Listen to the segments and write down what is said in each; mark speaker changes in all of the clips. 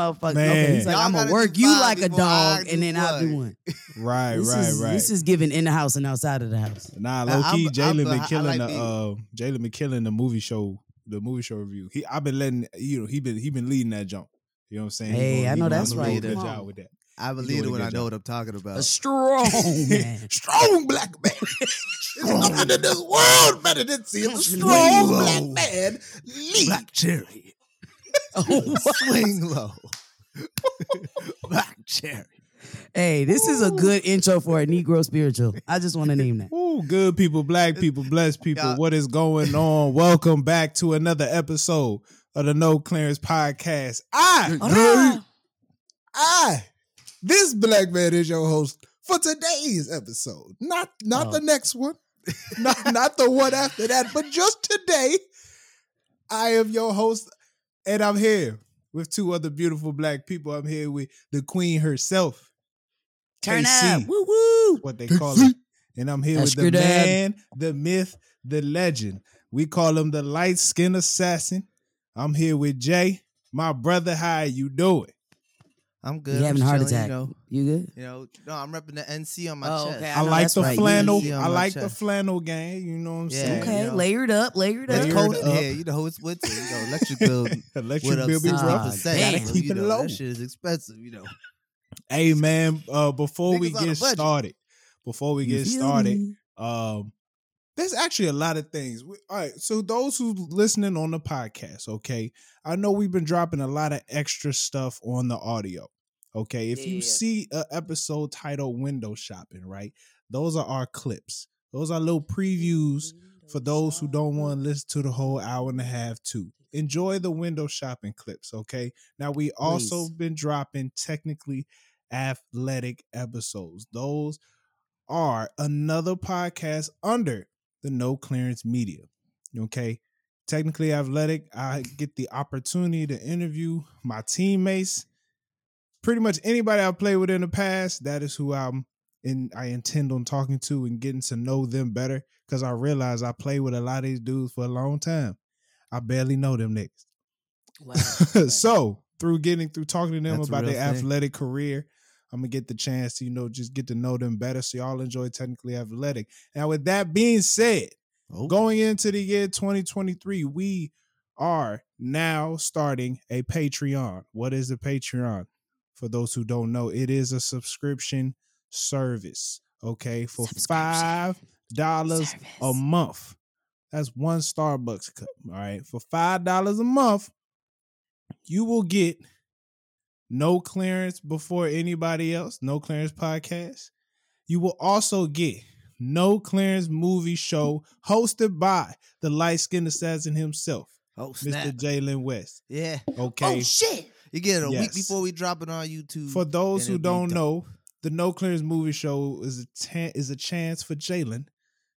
Speaker 1: motherfucker.
Speaker 2: Man.
Speaker 1: Okay, he's like,
Speaker 3: Y'all
Speaker 1: I'm gonna
Speaker 3: gotta
Speaker 1: work
Speaker 3: do
Speaker 1: you
Speaker 3: five
Speaker 1: like a
Speaker 3: before
Speaker 1: dog,
Speaker 3: I
Speaker 1: and
Speaker 3: do
Speaker 1: then I'll do
Speaker 3: one."
Speaker 1: one.
Speaker 2: Right,
Speaker 1: this
Speaker 2: right,
Speaker 1: is,
Speaker 2: right.
Speaker 1: This is giving in the house and outside of the house.
Speaker 2: Nah,
Speaker 3: Nah,
Speaker 2: low
Speaker 3: I'm-
Speaker 2: key,
Speaker 3: I'm
Speaker 2: Jalen
Speaker 3: beh-
Speaker 2: been
Speaker 3: I
Speaker 2: killing
Speaker 3: like
Speaker 2: the
Speaker 3: being-
Speaker 2: uh, Jalen been killing the movie show, the movie show review. He, I've been letting you know he been he been leading that jump. You know what I'm saying? He
Speaker 1: Hey,
Speaker 2: doing-
Speaker 1: I
Speaker 2: he
Speaker 1: know
Speaker 2: doing
Speaker 1: that's
Speaker 2: a real
Speaker 1: right.
Speaker 2: Good
Speaker 1: Come
Speaker 2: job
Speaker 1: on.
Speaker 2: with that.
Speaker 3: I
Speaker 2: doing
Speaker 3: believe it
Speaker 2: a
Speaker 3: when
Speaker 2: good
Speaker 3: I know
Speaker 2: job.
Speaker 3: what I'm talking
Speaker 1: A
Speaker 3: about.
Speaker 1: strong man.
Speaker 2: Uh, Strong black man.
Speaker 4: There's nothing in this world better than seeing a strong black
Speaker 3: Whoa.
Speaker 4: man lead.
Speaker 3: Black cherry,
Speaker 1: Oh,
Speaker 3: swing low. Black cherry.
Speaker 1: hey, this is a good intro for a Negro spiritual. I just want to name that.
Speaker 2: Ooh, good people, black people, blessed people.
Speaker 3: Yeah.
Speaker 2: What is going on? Welcome back to another episode of the No Clearance Podcast. I,
Speaker 1: Alright.
Speaker 2: I, this black man is your host for today's episode. Not not
Speaker 1: Oh.
Speaker 2: the next one. not not the one after that, but just today. I am your host, and I'm here with two other beautiful black people. I'm here with the queen herself.
Speaker 1: Turn
Speaker 2: KC.
Speaker 1: up. Woo woo.
Speaker 2: what they call him. And I'm here
Speaker 1: That's
Speaker 2: with the
Speaker 1: your dad.
Speaker 2: man, the myth, the legend. We call him the light skin assassin. I'm here with Jay, my brother. How you doing?
Speaker 3: I'm good.
Speaker 1: You having a
Speaker 3: I'm
Speaker 1: heart
Speaker 3: chilling,
Speaker 1: attack.
Speaker 3: You know,
Speaker 1: You good?
Speaker 3: you know, no, I'm repping the NC on my
Speaker 1: Oh,
Speaker 3: chest.
Speaker 1: okay.
Speaker 2: I,
Speaker 1: know
Speaker 2: like
Speaker 1: that's
Speaker 2: the
Speaker 1: right. You
Speaker 2: flannel.
Speaker 3: see on
Speaker 2: I
Speaker 3: my
Speaker 2: like the
Speaker 3: chest.
Speaker 2: flannel gang. You know what I'm
Speaker 3: Yeah.
Speaker 2: saying?
Speaker 1: Okay,
Speaker 3: Yeah.
Speaker 1: layered up, layered
Speaker 3: It's
Speaker 1: up.
Speaker 2: Layered
Speaker 3: cold in
Speaker 2: up.
Speaker 3: here. You know how it's winter. You know, electric bill.
Speaker 2: Electric
Speaker 3: What up?
Speaker 2: bill be
Speaker 1: sister?
Speaker 2: rough.
Speaker 1: Ah,
Speaker 3: 60%.
Speaker 1: damn.
Speaker 3: So,
Speaker 2: Keep
Speaker 3: you
Speaker 2: it
Speaker 3: know,
Speaker 2: low.
Speaker 3: That shit is expensive. You know.
Speaker 2: Hey man, uh, before we
Speaker 3: Niggas on a
Speaker 2: get
Speaker 3: budget.
Speaker 2: started, before we
Speaker 1: You
Speaker 2: get
Speaker 1: feel
Speaker 2: started,
Speaker 1: me?
Speaker 2: Um, there's actually a lot of things. We, all right, so those who listening on the podcast, okay, I know we've been dropping a lot of extra stuff on the audio. Okay, if
Speaker 1: Yeah,
Speaker 2: you
Speaker 1: yeah, yeah.
Speaker 2: see a episode titled "Window Shopping," right, those are our clips. Those are little previews for those who don't want to listen to the whole hour and a half. Too enjoy the window shopping clips. Okay, now we also
Speaker 1: Please.
Speaker 2: been dropping technically athletic episodes. Those are another podcast under the No Clearance Media. Okay. Technically athletic, I get the opportunity to interview my teammates. Pretty much anybody I played with in the past, that is who I'm and I intend on talking to and getting to know them better because I realize I played with a lot of these dudes for a long time. I barely know them niggas.
Speaker 1: Wow.
Speaker 2: so through getting through talking to them
Speaker 3: That's a
Speaker 2: about
Speaker 3: real
Speaker 2: their
Speaker 3: thing.
Speaker 2: athletic career, I'm gonna get the chance to you know just get to know them better. So y'all enjoy technically athletic. Now with that being said,
Speaker 3: Oh.
Speaker 2: going into the year 2023, we are now starting a Patreon. What is a Patreon? For those who don't know, it is a subscription service. Okay, for five dollars a month. That's one Starbucks cup. All right. For five dollars a month, you will get no clearance before anybody else, no clearance podcast. You will also get no clearance movie show hosted by the light skinned assassin himself,
Speaker 3: Oh
Speaker 2: Mr.
Speaker 3: snap.
Speaker 2: Jalen West.
Speaker 3: yeah.
Speaker 2: Okay.
Speaker 4: shit!
Speaker 3: You get it a
Speaker 2: Yes.
Speaker 3: week before we drop it on YouTube.
Speaker 2: For those
Speaker 3: And
Speaker 2: who
Speaker 3: it'll be
Speaker 2: don't
Speaker 3: dope.
Speaker 2: know, the No Clearance Movie Show is a tan- is a chance for Jalen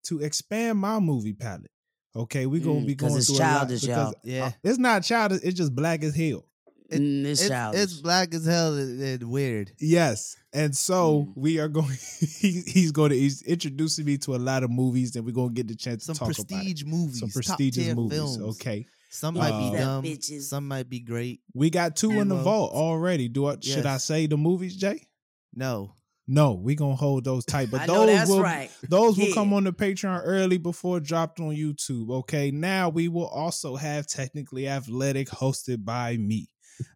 Speaker 2: to expand my movie palette. Okay, we're gonna
Speaker 1: Mm,
Speaker 2: be
Speaker 1: 'cause
Speaker 2: going
Speaker 1: it's
Speaker 2: through
Speaker 1: childish,
Speaker 2: a lot because uh,
Speaker 3: yeah.
Speaker 2: it's not childish. It's just black as hell.
Speaker 3: It-
Speaker 1: Mm, it's,
Speaker 3: It's,
Speaker 1: childish.
Speaker 3: it's black as hell and, and weird.
Speaker 2: Yes, and so
Speaker 1: Mm.
Speaker 2: we are going. he, he's going to he's introducing me to a lot of movies, and we're gonna get the chance
Speaker 3: Some
Speaker 2: to talk about it.
Speaker 3: prestige movies.
Speaker 2: some
Speaker 3: top
Speaker 2: prestigious
Speaker 3: tier
Speaker 2: movies.
Speaker 3: Films.
Speaker 2: Okay,
Speaker 3: Some
Speaker 2: Uh,
Speaker 3: might be
Speaker 2: That
Speaker 3: dumb.
Speaker 1: bitches.
Speaker 3: Some might be great.
Speaker 2: we got two in the
Speaker 3: Hello.
Speaker 2: vault already. Do I should I
Speaker 3: Yes.
Speaker 2: say the movies, Jay?
Speaker 3: No.
Speaker 2: No, we gonna hold those tight. But
Speaker 1: I
Speaker 2: those
Speaker 1: know that's
Speaker 2: will
Speaker 1: right.
Speaker 2: Those will
Speaker 1: Yeah.
Speaker 2: come on the Patreon early before dropped on YouTube. Okay. Now we will also have Technically Athletic hosted by me.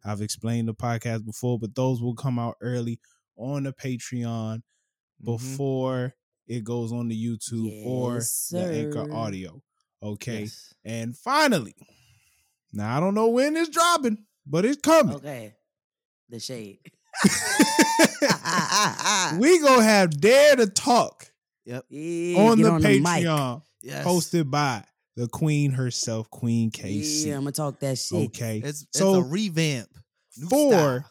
Speaker 2: I've explained the podcast before, but those will come out early on the Patreon
Speaker 1: Mm-hmm.
Speaker 3: Mhm.
Speaker 2: before it goes on the YouTube or
Speaker 1: Yes,
Speaker 2: the Anchor
Speaker 1: sir.
Speaker 2: Audio. Okay.
Speaker 3: Yes.
Speaker 2: And finally, now I don't know when it's dropping, but it's coming.
Speaker 1: Okay. The shade. Oh,
Speaker 2: we gonna have Dare to Talk
Speaker 1: Yeah,
Speaker 2: on
Speaker 1: get
Speaker 2: the
Speaker 1: on the mic.
Speaker 2: Patreon.
Speaker 3: Yes.
Speaker 2: hosted by the queen herself, Queen KC.
Speaker 1: Yeah, I'm gonna talk that shit.
Speaker 2: okay,
Speaker 3: It's, it's
Speaker 2: So-
Speaker 3: a revamp. New
Speaker 2: for
Speaker 3: style.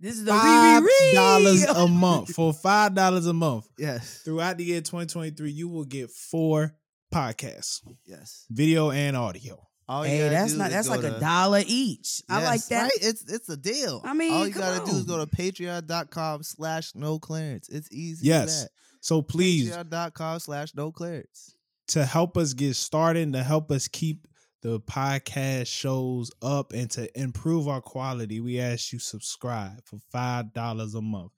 Speaker 1: This is the
Speaker 2: five dollars
Speaker 1: re
Speaker 2: a month. For five dollars a month
Speaker 3: Yes.
Speaker 2: throughout the year 2023, you will get four podcasts,
Speaker 3: Yes.
Speaker 2: video and audio.
Speaker 3: All you
Speaker 1: Hey,
Speaker 3: gotta
Speaker 1: that's
Speaker 3: do
Speaker 1: not
Speaker 3: is
Speaker 1: that's
Speaker 3: go
Speaker 1: like a
Speaker 3: to-
Speaker 1: dollar each. I like
Speaker 3: Yes,
Speaker 1: that.
Speaker 3: Right? It's it's a deal.
Speaker 1: I mean,
Speaker 3: all you
Speaker 1: come
Speaker 3: gotta do is go
Speaker 1: on.
Speaker 3: to patreon.com slash no clearance. It's easy.
Speaker 2: Yes.
Speaker 3: For that.
Speaker 2: So please,
Speaker 3: Patreon.com slash no clearance.
Speaker 2: to help us get started, and to help us keep the podcast shows up and to improve our quality, we ask you subscribe for five dollars a month.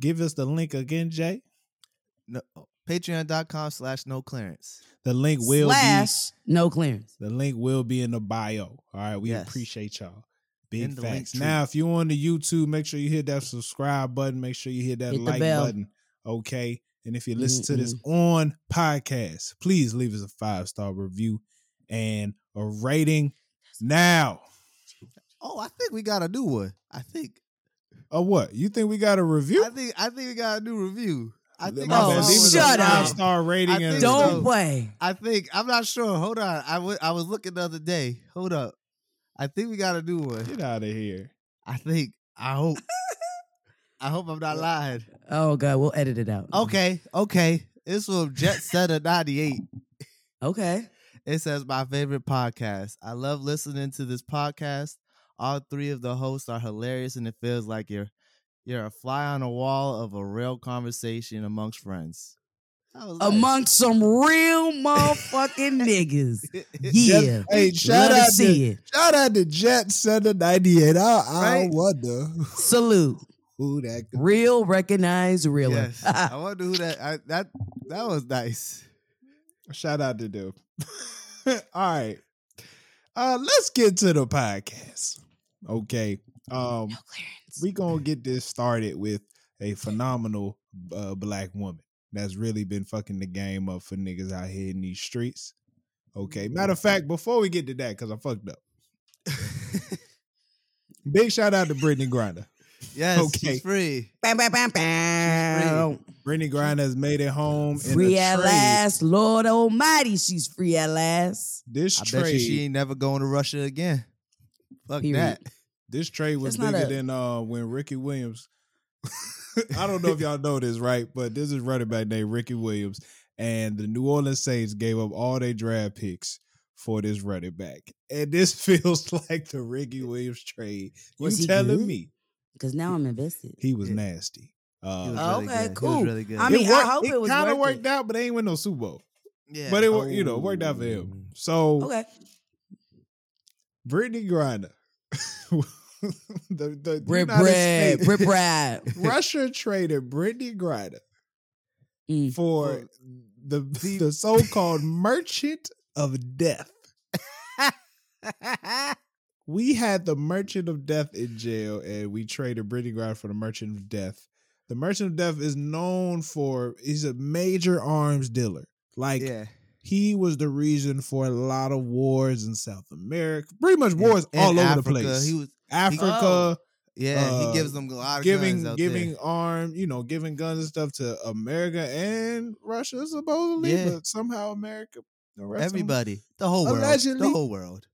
Speaker 2: Give us the link again, Jay.
Speaker 3: No, oh, Patreon.com slash no clearance.
Speaker 2: The link will
Speaker 1: Slash no clearance.
Speaker 2: be the link will be in the bio. All right, we
Speaker 3: Yes.
Speaker 2: appreciate y'all. Big
Speaker 3: In the link
Speaker 2: facts.
Speaker 3: tree.
Speaker 2: Now, if you're on the YouTube, make sure you hit that subscribe button. Make sure you hit that
Speaker 1: Hit the
Speaker 2: like
Speaker 1: bell.
Speaker 2: button. Okay. And if you listen to this on podcast, please leave us a five star review and a rating now.
Speaker 3: Oh, I think we got a new one. I think
Speaker 2: Oh, what? You think we got a review?
Speaker 3: I think I think we got a new review. I think
Speaker 1: My
Speaker 3: I
Speaker 1: bad.
Speaker 3: saw
Speaker 1: Leave
Speaker 3: one
Speaker 1: us a Oh, Shut
Speaker 3: that-
Speaker 1: up.
Speaker 2: Five star rating.
Speaker 3: I
Speaker 2: and a
Speaker 3: think
Speaker 2: review.
Speaker 3: so.
Speaker 1: Don't play.
Speaker 3: I think I'm not sure. Hold on. I wa- I was looking the other day. Hold up. I think we got a new one.
Speaker 2: Get out of here.
Speaker 3: I think. I hope. I hope I'm not lying.
Speaker 2: mm-hmm.
Speaker 1: Oh god, we'll edit it out.
Speaker 3: Okay. Okay. It's from Jet Setter 98.
Speaker 1: Okay.
Speaker 3: It says my favorite podcast. I love listening to this podcast. All three of the hosts are hilarious, and it feels like you're you're a fly on a wall of a real conversation amongst friends. I was like-
Speaker 1: Amongst some real motherfucking niggas. Yeah.
Speaker 2: Hey,
Speaker 1: Love
Speaker 2: shout out,
Speaker 1: to
Speaker 2: to,
Speaker 1: see it.
Speaker 2: shout out to Jet Center 98. I, I
Speaker 3: Right?
Speaker 2: wonder
Speaker 1: Salute.
Speaker 2: who that could
Speaker 1: Real, recognize, real.
Speaker 3: Yes. I wonder who that I, that that was nice.
Speaker 2: Shout out to Dupe. All right. Uh let's get to the podcast. Okay. Um
Speaker 1: no clearance.
Speaker 2: we going to get this started with a phenomenal uh, black woman that's really been fucking the game up for niggas out here in these streets. Okay. Matter of fact, before we get to that cuz I fucked up. Big shout out to Brittany Grinder.
Speaker 3: Yes,
Speaker 2: Okay.
Speaker 3: she's free.
Speaker 1: Bam, bam, bam, bam.
Speaker 2: Brittany Grinder has made it home in
Speaker 1: Free
Speaker 2: a
Speaker 1: at
Speaker 2: trade.
Speaker 1: last. Lord Almighty, she's free at last.
Speaker 2: This
Speaker 3: I
Speaker 2: trade
Speaker 3: bet you she ain't never going to Russia again. Fuck
Speaker 1: Period.
Speaker 3: that.
Speaker 2: This trade was
Speaker 1: That's not
Speaker 2: bigger
Speaker 1: a-
Speaker 2: than uh when Ricky Williams. I don't know if y'all know this, right? But this is running back named Ricky Williams, and the New Orleans Saints gave up all their draft picks for this running back, and this feels like the Ricky Williams trade. You
Speaker 1: Was he
Speaker 2: telling
Speaker 1: good?
Speaker 2: me
Speaker 1: Because now I'm invested.
Speaker 2: he was
Speaker 3: Yeah.
Speaker 2: nasty?
Speaker 3: He was
Speaker 2: Uh,
Speaker 1: Oh,
Speaker 3: really
Speaker 1: okay,
Speaker 3: good. He was
Speaker 1: cool.
Speaker 3: really good.
Speaker 1: I mean,
Speaker 2: worked-
Speaker 1: hope it was
Speaker 2: kind of
Speaker 1: worth
Speaker 2: worked
Speaker 1: it.
Speaker 2: out, but they ain't win no Super Bowl.
Speaker 3: yeah.
Speaker 2: But it wor- you know worked out for him. So
Speaker 1: Oh. Okay.
Speaker 2: Brittany Grinder, the, the
Speaker 1: Rip
Speaker 2: United
Speaker 1: bread.
Speaker 2: States-
Speaker 1: Rip rap.
Speaker 2: Russia traded Brittany Grinder
Speaker 1: Mm.
Speaker 2: for
Speaker 3: For
Speaker 2: the the so called merchant of death. We had the merchant of death in jail, and we traded Brittany Grinder for the merchant of death. The merchant of death is known for he's a major arms dealer. Like
Speaker 3: yeah.
Speaker 2: he was the reason for a lot of wars in South America, pretty much
Speaker 3: And-
Speaker 2: wars
Speaker 3: and
Speaker 2: all over the
Speaker 3: Africa,
Speaker 2: place.
Speaker 3: He was
Speaker 2: Africa,
Speaker 3: yeah.
Speaker 2: uh,
Speaker 3: he gives them a lot of
Speaker 2: giving
Speaker 3: guns out
Speaker 2: giving
Speaker 3: there.
Speaker 2: arm, you know, giving guns and stuff to America and Russia supposedly,
Speaker 3: Yeah.
Speaker 2: but somehow America, the rest of 'em-
Speaker 3: everybody, the whole world,
Speaker 2: Allegedly.
Speaker 3: the whole world.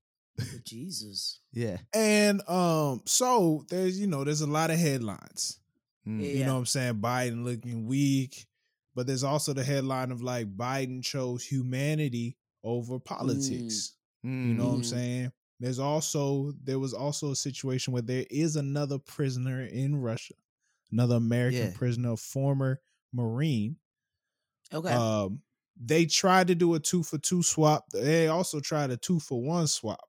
Speaker 1: Jesus.
Speaker 3: Yeah.
Speaker 2: And um, so there's you know there's a lot of headlines.
Speaker 3: Mm.
Speaker 1: Yeah.
Speaker 2: You know what I'm saying? Biden looking weak, but there's also the headline of like Biden chose humanity
Speaker 3: Mm.
Speaker 2: over politics. You know what I'm
Speaker 3: Mm-hmm.
Speaker 1: Mhm.
Speaker 2: saying? There's also there was also a situation where there is another prisoner in Russia, another American
Speaker 3: Yeah.
Speaker 2: prisoner, former Marine.
Speaker 1: Okay.
Speaker 3: Uh,
Speaker 2: Um, they tried to do a two for two swap. They also tried a two for one swap.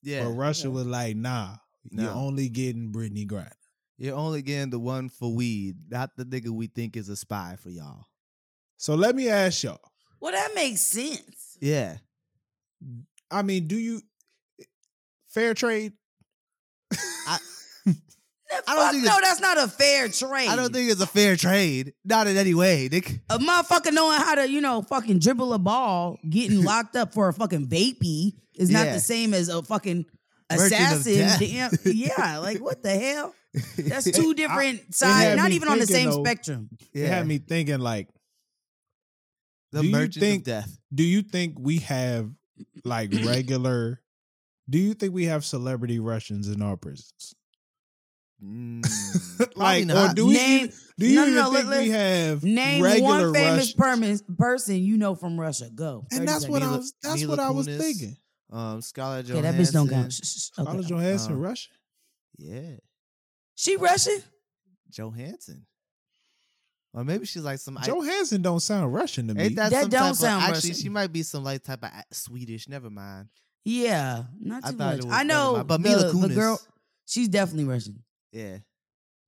Speaker 3: Yeah.
Speaker 2: But Russia was like, nah, you're
Speaker 3: No.
Speaker 2: only getting Brittany Griner.
Speaker 3: You're only getting the one for weed, not the nigga we think is a spy for y'all.
Speaker 2: So let me ask y'all.
Speaker 1: well, that makes sense.
Speaker 3: Yeah.
Speaker 2: I mean, do you eh, fair trade?
Speaker 3: I don't
Speaker 1: Fuck
Speaker 3: think
Speaker 1: no,
Speaker 3: it's-
Speaker 1: that's not a fair trade.
Speaker 3: I don't think it's a fair trade. Not in any way, Nick.
Speaker 1: a motherfucker knowing how to, you know, fucking dribble a ball, getting locked up for a fucking vapey is not
Speaker 3: Yeah.
Speaker 1: the same as a fucking
Speaker 3: Merchant of
Speaker 1: assassin.
Speaker 3: death.
Speaker 1: Damn- yeah, like what the hell? That's two different
Speaker 2: had
Speaker 1: sides, not
Speaker 2: me
Speaker 1: even on the
Speaker 2: thinking,
Speaker 1: same
Speaker 2: though.
Speaker 1: spectrum.
Speaker 3: yeah.
Speaker 2: It had me thinking like,
Speaker 3: the
Speaker 2: Do you
Speaker 3: merchant
Speaker 2: think-
Speaker 3: of death.
Speaker 2: do you think we have like regular do you think we have celebrity Russians in our prisons?
Speaker 3: Mm. Probably
Speaker 2: like
Speaker 3: not.
Speaker 2: or do we
Speaker 1: Name-
Speaker 2: even- do you
Speaker 1: no, no,
Speaker 2: even
Speaker 1: no, let-
Speaker 2: think we
Speaker 1: let-
Speaker 2: have
Speaker 1: Name
Speaker 2: regular
Speaker 1: one famous
Speaker 2: Russians?
Speaker 1: permis- person you know from Russia. Go.
Speaker 2: And that's what I
Speaker 3: Mila-
Speaker 2: was that's
Speaker 3: Mila
Speaker 2: what I was
Speaker 3: Kunis.
Speaker 2: thinking.
Speaker 3: um, Scarlett
Speaker 1: Okay,
Speaker 3: Johansson.
Speaker 1: that bitch don't count. Shh, shh, shh. Okay.
Speaker 2: Scarlett Johansson,
Speaker 3: Uh,
Speaker 2: Russian.
Speaker 3: Yeah,
Speaker 1: She Russian?
Speaker 3: Johansson. Or maybe she's like some.
Speaker 2: Johansson don't sound Russian to
Speaker 3: I,
Speaker 2: me.
Speaker 3: ain't that,
Speaker 1: That
Speaker 3: some
Speaker 1: don't
Speaker 3: type of-
Speaker 1: sound
Speaker 3: Actually,
Speaker 1: Russian.
Speaker 3: she might be some like type of a- Swedish. Never mind.
Speaker 1: Yeah, not
Speaker 3: I
Speaker 1: too
Speaker 3: thought
Speaker 1: much.
Speaker 3: it was
Speaker 1: I know,
Speaker 3: Vegemite, but Mila
Speaker 1: the, the
Speaker 3: Kunis.
Speaker 1: girl, she's definitely Russian,
Speaker 3: Yeah,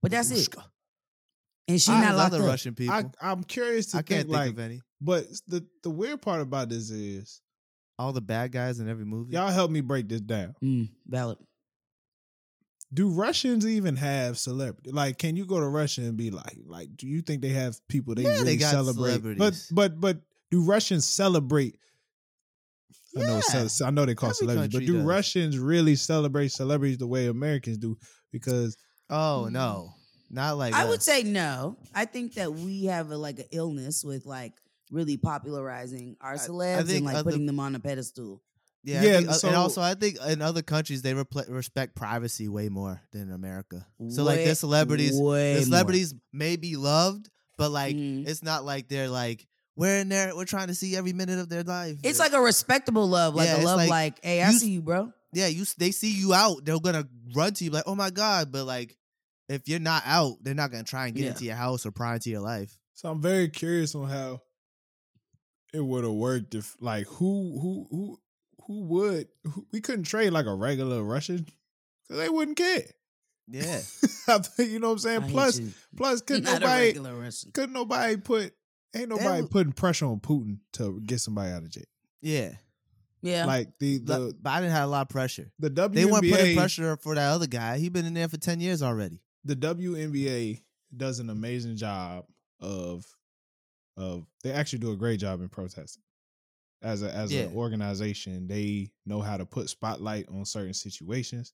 Speaker 1: but that's it.
Speaker 3: Babushka.
Speaker 1: And she's not
Speaker 2: I
Speaker 3: There's
Speaker 1: locked
Speaker 3: other
Speaker 1: up.
Speaker 3: Russian people. I,
Speaker 2: I, I'm curious to
Speaker 3: can't
Speaker 2: think,
Speaker 3: think
Speaker 2: like,
Speaker 3: of any.
Speaker 2: but the the weird part about this is
Speaker 3: All the bad guys in every movie.
Speaker 2: y'all help me break this down.
Speaker 1: Mm, valid.
Speaker 2: Do Russians even have celebrity? Like, can you go to Russia and be like, like, do you think they have people they
Speaker 3: Yeah, they
Speaker 2: really
Speaker 3: got
Speaker 2: celebrate? But
Speaker 3: celebrities.
Speaker 2: but but do Russians celebrate? I know
Speaker 3: Yeah.
Speaker 2: it's, ce- I know they call
Speaker 3: Every
Speaker 2: celebrities, but
Speaker 3: country
Speaker 2: do
Speaker 3: does.
Speaker 2: Russians really celebrate celebrities the way Americans do? Because
Speaker 3: oh no, not like
Speaker 1: I would
Speaker 3: us.
Speaker 1: say no. I think that we have a, like an illness with like really popularizing our celebs
Speaker 3: think
Speaker 1: and like
Speaker 3: other-
Speaker 1: putting them on a pedestal.
Speaker 3: Yeah,
Speaker 2: Yeah,
Speaker 3: I think, uh,
Speaker 2: so-
Speaker 3: and also I think in other countries they repl- respect privacy way more than in America. So like
Speaker 1: Way-
Speaker 3: the celebrities,
Speaker 1: way
Speaker 3: the
Speaker 1: more.
Speaker 3: celebrities may be loved, but like
Speaker 1: Mhm.
Speaker 3: it's not like they're like we're in there, we're trying to see every minute of their life.
Speaker 1: It's like a respectable love, like
Speaker 3: Yeah,
Speaker 1: a
Speaker 3: it's
Speaker 1: love,
Speaker 3: like,
Speaker 1: like, hey, I
Speaker 3: you-
Speaker 1: see you, bro.
Speaker 3: yeah, you s- they see you out, they're gonna run to you like oh my god, but like if you're not out, they're not gonna try and get
Speaker 1: Yeah.
Speaker 3: into your house or pry into your life.
Speaker 2: so I'm very curious on how it would have worked if like who who who who would who, we couldn't trade like a regular Russian because they wouldn't care.
Speaker 3: Yeah,
Speaker 2: I think- you know what I'm saying?
Speaker 1: I hate
Speaker 2: plus
Speaker 1: you.
Speaker 2: plus could
Speaker 1: not a
Speaker 2: nobody
Speaker 1: regular Russian.
Speaker 2: could nobody put ain't
Speaker 3: That
Speaker 2: nobody
Speaker 3: was-
Speaker 2: putting pressure on Putin to get somebody out of jail.
Speaker 3: yeah.
Speaker 1: Yeah,
Speaker 2: Like the
Speaker 3: But
Speaker 2: the
Speaker 3: Biden had a lot of pressure.
Speaker 2: the WNBA
Speaker 3: They weren't putting pressure for that other guy. He been in there for ten years already.
Speaker 2: the WNBA does an amazing job of of they actually do a great job in protesting. As a as
Speaker 3: Yeah.
Speaker 2: an organization, they know how to put spotlight on certain situations.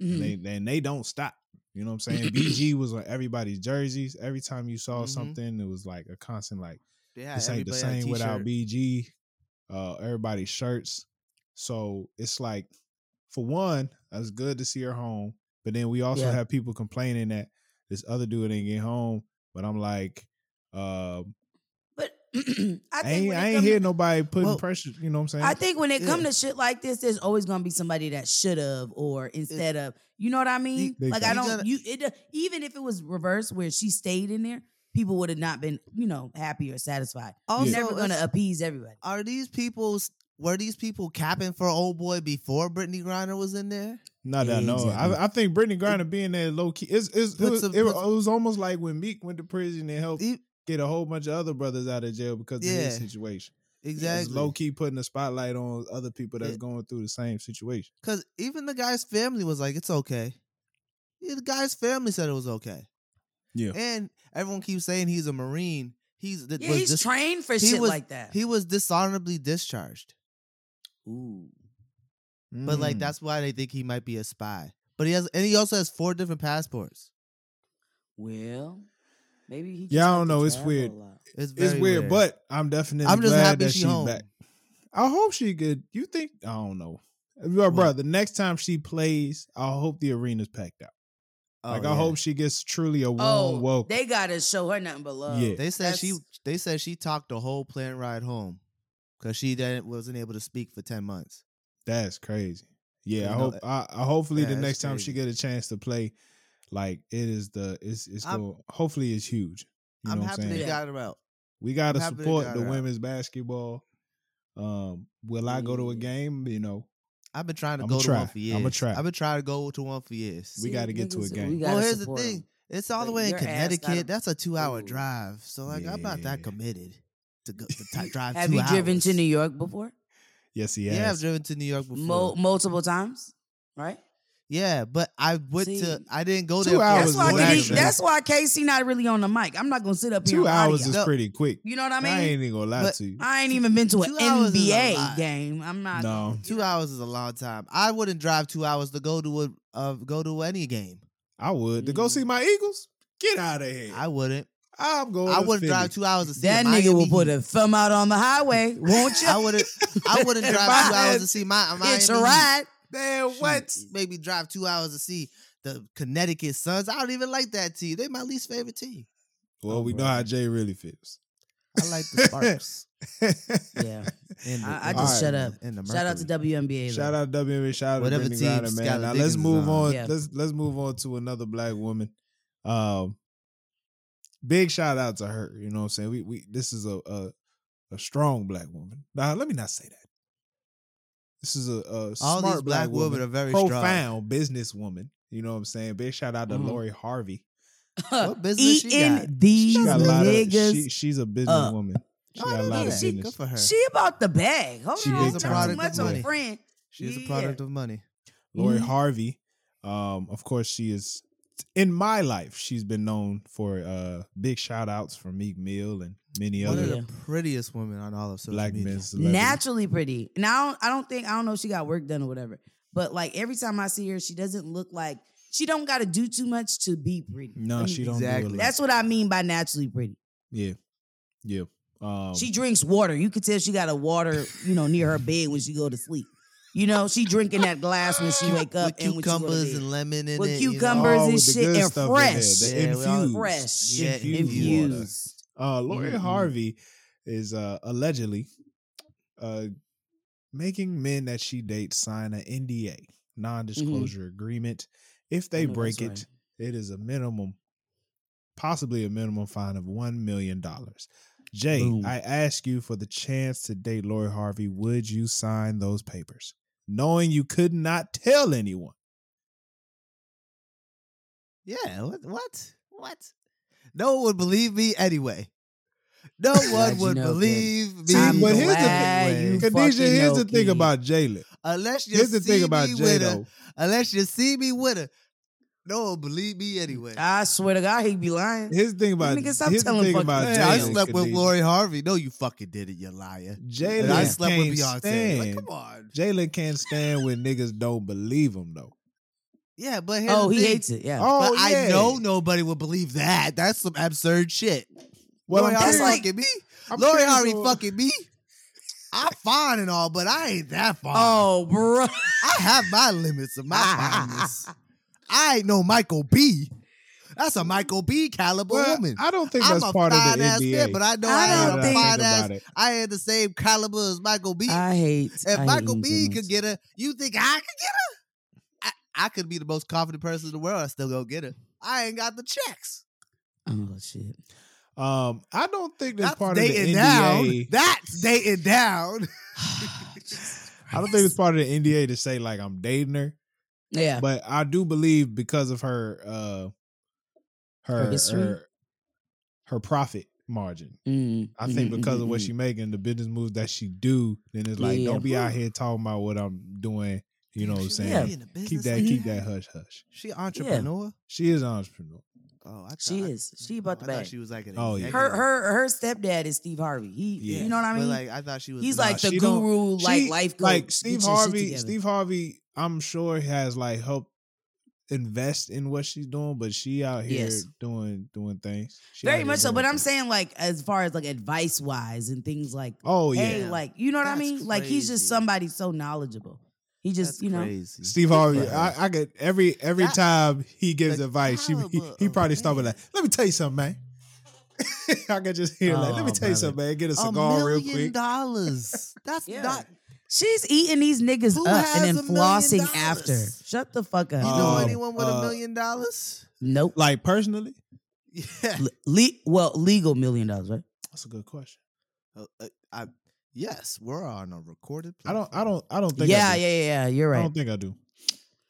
Speaker 1: Mhm.
Speaker 2: And they and they don't stop. You know what I'm saying? BG was on everybody's jerseys. Every time you saw
Speaker 3: Mhm.
Speaker 2: something, it was like a constant like
Speaker 3: Yeah,
Speaker 2: this ain't the same without
Speaker 3: being.
Speaker 2: BG. Uh, everybody's shirts. So it's like, for one, it's good to see her home. But then we also
Speaker 1: Yeah.
Speaker 2: have people complaining that this other dude didn't get home. But I'm like, uh,
Speaker 1: but I think
Speaker 2: I ain't,
Speaker 1: when it
Speaker 2: I ain't
Speaker 1: come to-
Speaker 2: hear nobody putting
Speaker 3: Well,
Speaker 2: pressure. You know what I'm saying?
Speaker 1: I think when it
Speaker 3: Yeah.
Speaker 1: come to shit like this, there's always gonna be somebody that should have or instead of. You know what I mean?
Speaker 2: Big
Speaker 1: like I
Speaker 2: facts.
Speaker 1: don't.
Speaker 3: You gotta-
Speaker 1: you it even if it was reversed where she stayed in there, people would have not been you know happy or satisfied.
Speaker 3: Also,
Speaker 1: You're never gonna
Speaker 3: it's-
Speaker 1: appease everybody.
Speaker 3: are these people were these people capping for old boy before Brittany Griner was in there?
Speaker 2: Not that I know.
Speaker 1: Exactly.
Speaker 2: I, I think Brittany Griner being there low key. It's, it's, it,
Speaker 3: Puts
Speaker 2: was,
Speaker 3: a-
Speaker 2: it, was,
Speaker 3: puts-
Speaker 2: it was almost like when Meek went to prison and helped
Speaker 3: E-
Speaker 2: get a whole bunch of other brothers out of jail because of his
Speaker 3: Yeah.
Speaker 2: situation. It's
Speaker 3: Exactly.
Speaker 2: low key putting a spotlight on other people that's
Speaker 3: Yeah.
Speaker 2: going through the same situation.
Speaker 3: Because even the guy's family was like, it's okay. Yeah, the guy's family said it was okay.
Speaker 2: Yeah.
Speaker 3: And everyone keeps saying he's a Marine. He's th-
Speaker 1: Yeah,
Speaker 3: was
Speaker 1: he's
Speaker 3: dis-
Speaker 1: trained for
Speaker 3: he
Speaker 1: shit
Speaker 3: was-
Speaker 1: like that.
Speaker 3: he was dishonorably discharged.
Speaker 1: Ooh.
Speaker 3: But like
Speaker 2: Mm.
Speaker 3: that's why they think he might be a spy. But he has and he also has four different passports.
Speaker 1: Well, maybe he.
Speaker 2: Yeah,
Speaker 1: just
Speaker 2: I don't
Speaker 1: like to
Speaker 2: know. It's
Speaker 1: travel
Speaker 2: weird.
Speaker 1: a lot.
Speaker 3: It's very
Speaker 2: it's weird, but I'm definitely
Speaker 3: I'm just
Speaker 2: glad
Speaker 3: happy
Speaker 2: that
Speaker 3: she
Speaker 2: she's
Speaker 3: home.
Speaker 2: back. I hope she could. You think? I don't know. Bro, bro,
Speaker 3: What?
Speaker 2: the next time she plays, I hope the arena's packed out.
Speaker 3: Oh,
Speaker 2: like, I
Speaker 3: yeah.
Speaker 2: hope she gets truly a warm
Speaker 1: Oh,
Speaker 2: welcome.
Speaker 1: they gotta show her nothing but love.
Speaker 2: Yeah.
Speaker 3: They said she
Speaker 1: That's-
Speaker 3: they said she talked the whole plane ride home because she didn't wasn't able to speak for ten months.
Speaker 2: That's crazy. Yeah, I
Speaker 3: You know,
Speaker 2: hope. I, I hopefully
Speaker 3: yeah,
Speaker 2: the
Speaker 3: it's
Speaker 2: next time she
Speaker 3: crazy.
Speaker 2: get a chance to play, like it is the it's it's
Speaker 3: I'm-
Speaker 2: going hopefully it's huge. You
Speaker 3: I'm
Speaker 2: know what I'm
Speaker 3: happy
Speaker 2: saying?
Speaker 3: they got her out.
Speaker 2: we gotta
Speaker 3: I'm happy they
Speaker 2: support
Speaker 3: got
Speaker 2: the
Speaker 3: her out.
Speaker 2: women's basketball. Um, will I go to a
Speaker 1: Yeah.
Speaker 2: game? You know,
Speaker 3: I've been trying to
Speaker 2: I'ma
Speaker 3: go to
Speaker 2: try.
Speaker 3: one for years.
Speaker 2: I'ma try.
Speaker 3: I've been trying to go to one for years.
Speaker 2: We gotta get to a
Speaker 1: niggas,
Speaker 2: game.
Speaker 1: we
Speaker 3: well,
Speaker 1: gotta
Speaker 3: here's the
Speaker 1: support 'em.
Speaker 3: thing. It's all the
Speaker 1: But
Speaker 3: way in
Speaker 1: your ass
Speaker 3: Connecticut.
Speaker 1: gotta-
Speaker 3: That's a two-hour
Speaker 1: Ooh.
Speaker 3: drive. So like, I'm not that
Speaker 2: Yeah.
Speaker 3: committed to go to t- drive
Speaker 1: Have
Speaker 3: two
Speaker 1: you driven to
Speaker 3: hours.
Speaker 1: New York before?
Speaker 2: yes, he
Speaker 3: Yeah,
Speaker 2: has.
Speaker 3: I've driven to New York before.
Speaker 1: Mul- multiple times, right?
Speaker 3: yeah, but I went to.
Speaker 1: See,
Speaker 3: I didn't go
Speaker 2: two
Speaker 3: there. for
Speaker 2: hours
Speaker 1: That's
Speaker 2: was
Speaker 3: the
Speaker 1: why,
Speaker 2: more
Speaker 1: Kenny-
Speaker 2: than
Speaker 3: drive.
Speaker 2: that.
Speaker 1: that's why KC not really on the mic. I'm not gonna sit up here.
Speaker 2: Two
Speaker 1: on
Speaker 2: hours
Speaker 1: audio.
Speaker 2: is
Speaker 3: No.
Speaker 2: pretty quick.
Speaker 1: You know what I
Speaker 2: I,
Speaker 1: mean?
Speaker 2: ain't even gonna lie
Speaker 3: But-
Speaker 2: to you.
Speaker 1: even been to an
Speaker 3: Two hours is a
Speaker 1: NBA
Speaker 3: lot.
Speaker 1: game. I'm not.
Speaker 2: No.
Speaker 3: Two hours is a long time. I wouldn't drive two hours to go to a uh, go to any game.
Speaker 2: I would to go see my Eagles. Get out of here.
Speaker 3: Mm. I wouldn't.
Speaker 2: I, am going.
Speaker 3: I
Speaker 2: to
Speaker 3: wouldn't
Speaker 2: Philly.
Speaker 3: drive two hours to see
Speaker 1: That
Speaker 3: the
Speaker 1: nigga
Speaker 3: Miami
Speaker 1: will put
Speaker 3: Heat.
Speaker 1: a thumb out on the highway. Won't you?
Speaker 3: I wouldn't. I wouldn't
Speaker 1: If
Speaker 3: drive
Speaker 1: I
Speaker 3: two hours
Speaker 1: had
Speaker 3: to see my Miami.
Speaker 1: It's a
Speaker 3: Heat.
Speaker 1: ride.
Speaker 2: Man, what?
Speaker 3: Shoot, Maybe drive two hours to see the Connecticut Suns. I don't even like that team. They my least favorite team.
Speaker 2: Well, we
Speaker 1: Oh,
Speaker 2: know
Speaker 1: bro.
Speaker 2: how Jay really feels.
Speaker 3: I like the Sparks.
Speaker 1: Yeah.
Speaker 3: and the,
Speaker 1: I- I
Speaker 3: and
Speaker 2: just
Speaker 3: the-
Speaker 1: shut up.
Speaker 3: And the
Speaker 1: Shout out to
Speaker 3: Mercury.
Speaker 1: WNBA.
Speaker 2: shout
Speaker 1: though.
Speaker 2: out WNBA. Shout out
Speaker 3: Whatever
Speaker 2: to Brittany
Speaker 3: team
Speaker 2: Griner, man.
Speaker 3: Skylar
Speaker 2: Now let's
Speaker 3: Diggins
Speaker 2: move
Speaker 3: is
Speaker 2: on.
Speaker 3: on.
Speaker 1: Yeah.
Speaker 2: Let's let's move on to another black woman. Um, big shout out to her. You know what I'm saying? We we this is a a, a strong black woman. Now let me not say that. This is a, a
Speaker 3: All
Speaker 2: smart
Speaker 3: these black, women,
Speaker 2: woman,
Speaker 3: are very strong.
Speaker 2: profound businesswoman. You know what I'm saying? Big shout out to
Speaker 1: Mhm.
Speaker 2: Lori Harvey.
Speaker 3: What business she got?
Speaker 1: Eating these
Speaker 2: She got a lot of.
Speaker 1: niggas.
Speaker 2: She, she's a businesswoman. She
Speaker 3: Oh, I
Speaker 2: got a
Speaker 3: know
Speaker 2: lot of
Speaker 1: that.
Speaker 3: She-
Speaker 2: business.
Speaker 3: Good for her.
Speaker 1: She about the bag. Hold
Speaker 2: She
Speaker 1: on,
Speaker 2: big
Speaker 1: talk
Speaker 2: time.
Speaker 1: too much
Speaker 2: Money.
Speaker 1: on friend.
Speaker 3: She's
Speaker 1: Yeah.
Speaker 3: a product of money.
Speaker 2: Lori
Speaker 1: Mhm.
Speaker 3: Mm-hmm.
Speaker 2: Harvey. Um, of course, she is in my life. She's been known for uh big shout outs from Meek Mill and many
Speaker 3: One of
Speaker 2: other
Speaker 3: the prettiest women on all of social
Speaker 2: black
Speaker 3: media.
Speaker 2: men. celebrities.
Speaker 1: naturally pretty. And I don't, I don't think I don't know if she got work done or whatever. But like every time I see her, she doesn't look like she don't got to do too much to be pretty.
Speaker 2: No,
Speaker 1: Let me-
Speaker 2: she don't
Speaker 3: Exactly.
Speaker 2: do a lot.
Speaker 1: That's what I mean by naturally pretty.
Speaker 2: yeah, yeah. Um,
Speaker 1: She drinks water. You could tell she got a water, you know, near her bed when she go to sleep. You know, she drinking that glass when she wake up
Speaker 3: With
Speaker 1: and when she go to
Speaker 3: cucumbers
Speaker 1: bed.
Speaker 3: and lemon in
Speaker 1: With
Speaker 3: it.
Speaker 1: cucumbers
Speaker 2: all
Speaker 1: and
Speaker 2: oh, with the
Speaker 1: shit
Speaker 2: good
Speaker 1: and
Speaker 2: stuff in there,
Speaker 1: fresh.
Speaker 2: the
Speaker 3: Yeah, we all- Mm-hmm.
Speaker 2: infused,
Speaker 1: fresh.
Speaker 3: Yeah,
Speaker 2: infused. water.
Speaker 1: infused.
Speaker 2: Uh, Lori
Speaker 1: Mhm.
Speaker 2: Harvey is uh, allegedly uh, making men that she dates sign an NDA,
Speaker 1: Mm-hmm.
Speaker 2: non-disclosure agreement. If they
Speaker 1: I know
Speaker 2: break it,
Speaker 1: that's right.
Speaker 2: it is a minimum, possibly a minimum fine of one million dollars. Jay,
Speaker 1: Boom.
Speaker 2: I ask you for the chance to date Lori Harvey. Would you sign those papers, knowing you could not tell anyone?
Speaker 3: Yeah. What? What? What? No one would believe me anyway. No one
Speaker 1: you
Speaker 3: would
Speaker 1: know, kid.
Speaker 3: believe me.
Speaker 2: See,
Speaker 1: I'm
Speaker 2: but here's the
Speaker 1: glad
Speaker 3: anyway.
Speaker 1: you
Speaker 2: Khadijah,
Speaker 1: fucking
Speaker 2: here's
Speaker 1: know,
Speaker 2: the thing
Speaker 1: kid.
Speaker 2: about Jalen.
Speaker 3: Unless you
Speaker 2: Here's the
Speaker 3: see
Speaker 2: thing about
Speaker 3: me
Speaker 2: Jay
Speaker 3: with a,
Speaker 2: though.
Speaker 3: unless you see me with a, no one believe me anyway. I,
Speaker 1: I swear to God, he be lying.
Speaker 2: Here's the thing about
Speaker 1: Nigga, stop
Speaker 2: here's the
Speaker 1: telling
Speaker 2: thing
Speaker 1: fucking
Speaker 2: about
Speaker 1: Hey,
Speaker 2: Jalen.
Speaker 3: I slept with
Speaker 2: Khadijah.
Speaker 3: Lori Harvey. No, you fucking did it, you liar.
Speaker 2: Jalen
Speaker 3: And I slept
Speaker 2: can't
Speaker 3: with Beyonce. Like,
Speaker 2: stand.
Speaker 3: come on.
Speaker 2: Jalen can't stand when niggas don't believe him though.
Speaker 3: Yeah, but here's
Speaker 1: oh,
Speaker 3: the
Speaker 1: he
Speaker 3: thing.
Speaker 1: hates it. Yeah.
Speaker 2: Oh,
Speaker 3: but
Speaker 2: yeah.
Speaker 3: I know nobody would believe that. That's some absurd shit.
Speaker 2: Well,
Speaker 3: Lori
Speaker 2: I'm
Speaker 1: That's
Speaker 3: Harvey
Speaker 2: curious-
Speaker 1: like-
Speaker 3: fucking me.
Speaker 2: I'm
Speaker 3: Lori
Speaker 2: curious
Speaker 3: Harvey
Speaker 2: on-
Speaker 3: fucking me. I'm fine and all, but I ain't that fine.
Speaker 1: oh, bro.
Speaker 3: I have my limits of my fineness. I ain't no Michael B. That's a Michael B. caliber
Speaker 2: Well,
Speaker 3: woman.
Speaker 2: I don't think
Speaker 3: I'm
Speaker 2: that's
Speaker 3: a
Speaker 2: part of
Speaker 3: fine
Speaker 2: the
Speaker 3: ass
Speaker 2: NBA.
Speaker 3: man, but I know
Speaker 1: I
Speaker 3: I,
Speaker 1: don't
Speaker 2: Now that
Speaker 3: ain't a
Speaker 1: think
Speaker 3: fine
Speaker 2: about
Speaker 3: ass.
Speaker 2: it.
Speaker 3: I ain't the same caliber as Michael B.
Speaker 1: I hate.
Speaker 3: if
Speaker 1: I hate
Speaker 3: Michael
Speaker 1: him so
Speaker 3: B.
Speaker 1: much.
Speaker 3: could get her, you think I could get her? I, I could be the most confident person in the world. I still go get her. I ain't got the checks.
Speaker 1: Oh shit.
Speaker 2: Um, I don't think that's,
Speaker 3: That's
Speaker 2: part of the
Speaker 3: dating
Speaker 2: NDA.
Speaker 3: down. That's dating down.
Speaker 2: I don't think it's part of the NDA to say like I'm dating her,
Speaker 1: Yeah.
Speaker 2: but I do believe because of her uh her
Speaker 1: Her history?
Speaker 2: her, her profit margin.
Speaker 1: Mm,
Speaker 2: I
Speaker 3: Mm-hmm,
Speaker 2: think
Speaker 1: mhm,
Speaker 2: because of what
Speaker 1: mhm,
Speaker 2: she making, the business moves that she do, then it's like
Speaker 1: Yeah.
Speaker 2: don't be out here talking about what I'm doing. You know what I'm
Speaker 3: She
Speaker 2: saying?
Speaker 1: Yeah.
Speaker 3: really in the
Speaker 2: Keep
Speaker 3: business mm-hmm.
Speaker 2: that
Speaker 3: like
Speaker 2: keep that hush hush.
Speaker 3: She entrepreneur.
Speaker 2: She is an entrepreneur.
Speaker 3: Oh, I thought,
Speaker 1: She is. She about
Speaker 3: I
Speaker 1: the
Speaker 3: thought
Speaker 1: bag.
Speaker 3: she was like an
Speaker 2: Oh, yeah.
Speaker 1: mhm. Her her her stepdad is Steve Harvey. He
Speaker 2: Yeah.
Speaker 1: you know what I mean?
Speaker 3: But like I thought she was.
Speaker 1: He's
Speaker 2: Nah,
Speaker 1: like the
Speaker 2: she don't-
Speaker 1: guru, like
Speaker 2: She-
Speaker 1: life coach.
Speaker 2: Like
Speaker 1: Get
Speaker 2: Steve
Speaker 1: your shit
Speaker 2: Harvey,
Speaker 1: together.
Speaker 2: Steve Harvey, I'm sure has like helped invest in what she's doing, but she out here
Speaker 1: Yes.
Speaker 2: doing doing things. She out
Speaker 1: Very
Speaker 2: here
Speaker 1: much so,
Speaker 2: doing
Speaker 1: but I'm
Speaker 2: things.
Speaker 1: saying like as far as like advice wise and things like
Speaker 2: Oh yeah.
Speaker 1: hey, like you know what I
Speaker 3: That's
Speaker 1: mean? Like he's just
Speaker 3: crazy.
Speaker 1: somebody so knowledgeable. He just
Speaker 3: That's
Speaker 1: you know
Speaker 3: crazy.
Speaker 2: Steve Harvey, I, I could every every
Speaker 3: That-
Speaker 2: time he gives
Speaker 3: the
Speaker 2: advice, she, he,
Speaker 3: caliber
Speaker 2: he
Speaker 3: of
Speaker 2: probably start with
Speaker 3: man.
Speaker 2: like, "Let me tell you something, man." I could just hear like, "Let me
Speaker 1: Oh,
Speaker 2: tell
Speaker 1: brother.
Speaker 2: you something, man." Get a
Speaker 3: a
Speaker 2: cigar real
Speaker 3: million
Speaker 2: quick.
Speaker 3: dollars. That's
Speaker 1: Yeah.
Speaker 3: not.
Speaker 1: she's eating these niggas
Speaker 3: Who
Speaker 1: up
Speaker 3: has
Speaker 1: and
Speaker 3: a
Speaker 1: then
Speaker 3: million
Speaker 1: flossing
Speaker 3: dollars?
Speaker 1: after. Shut the fuck up. Oh.
Speaker 3: You know
Speaker 2: Um,
Speaker 3: anyone with a
Speaker 2: uh,
Speaker 3: million dollars?
Speaker 1: nope.
Speaker 2: Like personally,
Speaker 3: Yeah.
Speaker 1: Le- le- well, legal million dollars, right?
Speaker 2: that's a good question.
Speaker 3: Uh, uh, I, yes, we're on a recorded.
Speaker 2: I don't, I
Speaker 3: platform.
Speaker 2: don't, I don't think.
Speaker 1: Yeah,
Speaker 2: I do.
Speaker 1: yeah, yeah, yeah. You're
Speaker 2: I
Speaker 1: right.
Speaker 3: Oh,
Speaker 2: don't think I do.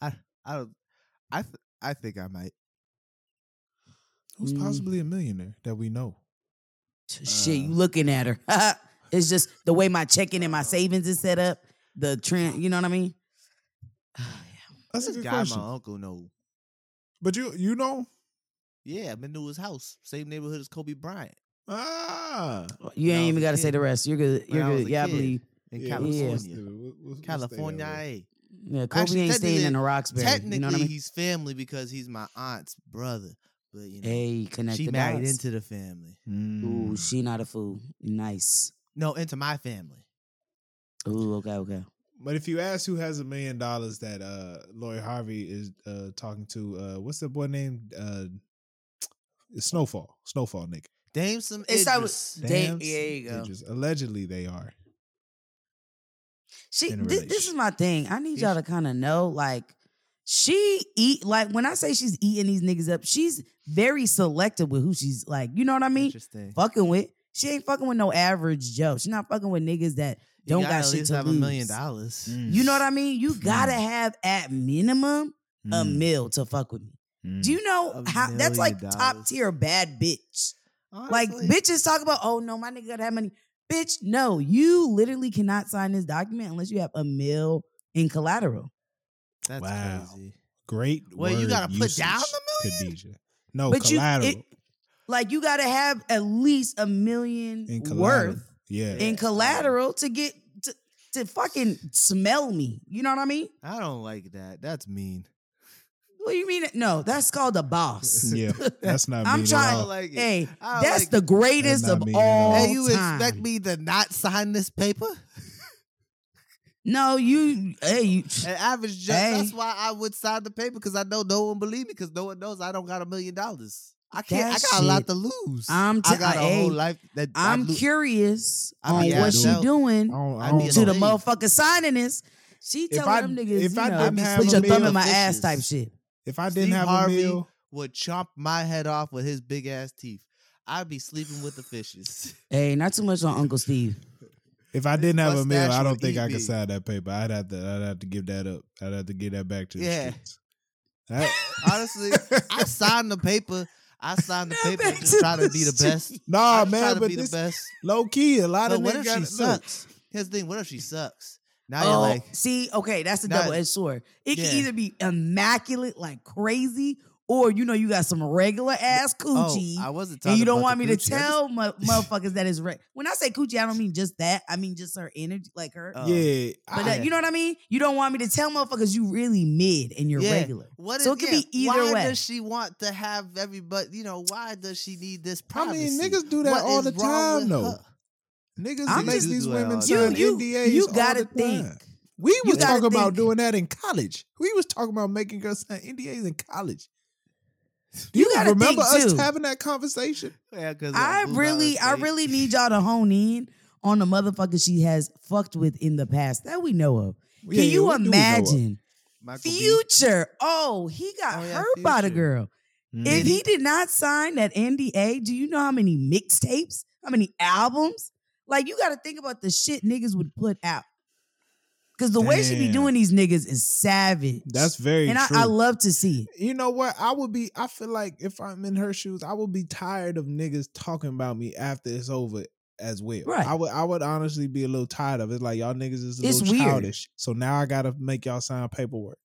Speaker 3: I don't. I th- I think I might.
Speaker 2: Who's
Speaker 1: Mm.
Speaker 2: possibly a millionaire that we know?
Speaker 1: Shit, you
Speaker 2: Uh.
Speaker 1: looking at her. it's just the way my checking and my savings is set up. The trend, you know what I mean?
Speaker 2: That's a
Speaker 3: this
Speaker 2: good
Speaker 3: guy,
Speaker 2: question.
Speaker 3: my uncle, know.
Speaker 2: But you, you know,
Speaker 3: Yeah, I've been to his house, same neighborhood as Kobe Bryant
Speaker 2: ah,
Speaker 1: You
Speaker 3: When I
Speaker 1: ain't
Speaker 3: was
Speaker 1: even
Speaker 3: a
Speaker 1: got to say
Speaker 3: kid.
Speaker 1: the rest. You're good.
Speaker 3: When
Speaker 1: You're
Speaker 3: I was
Speaker 1: good.
Speaker 3: a
Speaker 1: Yeah, I
Speaker 3: kid.
Speaker 1: believe.
Speaker 3: in
Speaker 2: Yeah, what's-
Speaker 1: California.
Speaker 2: what's the-
Speaker 3: California.
Speaker 2: what- what's- what's the area?
Speaker 3: California. eh?
Speaker 1: Yeah, Kobe
Speaker 3: Actually,
Speaker 1: ain't staying in
Speaker 3: technically-
Speaker 1: the Roxbury.
Speaker 3: Technically,
Speaker 1: you know what I mean?
Speaker 3: he's family because he's my aunt's brother, but you know,
Speaker 1: Hey, connect
Speaker 3: she
Speaker 1: the
Speaker 3: married
Speaker 1: dots. Hmm.
Speaker 3: into the family.
Speaker 1: Ooh, she not a fool. Nice.
Speaker 3: No, into my family.
Speaker 1: Ooh, okay, okay.
Speaker 2: But if you ask who has a million dollars that uh Lori Harvey is uh talking to, uh what's that boy named? Uh it's Snowfall. Snowfall nigga.
Speaker 3: Dame some
Speaker 1: It's I
Speaker 3: Idris.
Speaker 1: was- They-
Speaker 2: Damn,
Speaker 1: yeah, you go.
Speaker 2: they just- allegedly they are.
Speaker 1: She.
Speaker 2: In a
Speaker 1: This, this is
Speaker 2: relationship.
Speaker 1: my thing. I need
Speaker 3: Yeah,
Speaker 1: y'all to kind of know, like, she eat like when I say she's eating these niggas up, she's very selective with who she's like. You know what I mean?
Speaker 3: Interesting.
Speaker 1: fucking with. She ain't fucking with no average Joe. She's not fucking with niggas that don't
Speaker 3: you gotta
Speaker 1: got
Speaker 3: at
Speaker 1: shit
Speaker 3: least
Speaker 1: to
Speaker 3: have
Speaker 1: lose. Mm.
Speaker 3: a million dollars.
Speaker 1: You know what
Speaker 3: Mm.
Speaker 1: I mean? You gotta have at minimum a mil to fuck with me. Um, Do you know
Speaker 3: Mm. A
Speaker 1: how that's like
Speaker 3: million
Speaker 1: top
Speaker 3: dollars.
Speaker 1: tier bad bitch? Like
Speaker 3: Honestly.
Speaker 1: bitches talk about, oh no, my nigga got that money. Bitch, no, you literally cannot sign this document unless you have a mill in collateral.
Speaker 3: That's
Speaker 2: Wow.
Speaker 3: crazy.
Speaker 2: Great.
Speaker 3: Well, you
Speaker 2: word
Speaker 3: gotta put down
Speaker 2: usage,
Speaker 3: the million?
Speaker 2: Khadijah. No,
Speaker 1: But you-
Speaker 2: Oh, collateral.
Speaker 1: it- Like you gotta have at least a million
Speaker 2: in collateral.
Speaker 1: worth
Speaker 2: Yeah.
Speaker 1: in collateral to get to, to fucking smell me. You know what I mean?
Speaker 3: I don't like that. That's mean.
Speaker 1: What do you mean? No, that's called a boss.
Speaker 2: yeah. That's not
Speaker 1: I'm
Speaker 2: mean at
Speaker 1: trying-
Speaker 2: all.
Speaker 3: I don't like it.
Speaker 1: Hey,
Speaker 3: I
Speaker 1: that's
Speaker 3: like-
Speaker 1: the greatest
Speaker 2: That's not
Speaker 1: of
Speaker 2: mean at all.
Speaker 1: all
Speaker 3: Hey, you
Speaker 1: time.
Speaker 3: expect me to not sign this paper?
Speaker 1: No, you. Hey, you,
Speaker 3: An average judge.
Speaker 1: Hey.
Speaker 3: That's why I would sign the paper because I know no one believe me because no one knows I don't got a million dollars. I can't.
Speaker 1: That
Speaker 3: I got a lot
Speaker 1: shit-
Speaker 3: to lose.
Speaker 1: I'm. T-
Speaker 3: I got a
Speaker 1: hey,
Speaker 3: whole life that I
Speaker 1: I'm
Speaker 3: lo-
Speaker 1: curious
Speaker 3: I
Speaker 1: on
Speaker 3: be
Speaker 1: what
Speaker 2: out
Speaker 1: you
Speaker 3: now.
Speaker 2: I
Speaker 1: doing
Speaker 2: don't, I
Speaker 3: I
Speaker 2: don't
Speaker 3: mean,
Speaker 1: to
Speaker 2: know.
Speaker 1: the
Speaker 3: Hey.
Speaker 1: motherfucker signing this. She
Speaker 2: If
Speaker 1: telling
Speaker 2: I-
Speaker 1: them niggas,
Speaker 2: if
Speaker 1: you
Speaker 2: I
Speaker 1: know,
Speaker 2: didn't have
Speaker 1: put
Speaker 2: a
Speaker 1: your thumb
Speaker 2: meal-
Speaker 1: in my ass type shit.
Speaker 2: If I didn't
Speaker 3: Steve
Speaker 2: have
Speaker 3: Harvey-
Speaker 2: a meal,
Speaker 3: would chomp my head off with his big ass teeth. I'd be sleeping with the fishes.
Speaker 1: Hey, not too much on Uncle Steve.
Speaker 2: if I didn't have a meal,
Speaker 3: mustache
Speaker 2: I don't
Speaker 3: would
Speaker 2: think
Speaker 3: eat
Speaker 2: I could
Speaker 3: me.
Speaker 2: sign that paper. I'd have to. I'd have to give that up. I'd have to give that back to the
Speaker 3: Yeah.
Speaker 2: streets. That-
Speaker 3: Honestly, I signed the paper. I signed the
Speaker 1: Now
Speaker 3: paper
Speaker 1: back
Speaker 3: just
Speaker 1: to
Speaker 3: trying to
Speaker 1: the Oh,
Speaker 3: be the
Speaker 1: street.
Speaker 3: best. I
Speaker 2: nah,
Speaker 3: just try
Speaker 2: man,
Speaker 3: to
Speaker 2: but
Speaker 3: be
Speaker 2: this
Speaker 3: the best.
Speaker 2: low key, a lot
Speaker 3: But
Speaker 2: of
Speaker 3: what
Speaker 2: niggas
Speaker 3: if she
Speaker 2: gotta- look,
Speaker 3: sucks? Here's the thing. What if she sucks? Now
Speaker 1: Oh,
Speaker 3: you're like,
Speaker 1: see, okay, that's a
Speaker 3: Now-
Speaker 1: double edged sword. It
Speaker 3: Yeah.
Speaker 1: can either be immaculate like crazy, or you know, you got some regular ass coochie.
Speaker 3: oh, I wasn't talking
Speaker 1: and you don't
Speaker 3: about
Speaker 1: want me
Speaker 3: the
Speaker 1: to
Speaker 3: coochie. I just-
Speaker 1: tell mo- motherfuckers that is right. When I say coochie, I don't mean just that. I mean just her energy, like her.
Speaker 3: Oh.
Speaker 2: yeah,
Speaker 1: Um, but
Speaker 2: Uh, I-
Speaker 1: that, you know what I mean. You don't want me to tell motherfuckers you really mid and you're
Speaker 3: Yeah.
Speaker 1: regular.
Speaker 3: What
Speaker 1: So
Speaker 3: if-
Speaker 1: it could be either
Speaker 3: why
Speaker 1: way.
Speaker 3: does she want to have everybody? You know, why does she need this
Speaker 2: I
Speaker 3: privacy?
Speaker 2: mean, niggas do that
Speaker 3: What
Speaker 2: all
Speaker 3: is
Speaker 2: the
Speaker 3: wrong
Speaker 2: time
Speaker 3: with
Speaker 2: though.
Speaker 3: her?
Speaker 2: Niggas
Speaker 1: I'm
Speaker 2: make
Speaker 1: just-
Speaker 2: these
Speaker 3: do that
Speaker 2: women
Speaker 3: all
Speaker 1: You
Speaker 2: sign
Speaker 3: Son,
Speaker 1: you
Speaker 2: NDAs.
Speaker 1: you
Speaker 2: all
Speaker 1: gotta
Speaker 2: the
Speaker 1: think.
Speaker 2: time. We was
Speaker 1: gotta
Speaker 2: talking about
Speaker 1: think.
Speaker 2: doing that in college. We was talking about making girls sign NDAs in college. Do
Speaker 1: You
Speaker 2: you,
Speaker 1: gotta
Speaker 2: remember
Speaker 1: think,
Speaker 2: us
Speaker 1: too.
Speaker 2: having that conversation?
Speaker 3: Yeah, 'cause of
Speaker 1: I
Speaker 3: Blue
Speaker 1: really I
Speaker 3: Mountain State.
Speaker 1: really need y'all to hone in on the motherfucker she has fucked with in the past that we know of.
Speaker 2: Yeah,
Speaker 1: Can
Speaker 2: yeah,
Speaker 1: you
Speaker 2: we do know her.
Speaker 1: imagine
Speaker 3: Michael B.
Speaker 1: future? Oh, he got
Speaker 3: Oh, yeah,
Speaker 1: hurt by the
Speaker 3: Future.
Speaker 1: girl.
Speaker 2: Mm-hmm.
Speaker 1: If
Speaker 3: Mhm.
Speaker 1: he did not sign that NDA, do you know how many mixtapes? How many albums? Like you got to think about the shit niggas would put out. Cuz the way she be
Speaker 2: Damn.
Speaker 1: doing these niggas is savage.
Speaker 2: That's very
Speaker 1: and I,
Speaker 2: true.
Speaker 1: I love to see it.
Speaker 2: you know what? I would be. I feel like if I'm in her shoes, I would be tired of niggas talking about me after it's over as well.
Speaker 1: Right.
Speaker 2: I would. I would honestly be a little tired of it. Like y'all niggas is a
Speaker 1: It's
Speaker 2: little
Speaker 1: weird.
Speaker 2: childish. So now I gotta make y'all sign paperwork.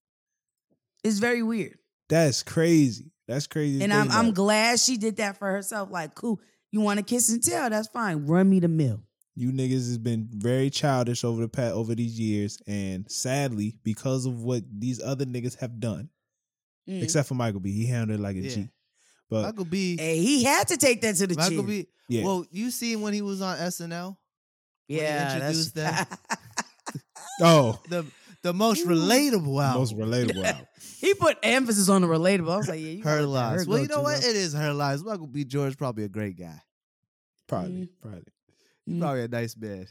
Speaker 1: It's very weird.
Speaker 2: That's crazy. That's crazy. to
Speaker 1: And
Speaker 2: think
Speaker 1: I'm I'm
Speaker 2: about.
Speaker 1: glad she did that for herself. Like, cool. You want to kiss and tell? That's fine. Run me the mill.
Speaker 2: you niggas has been very childish over the past over these years, and sadly, because of what these other niggas have done,
Speaker 1: Mm.
Speaker 2: except for Michael B, he handled it like a G.
Speaker 3: Yeah.
Speaker 2: But
Speaker 3: Michael B.
Speaker 1: Hey, Mm. he had to take that to the
Speaker 3: Michael
Speaker 1: chin.
Speaker 3: B.
Speaker 2: yeah,
Speaker 3: Well, you seen when he was on SNL?
Speaker 1: yeah,
Speaker 3: introduced
Speaker 2: oh,
Speaker 3: The the most
Speaker 1: Ooh.
Speaker 3: relatable
Speaker 1: Oh.
Speaker 3: album.
Speaker 2: most relatable.
Speaker 1: Mm-hmm.
Speaker 2: album.
Speaker 1: he put emphasis on the relatable. I was like, yeah, you
Speaker 3: her
Speaker 1: gotta let
Speaker 3: lies.
Speaker 1: her
Speaker 3: Well,
Speaker 1: go
Speaker 3: you know
Speaker 1: too,
Speaker 3: what?
Speaker 1: bro.
Speaker 3: It is her lies. Michael B. George probably a great guy.
Speaker 2: Probably, probably.
Speaker 1: Mm.
Speaker 3: Probably a nice man.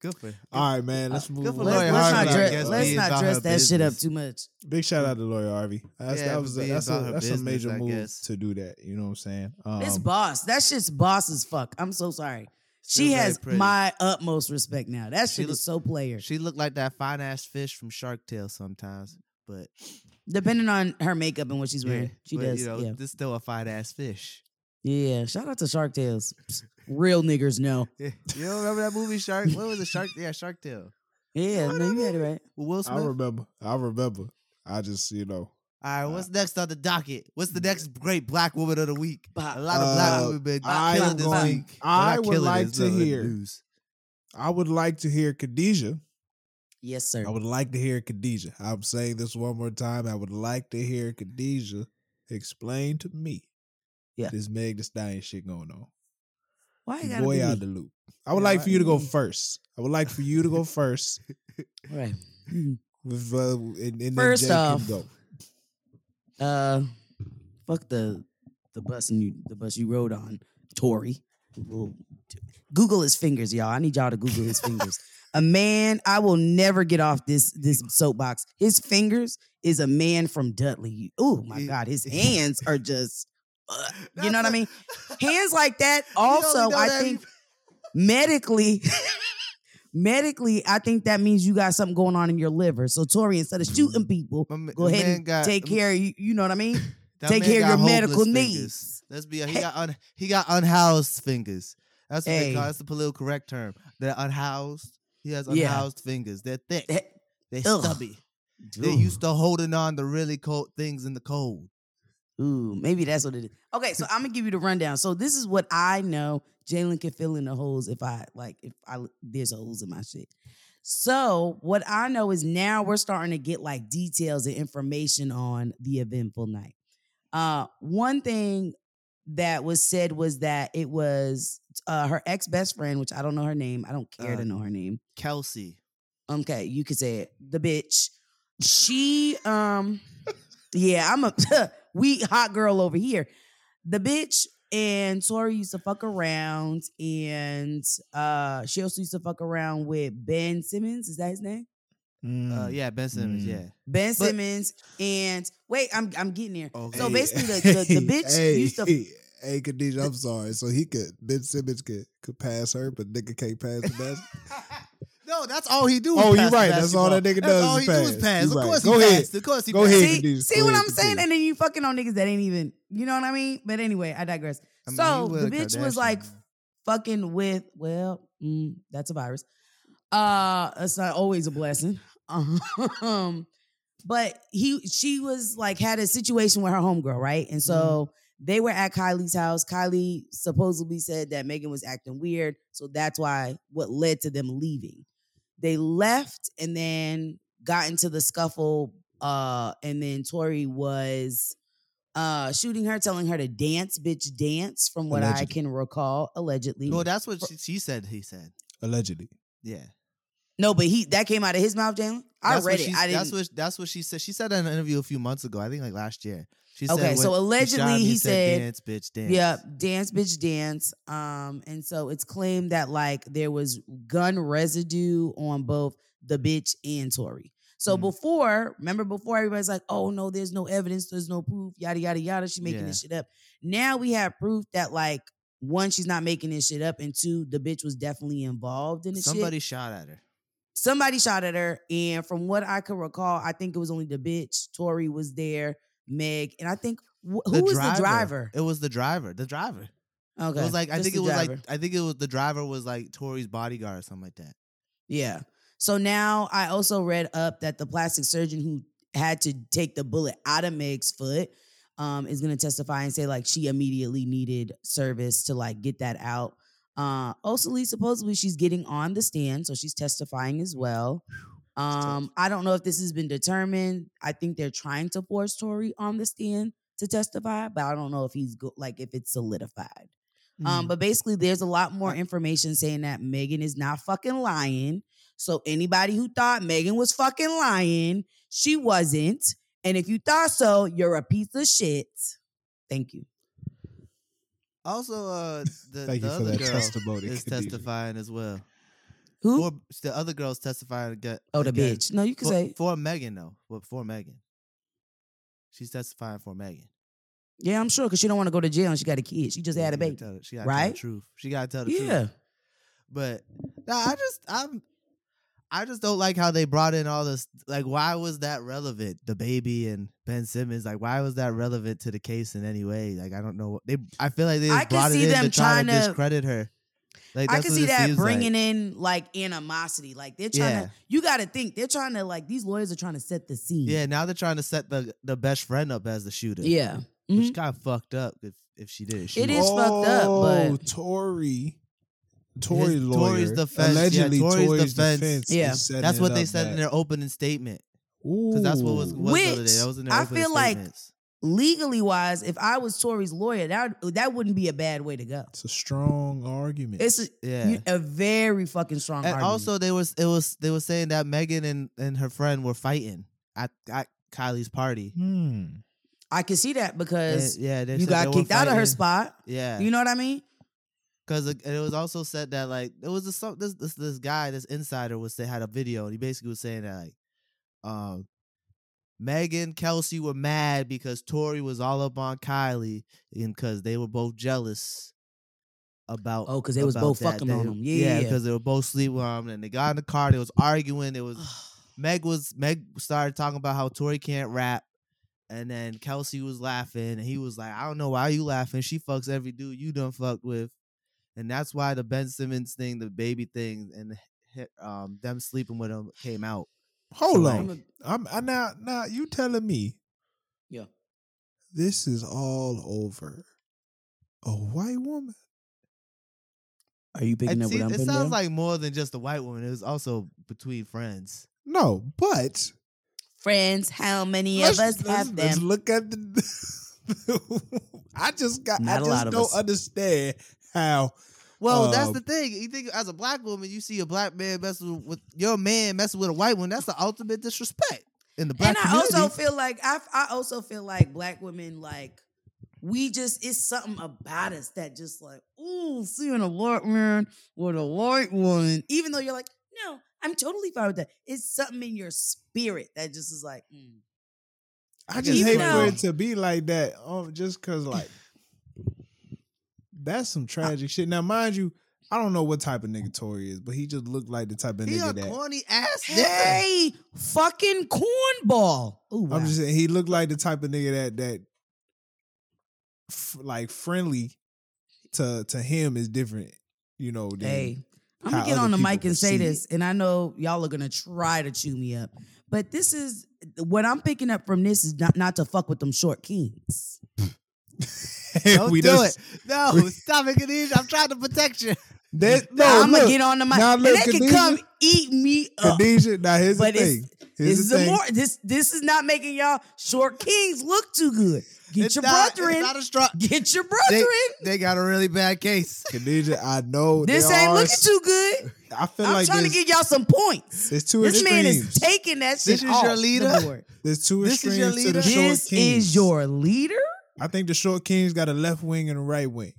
Speaker 3: Good for.
Speaker 2: All right, man. Let's move.
Speaker 3: good for
Speaker 2: on.
Speaker 1: Let's,
Speaker 3: Lori
Speaker 1: let's not,
Speaker 3: Harvey, I
Speaker 1: dress,
Speaker 3: guess,
Speaker 1: let's
Speaker 3: being
Speaker 1: not
Speaker 3: about
Speaker 1: dress
Speaker 3: her
Speaker 1: that shit up
Speaker 3: business.
Speaker 1: too much.
Speaker 2: Big shout out to Lori Harvey. That's,
Speaker 3: Yeah,
Speaker 2: that
Speaker 3: for
Speaker 2: was a,
Speaker 3: being
Speaker 2: that's
Speaker 3: about
Speaker 2: a,
Speaker 3: her
Speaker 2: that's a
Speaker 3: business,
Speaker 2: major
Speaker 3: I
Speaker 2: move
Speaker 3: guess.
Speaker 2: to do that. You know what I'm saying? Um,
Speaker 1: it's boss. That shit's boss as fuck. I'm so sorry.
Speaker 3: Still
Speaker 1: she
Speaker 3: very
Speaker 1: has
Speaker 3: pretty.
Speaker 1: my utmost respect now. That
Speaker 3: She
Speaker 1: shit
Speaker 3: look-
Speaker 1: is so player.
Speaker 3: She looked like that fine ass fish from Shark Tale sometimes, but
Speaker 1: Depending on her makeup and what she's wearing,
Speaker 3: yeah,
Speaker 1: she
Speaker 3: but,
Speaker 1: does.
Speaker 3: You know,
Speaker 1: yeah.
Speaker 3: this still a fine ass fish.
Speaker 1: Yeah, shout out to Shark Tales. Psst, Real niggers know.
Speaker 3: Yeah. You don't remember that movie Shark? What was it? Shark? Yeah, Shark Tale.
Speaker 1: Yeah, no, you had it right.
Speaker 3: With Will
Speaker 2: I
Speaker 3: Smith. All
Speaker 2: remember. I remember. I just you know.
Speaker 3: right, what's next on the docket? What's the next great black woman of the week?
Speaker 1: Bah,
Speaker 3: A lot of black
Speaker 2: Uh,
Speaker 3: women been
Speaker 2: I
Speaker 3: killing
Speaker 2: am
Speaker 3: this
Speaker 2: going-
Speaker 3: week. Well,
Speaker 2: I
Speaker 3: not
Speaker 2: would
Speaker 3: killing
Speaker 2: like
Speaker 3: this,
Speaker 2: to
Speaker 3: though, in the
Speaker 2: hear-
Speaker 3: news.
Speaker 2: I would like to hear Khadijah.
Speaker 1: Yes, sir.
Speaker 2: I would like to hear Khadijah. I'm saying this one more time. I would like to hear Khadijah explain to me.
Speaker 1: Yeah.
Speaker 2: This Meg the Stallion shit going on.
Speaker 1: Why you
Speaker 2: You
Speaker 1: gotta
Speaker 2: Boy
Speaker 1: be
Speaker 2: out the
Speaker 1: me?
Speaker 2: loop. I would
Speaker 3: Yeah,
Speaker 2: like for you to go
Speaker 1: why-
Speaker 2: first. I would like for you to go first.
Speaker 1: Right.
Speaker 2: With, uh, and, and then
Speaker 1: First
Speaker 2: Jay can
Speaker 1: off,
Speaker 2: go.
Speaker 1: Uh, fuck the the bus and you the bus you rode on, Tory. Google his fingers, y'all. I need y'all to Google his fingers. A man, I will never get off this this soapbox. His fingers is a man from Dudley. Oh my
Speaker 3: Yeah.
Speaker 1: God, his hands are just, uh, you
Speaker 3: That's
Speaker 1: know what I
Speaker 3: a-
Speaker 1: mean? Hands like that.
Speaker 3: You only
Speaker 1: Also,
Speaker 3: know
Speaker 1: I
Speaker 3: that
Speaker 1: think medically medically, I think that means you got something going on in your liver. So Tori, instead
Speaker 3: Mm.
Speaker 1: of shooting people,
Speaker 3: My ma-
Speaker 1: go
Speaker 3: the
Speaker 1: ahead
Speaker 3: man
Speaker 1: and
Speaker 3: got-
Speaker 1: take care. Of you, you know what I mean?
Speaker 3: that
Speaker 1: take
Speaker 3: man
Speaker 1: care of
Speaker 3: got
Speaker 1: your
Speaker 3: hopeless
Speaker 1: medical
Speaker 3: fingers.
Speaker 1: needs.
Speaker 3: Let's be he
Speaker 1: Hey.
Speaker 3: got un, he got unhoused fingers. That's what they
Speaker 1: Hey.
Speaker 3: call that's the political correct term. They're unhoused. He has
Speaker 1: Yeah.
Speaker 3: unhoused fingers. They're thick.
Speaker 1: Eh,
Speaker 3: They're
Speaker 1: ugh.
Speaker 3: stubby. They're used to holding on to really cold things in the cold.
Speaker 1: Ooh, maybe that's what it is. Okay, so I'm gonna give you the rundown. So this is what I know. Jalen can fill in the holes if I like if I there's holes in my shit. So what I know is now we're starting to get like details and information on the eventful night. Uh, one thing that was said was that it was uh, her ex best friend, which I don't know her name. I don't care
Speaker 3: Uh,
Speaker 1: to know her name.
Speaker 3: Kelsey.
Speaker 1: Okay, you could say it. The bitch. She um yeah, I'm a we hot girl over here. The bitch and Tori used to fuck around and uh she also used to fuck around with Ben Simmons, is that his name?
Speaker 3: Uh, yeah, Ben Simmons.
Speaker 2: Mm.
Speaker 3: Yeah.
Speaker 1: Ben Simmons and wait, I'm I'm getting there.
Speaker 3: Okay.
Speaker 1: So basically the, the, the bitch
Speaker 4: Oh, hey,
Speaker 1: used to
Speaker 4: Hey, hey, Khadijah, I'm sorry. So he could, Ben Simmons could, could pass her, but nigga can't pass the best.
Speaker 3: no, that's all he do. is
Speaker 4: Oh, you
Speaker 3: pass the
Speaker 4: right. That's all
Speaker 3: basketball.
Speaker 4: that nigga
Speaker 3: That's
Speaker 4: does
Speaker 3: all
Speaker 4: is
Speaker 3: he do is
Speaker 4: pass.
Speaker 3: pass.
Speaker 4: You
Speaker 3: Of
Speaker 4: right.
Speaker 3: course
Speaker 4: Go
Speaker 3: he
Speaker 4: ahead.
Speaker 3: passed. Of course he
Speaker 4: Go
Speaker 3: passed.
Speaker 4: ahead.
Speaker 1: see,
Speaker 4: and do-
Speaker 1: see
Speaker 4: go
Speaker 1: what
Speaker 4: ahead
Speaker 1: I'm
Speaker 4: and
Speaker 1: saying?
Speaker 4: do.
Speaker 1: And then you fucking on niggas that ain't even you know what I mean? But anyway, I digress.
Speaker 3: I mean,
Speaker 1: so
Speaker 3: he was
Speaker 1: the
Speaker 3: a
Speaker 1: bitch was
Speaker 3: Kardashian,
Speaker 1: like
Speaker 3: man.
Speaker 1: fucking with well mm, that's a virus uh it's not always a blessing um but he she was like had a situation with her homegirl right
Speaker 3: Mm-hmm.
Speaker 1: and so they were at kylie's house kylie supposedly said that megan was acting weird so that's why what led to them leaving they left and then got into the scuffle uh and then tori was uh shooting her telling her to dance bitch dance from what i
Speaker 2: Allegedly.
Speaker 1: can recall allegedly
Speaker 3: Well, that's what she, she said. He said.
Speaker 2: Allegedly.
Speaker 3: Yeah.
Speaker 1: no but he that came out of his mouth jalen i
Speaker 3: That's what
Speaker 1: read it
Speaker 3: she-
Speaker 1: i didn't
Speaker 3: That's what that's what she said. She said in an interview a few months ago. I think like last year. She said
Speaker 1: okay
Speaker 3: when
Speaker 1: so
Speaker 3: she
Speaker 1: allegedly
Speaker 3: shot him,
Speaker 1: he said
Speaker 3: "Dance, bitch, dance."
Speaker 1: Yeah, dance, bitch, dance. Um, and so it's claimed that like there was gun residue on both the bitch and Tory. So
Speaker 3: Mm.
Speaker 1: before, remember before everybody's like, oh no, there's no evidence, there's no proof, yada yada yada. She making this shit up. Now we have proof that like one, she's not making this shit up, and two, the bitch was definitely involved in the shit
Speaker 3: Somebody shot at her.
Speaker 1: somebody shot at her. And from what I could recall, I think it was only the bitch. Tori was there, Meg, and I think wh- who was the driver?
Speaker 3: It was the driver. The driver.
Speaker 1: Okay,
Speaker 3: It was like I
Speaker 1: just
Speaker 3: think
Speaker 1: the
Speaker 3: it was like
Speaker 1: driver.
Speaker 3: I think it was the driver was like Tori's bodyguard or something like that.
Speaker 1: yeah. So now I also read up that the plastic surgeon who had to take the bullet out of Meg's foot um, is going to testify and say like she immediately needed service to like get that out. Uh, also, Lee, supposedly she's getting on the stand, so she's testifying as well. Um, I don't know if this has been determined. I think they're trying to force Tory on the stand to testify, but I don't know if he's go- like if it's solidified.
Speaker 3: Mm.
Speaker 1: Um, but basically, there's a lot more information saying that Megan is not fucking lying. So anybody who thought Megan was fucking lying, she wasn't. And if you thought so, you're a piece of shit. Thank you.
Speaker 3: Also, uh, the,
Speaker 2: Thank
Speaker 3: the
Speaker 2: you for
Speaker 3: other
Speaker 2: that
Speaker 3: girl
Speaker 2: testimony.
Speaker 3: is
Speaker 2: Khadijah.
Speaker 3: testifying as well.
Speaker 1: Who?
Speaker 3: Or the other girl's testifying. aga-
Speaker 1: oh, the
Speaker 3: again.
Speaker 1: bitch. No, you can
Speaker 3: For,
Speaker 1: say.
Speaker 3: for Megan though, but for Megan, she's testifying for Megan.
Speaker 1: Yeah, I'm sure because she don't want to go to jail and she got a kid. She just
Speaker 3: Yeah,
Speaker 1: had a
Speaker 3: she gotta
Speaker 1: baby.
Speaker 3: tell the- she gotta tell
Speaker 1: right?
Speaker 3: the truth. She gotta tell the truth.
Speaker 1: Yeah.
Speaker 3: But nah, I just I'm I just don't like how they brought in all this like why was that relevant? The baby and Ben Simmons, like why was that relevant to the case in any way? Like I don't know what they I feel like they
Speaker 1: I
Speaker 3: just
Speaker 1: can
Speaker 3: brought it
Speaker 1: see
Speaker 3: in
Speaker 1: them
Speaker 3: to try to
Speaker 1: trying to-
Speaker 3: discredit her. Like
Speaker 1: I
Speaker 3: that's
Speaker 1: can
Speaker 3: what
Speaker 1: see
Speaker 3: it
Speaker 1: that
Speaker 3: seems
Speaker 1: bringing
Speaker 3: like.
Speaker 1: in like animosity. Like they're trying
Speaker 3: Yeah.
Speaker 1: to, you got to think, they're trying to, like, these lawyers are trying to set the scene.
Speaker 3: Yeah, now they're trying to set the the best friend up as the shooter.
Speaker 1: Yeah.
Speaker 3: Which
Speaker 1: Mhm.
Speaker 3: got fucked up if if she did. She
Speaker 1: It is fucked up, but-
Speaker 2: Oh, Tory. Tory
Speaker 3: His-
Speaker 2: lawyer.
Speaker 3: Tory's defense, yeah,
Speaker 2: Allegedly,
Speaker 3: Tory's
Speaker 2: Tory's
Speaker 3: defense.
Speaker 2: defense.
Speaker 1: Yeah.
Speaker 2: is setting
Speaker 3: That's
Speaker 2: it
Speaker 3: what they
Speaker 2: up
Speaker 3: said in
Speaker 2: that-
Speaker 3: their opening statement.
Speaker 2: Ooh.
Speaker 3: Because that's what was, was the other
Speaker 1: Which,
Speaker 3: day. That was in their
Speaker 1: I
Speaker 3: opening
Speaker 1: feel like-
Speaker 3: statements.
Speaker 1: Legally wise, if I was Tory's lawyer, that that wouldn't be a bad way to go.
Speaker 2: It's a strong argument.
Speaker 1: It's a,
Speaker 3: Yeah.
Speaker 1: you- a very fucking strong.
Speaker 3: and
Speaker 1: argument.
Speaker 3: also they was it was they were saying that Megan and, and her friend were fighting at, at Kylie's party.
Speaker 2: hmm.
Speaker 1: I can see that because
Speaker 3: And, yeah, they
Speaker 1: you
Speaker 3: said they
Speaker 1: got
Speaker 3: were
Speaker 1: kicked out of her
Speaker 3: fighting.
Speaker 1: spot.
Speaker 3: Yeah,
Speaker 1: You know what I mean?
Speaker 3: because it, it was also said that like there was this some- this this, this guy this insider was say had a video and he basically was saying that like, um, Megan Kelsey were mad because Tori was all up on Kylie and because they were both jealous about
Speaker 1: Oh, 'cause they was
Speaker 3: about
Speaker 1: both
Speaker 3: that,
Speaker 1: fucking
Speaker 3: that
Speaker 1: on
Speaker 3: it-
Speaker 1: him. Yeah, yeah, yeah.
Speaker 3: because they were both sleeping on him, and they got in the car. They was arguing. It was Meg was Meg started talking about how Tori can't rap, and then Kelsey was laughing, and he was like, "I don't know why you laughing. She fucks every dude you done fucked with," and that's why the Ben Simmons thing, the baby thing, and hi- um, them sleeping with him came out.
Speaker 2: Hold
Speaker 3: So,
Speaker 2: on.
Speaker 3: like-
Speaker 2: I'm I now now you telling me
Speaker 1: yeah.
Speaker 4: This is all over.
Speaker 2: a white woman?
Speaker 1: Are you picking
Speaker 3: And
Speaker 1: up
Speaker 3: see,
Speaker 1: what I'm
Speaker 3: it
Speaker 1: putting
Speaker 3: sounds
Speaker 1: down?
Speaker 3: like more than just a white woman. It was also between friends.
Speaker 2: No, but
Speaker 1: Friends, how many
Speaker 4: let's,
Speaker 1: of us have
Speaker 4: let's- let's
Speaker 1: them?
Speaker 4: look at the. I just got.
Speaker 1: Not a
Speaker 4: I just
Speaker 1: lot of
Speaker 4: don't
Speaker 1: us.
Speaker 4: understand how.
Speaker 3: Well, that's
Speaker 4: Um,
Speaker 3: the thing. You think as a black woman, you see a black man messing with your man messing with a white one. That's the ultimate disrespect in the black
Speaker 1: and I
Speaker 3: community.
Speaker 1: also feel like I I also feel like black women like we just it's something about us that just like ooh seeing a black man with a white woman even though you're like no I'm totally fine with that it's something in your spirit that just is like mm.
Speaker 2: I just
Speaker 1: Even
Speaker 2: hate
Speaker 1: though-
Speaker 2: for it to be like that. Um, just cause like that's some tragic shit. Now, mind you, I don't know what type of nigga Tory is, but he just looked like the type of
Speaker 3: he a
Speaker 2: nigga that
Speaker 3: corny ass nigga.
Speaker 1: hey fucking cornball ooh wow.
Speaker 2: I'm just saying he looked like the type of nigga that that f- like friendly to to him is different, you know. Than,
Speaker 1: Hey, I'm gonna
Speaker 2: how
Speaker 1: get
Speaker 2: other
Speaker 1: on the
Speaker 2: people
Speaker 1: mic and say
Speaker 2: perceive
Speaker 1: this, and I know y'all are gonna try to chew me up, but this is what I'm picking up from this is not, not to fuck with them short kings.
Speaker 3: Don't
Speaker 2: we
Speaker 3: do
Speaker 2: just-
Speaker 3: it. No, stop making it easy. I'm trying to protect you.
Speaker 2: That, no,
Speaker 1: Now, I'm
Speaker 2: look,
Speaker 1: gonna get on the mic,
Speaker 2: now
Speaker 1: and
Speaker 2: look,
Speaker 1: they can
Speaker 2: Khadijah-
Speaker 1: come eat me up.
Speaker 2: Khadijah, now here's
Speaker 1: But
Speaker 2: the
Speaker 1: it's-
Speaker 2: thing.
Speaker 1: This
Speaker 2: Here's
Speaker 1: is
Speaker 2: the
Speaker 1: a
Speaker 2: thing.
Speaker 1: more this this is not making y'all short kings look too good. Get
Speaker 3: It's
Speaker 1: your
Speaker 3: not- it's
Speaker 1: brother in.
Speaker 3: not a strong-
Speaker 1: Get your brother in.
Speaker 3: They got a really bad case.
Speaker 2: Khadijah, I know
Speaker 1: This
Speaker 2: there
Speaker 1: ain't
Speaker 2: are,
Speaker 1: looking too good.
Speaker 2: I feel
Speaker 1: I'm
Speaker 2: like
Speaker 1: trying to
Speaker 2: there's,
Speaker 1: get y'all some points.
Speaker 2: there's two
Speaker 1: This
Speaker 2: extremes.
Speaker 1: man is taking that shit
Speaker 3: This is your
Speaker 1: off the
Speaker 3: leader?
Speaker 1: board.
Speaker 2: there's two
Speaker 3: this is your
Speaker 2: extremes to the
Speaker 3: leader?
Speaker 2: short
Speaker 1: This
Speaker 2: kings.
Speaker 1: is your leader.
Speaker 2: I think the short kings got a left wing and a right wing.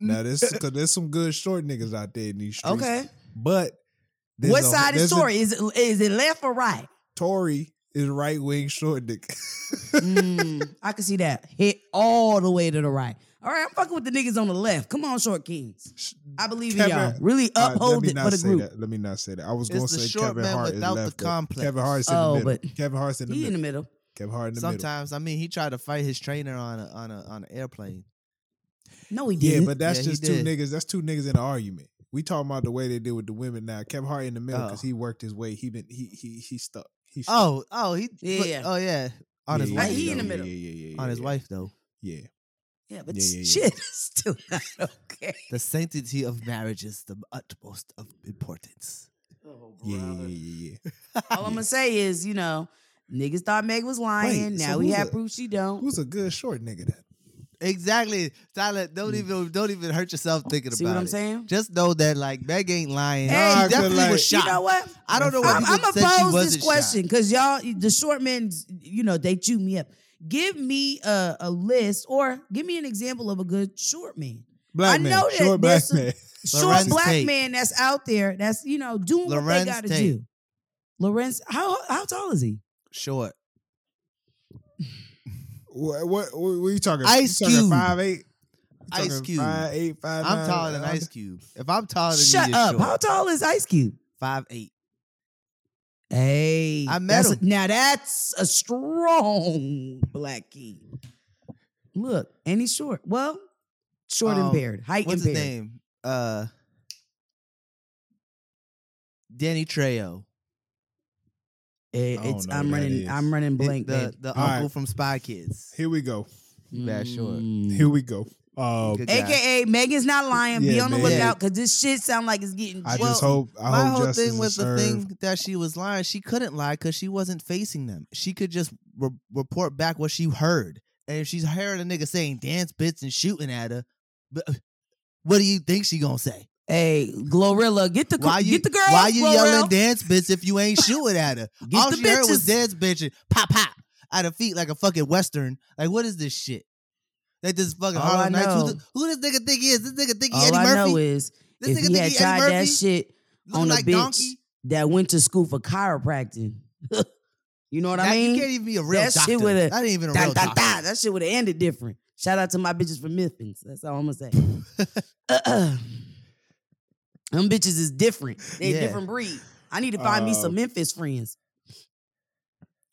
Speaker 2: Now this because there's some good short niggas out there in these streets.
Speaker 1: Okay.
Speaker 2: but there's
Speaker 1: What
Speaker 2: a-
Speaker 1: side is
Speaker 2: there's a-
Speaker 1: Tory? Is it, is it left or right?
Speaker 2: Tory is right wing short nigga.
Speaker 1: Mm, I can see that. Hit all the way to the right. All right, I'm fucking with the niggas on the left. Come on, short kings. I believe in
Speaker 2: Kevin-
Speaker 1: y'all. Really
Speaker 2: All right,
Speaker 1: uphold
Speaker 2: Uh, let
Speaker 1: it
Speaker 2: me
Speaker 1: for
Speaker 2: not
Speaker 1: the
Speaker 2: say
Speaker 1: group.
Speaker 2: that. Let me not say that. I was
Speaker 3: It's
Speaker 2: going to
Speaker 3: the
Speaker 2: say
Speaker 3: short
Speaker 2: Kevin
Speaker 3: man
Speaker 2: Hart
Speaker 3: without
Speaker 2: is
Speaker 3: the
Speaker 2: left. but
Speaker 3: complex.
Speaker 2: Kevin Hart's in
Speaker 1: Oh,
Speaker 2: the middle.
Speaker 1: but-
Speaker 2: Kevin Hart's in the
Speaker 1: He in
Speaker 2: middle.
Speaker 1: the middle.
Speaker 2: Kevin Hart in the middle.
Speaker 3: Sometimes, I mean, he tried to fight his trainer on a, on a on an airplane.
Speaker 1: No, he
Speaker 2: Yeah,
Speaker 1: didn't.
Speaker 2: but that's
Speaker 3: Yeah, he
Speaker 2: just two
Speaker 3: did.
Speaker 2: niggas. That's two niggas in an argument. We talking about the way they deal with the women now. Kevin Hart in the middle because
Speaker 3: Oh.
Speaker 2: he worked his way. He been he he he stuck. He stuck.
Speaker 3: Oh, oh, he,
Speaker 1: Yeah.
Speaker 3: but- oh yeah, on his
Speaker 2: Yeah,
Speaker 1: wife.
Speaker 3: wife,
Speaker 1: He in the
Speaker 2: yeah,
Speaker 1: middle.
Speaker 2: Yeah, yeah, yeah,
Speaker 3: on his
Speaker 2: yeah.
Speaker 3: wife though.
Speaker 2: Yeah.
Speaker 1: yeah, but
Speaker 2: yeah, yeah, yeah.
Speaker 1: shit, it's still not okay.
Speaker 3: The sanctity of marriage is the utmost of importance.
Speaker 2: Yeah, yeah, yeah, yeah.
Speaker 1: All I'm gonna say is, you know, niggas thought Meg was lying.
Speaker 2: Wait, so
Speaker 1: now we
Speaker 2: who's
Speaker 1: have
Speaker 2: a-
Speaker 1: proof she don't.
Speaker 2: Who's a good short nigga then?
Speaker 3: Exactly, Tyler.
Speaker 2: Mm.
Speaker 3: Don't even don't even hurt yourself thinking
Speaker 1: Oh, See
Speaker 3: about
Speaker 1: what I'm
Speaker 3: it.
Speaker 1: saying?
Speaker 3: Just know that like Meg ain't lying.
Speaker 1: Hey, Nah,
Speaker 3: she
Speaker 2: 'cause,
Speaker 3: definitely
Speaker 2: like-
Speaker 3: was shot.
Speaker 1: You know what?
Speaker 3: I don't know what
Speaker 1: I'm,
Speaker 3: people
Speaker 1: I'm
Speaker 3: said she
Speaker 1: opposed
Speaker 3: wasn't
Speaker 1: this question because y'all, the short men, you know, they chew me up. Give me a, a list or give me an example of a good short man. I
Speaker 2: Black man,
Speaker 1: know that
Speaker 2: short black
Speaker 1: there's some-
Speaker 2: man.
Speaker 1: Short
Speaker 3: Lorenz
Speaker 1: black
Speaker 3: Tate.
Speaker 1: man that's out there that's, you know, doing what they
Speaker 3: Lorenz
Speaker 1: got to
Speaker 3: Tate.
Speaker 1: do. Lorenz, how how tall is he?
Speaker 3: Short.
Speaker 2: What, what what what you talking?
Speaker 3: Ice
Speaker 2: you talking
Speaker 3: Cube.
Speaker 2: Five eight.
Speaker 3: Ice Cube.
Speaker 2: Five eight five.
Speaker 3: I'm
Speaker 2: nine,
Speaker 3: taller than
Speaker 2: uh,
Speaker 3: Ice Cube. If I'm taller than
Speaker 1: Shut
Speaker 3: you,
Speaker 1: up.
Speaker 3: Short.
Speaker 1: How tall is Ice Cube?
Speaker 3: Five eight.
Speaker 1: Hey.
Speaker 3: I met
Speaker 1: that's a-
Speaker 3: him.
Speaker 1: now that's a strong black king. Look, and he's short. Well, short
Speaker 3: Um,
Speaker 1: impaired, height
Speaker 3: What's
Speaker 1: impaired.
Speaker 3: his name? Uh, Danny Trejo.
Speaker 1: Eh,
Speaker 2: I
Speaker 1: it's
Speaker 2: don't know
Speaker 1: I'm
Speaker 2: who that
Speaker 1: running.
Speaker 2: is.
Speaker 1: I'm running blank.
Speaker 3: the
Speaker 1: babe.
Speaker 3: the
Speaker 2: All
Speaker 3: uncle
Speaker 2: right.
Speaker 3: from Spy Kids.
Speaker 2: Here we go.
Speaker 3: Yeah, sure.
Speaker 1: Mm.
Speaker 2: Here we go. Um,
Speaker 3: Good guy.
Speaker 1: AKA Megan's not lying. Be
Speaker 2: Yeah,
Speaker 1: on the
Speaker 2: Megan.
Speaker 1: lookout because this shit sound like it's getting.
Speaker 2: I
Speaker 1: ju-
Speaker 2: just
Speaker 3: Well,
Speaker 2: hope. I
Speaker 3: My
Speaker 2: hope
Speaker 3: whole
Speaker 2: justice
Speaker 3: thing was
Speaker 2: is
Speaker 3: the
Speaker 2: served.
Speaker 3: thing that she was lying. She couldn't lie because she wasn't facing them. She could just re- report back what she heard. And if she's heard a nigga saying dance bits and shooting at her, but uh, what do you think she gonna say?
Speaker 1: hey, Glorilla, get the
Speaker 3: Why you
Speaker 1: get the girl.
Speaker 3: Why you
Speaker 1: Glorilla.
Speaker 3: yelling dance bits if you ain't shooting at her?
Speaker 1: Get
Speaker 3: All
Speaker 1: the
Speaker 3: she heard was
Speaker 1: bitches.
Speaker 3: dance bitch and pop pop at her feet like a fucking western. Like what is this shit? Like this fucking
Speaker 1: All I
Speaker 3: Harlem Nights. Who,
Speaker 1: know-
Speaker 3: th- who this nigga think he is? This nigga think he
Speaker 1: All
Speaker 3: Eddie
Speaker 1: I know
Speaker 3: Murphy?
Speaker 1: is
Speaker 3: This
Speaker 1: if
Speaker 3: nigga
Speaker 1: he
Speaker 3: think
Speaker 1: had
Speaker 3: he Eddie
Speaker 1: tried that
Speaker 3: Murphy?
Speaker 1: shit
Speaker 3: Looking
Speaker 1: on a
Speaker 3: like
Speaker 1: bitch,
Speaker 3: donkey?
Speaker 1: that went to school for chiropractic. you know what I
Speaker 3: That-
Speaker 1: mean?
Speaker 3: You can't even be a real
Speaker 1: That shit
Speaker 3: doctor.
Speaker 1: would've-
Speaker 3: That ain't even a
Speaker 1: Da,
Speaker 3: real
Speaker 1: da,
Speaker 3: doctor.
Speaker 1: da. That shit would have ended different. Shout out to my bitches from Miffins. That's all I'm gonna say. Them bitches is different. They
Speaker 3: Yeah.
Speaker 1: a different breed. I need to find me
Speaker 2: Uh,
Speaker 1: some Memphis friends.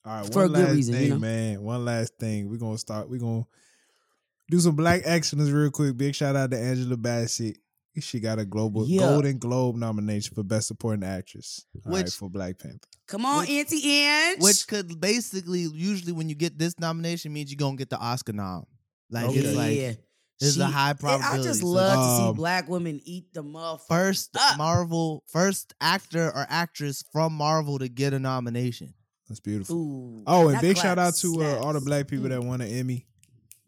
Speaker 2: All right,
Speaker 1: For a
Speaker 2: one
Speaker 1: good
Speaker 2: last
Speaker 1: reason, you
Speaker 2: thing,
Speaker 1: know?
Speaker 2: man. One last thing. We're gonna start. We're gonna do some black excellence real quick. Big shout out to Angela Bassett. She got a global
Speaker 1: Yeah.
Speaker 2: Golden Globe nomination for Best Supporting Actress. All right,
Speaker 3: Which-
Speaker 2: for Black Panther.
Speaker 1: Come on,
Speaker 3: which-
Speaker 1: Auntie Ange.
Speaker 3: Which could basically usually when you get this nomination means you're gonna get the Oscar nom. Like
Speaker 1: Oh,
Speaker 2: Okay.
Speaker 3: it's like Oh, there's
Speaker 1: She-
Speaker 3: a high
Speaker 1: I
Speaker 3: probability.
Speaker 1: just
Speaker 3: So
Speaker 1: love to
Speaker 2: Um,
Speaker 1: see black women eat the motherfucker.
Speaker 3: first
Speaker 1: up.
Speaker 3: Marvel first actor or actress from Marvel to get a nomination.
Speaker 2: That's beautiful.
Speaker 1: Ooh,
Speaker 2: Oh, and
Speaker 1: that
Speaker 2: big
Speaker 1: clap
Speaker 2: shout out to uh, all the
Speaker 1: slaps.
Speaker 2: black people
Speaker 3: Mm.
Speaker 2: that won an Emmy.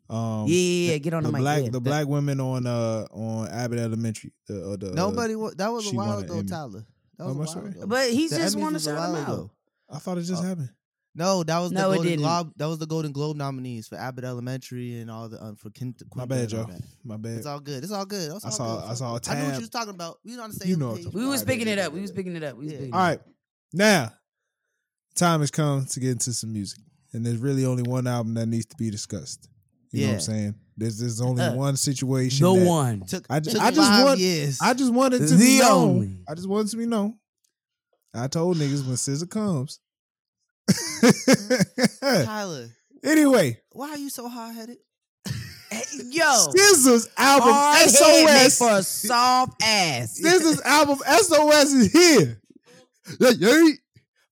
Speaker 2: Um,
Speaker 1: yeah, yeah, yeah, get on
Speaker 2: the
Speaker 1: the, mic.
Speaker 2: black
Speaker 1: yeah.
Speaker 2: the black women on uh on Abbott Elementary. The, uh, the, uh,
Speaker 3: Nobody wa- that was a
Speaker 2: she
Speaker 3: while
Speaker 2: won an
Speaker 3: ago,
Speaker 2: Emmy.
Speaker 3: Tyler. That
Speaker 2: Oh,
Speaker 3: was a
Speaker 2: am I
Speaker 3: while
Speaker 2: sorry?
Speaker 3: ago.
Speaker 1: but he
Speaker 3: The
Speaker 1: just
Speaker 3: Emmys
Speaker 1: want to
Speaker 3: was a
Speaker 1: shout
Speaker 3: while
Speaker 1: them out.
Speaker 3: ago.
Speaker 2: I thought it just
Speaker 3: Oh.
Speaker 2: happened.
Speaker 3: No, that was the
Speaker 1: No, it
Speaker 3: Golden
Speaker 1: didn't.
Speaker 3: Globe. That was the Golden Globe nominees for Abbott Elementary and all the um, for Kent.
Speaker 2: My
Speaker 3: Quintet
Speaker 2: bad,
Speaker 3: and all
Speaker 2: y'all.
Speaker 3: that.
Speaker 2: My bad.
Speaker 3: It's all good. It's all good. It's
Speaker 2: I
Speaker 3: all
Speaker 2: saw-
Speaker 3: good.
Speaker 2: I saw a
Speaker 3: I knew what
Speaker 2: tab.
Speaker 3: you was talking about. We on the same
Speaker 2: You know what
Speaker 3: page.
Speaker 2: I'm
Speaker 1: We was
Speaker 2: Friday,
Speaker 1: picking it up.
Speaker 2: yeah,
Speaker 1: We was
Speaker 2: yeah.
Speaker 1: picking it up. We was
Speaker 3: Yeah.
Speaker 1: picking it up.
Speaker 2: All right. Now, time has come to get into some music. And there's really only one album that needs to be discussed. You know what
Speaker 3: Yeah.
Speaker 2: I'm saying? There's there's only
Speaker 1: Uh,
Speaker 2: one situation.
Speaker 1: No
Speaker 2: that-
Speaker 1: one.
Speaker 3: Took,
Speaker 2: I ju-
Speaker 3: took
Speaker 2: I just
Speaker 3: five
Speaker 2: want-
Speaker 3: years.
Speaker 2: I just wanted to
Speaker 1: The
Speaker 2: be known.
Speaker 1: only.
Speaker 2: I just wanted to be known. I told niggas when scissor comes.
Speaker 3: Tyler,
Speaker 2: anyway,
Speaker 3: why are you so hard headed?
Speaker 1: Hey, Yo,
Speaker 2: Scissor's album
Speaker 1: hard head make for
Speaker 2: SOS.
Speaker 1: a soft ass.
Speaker 2: Scissor's album SOS is here.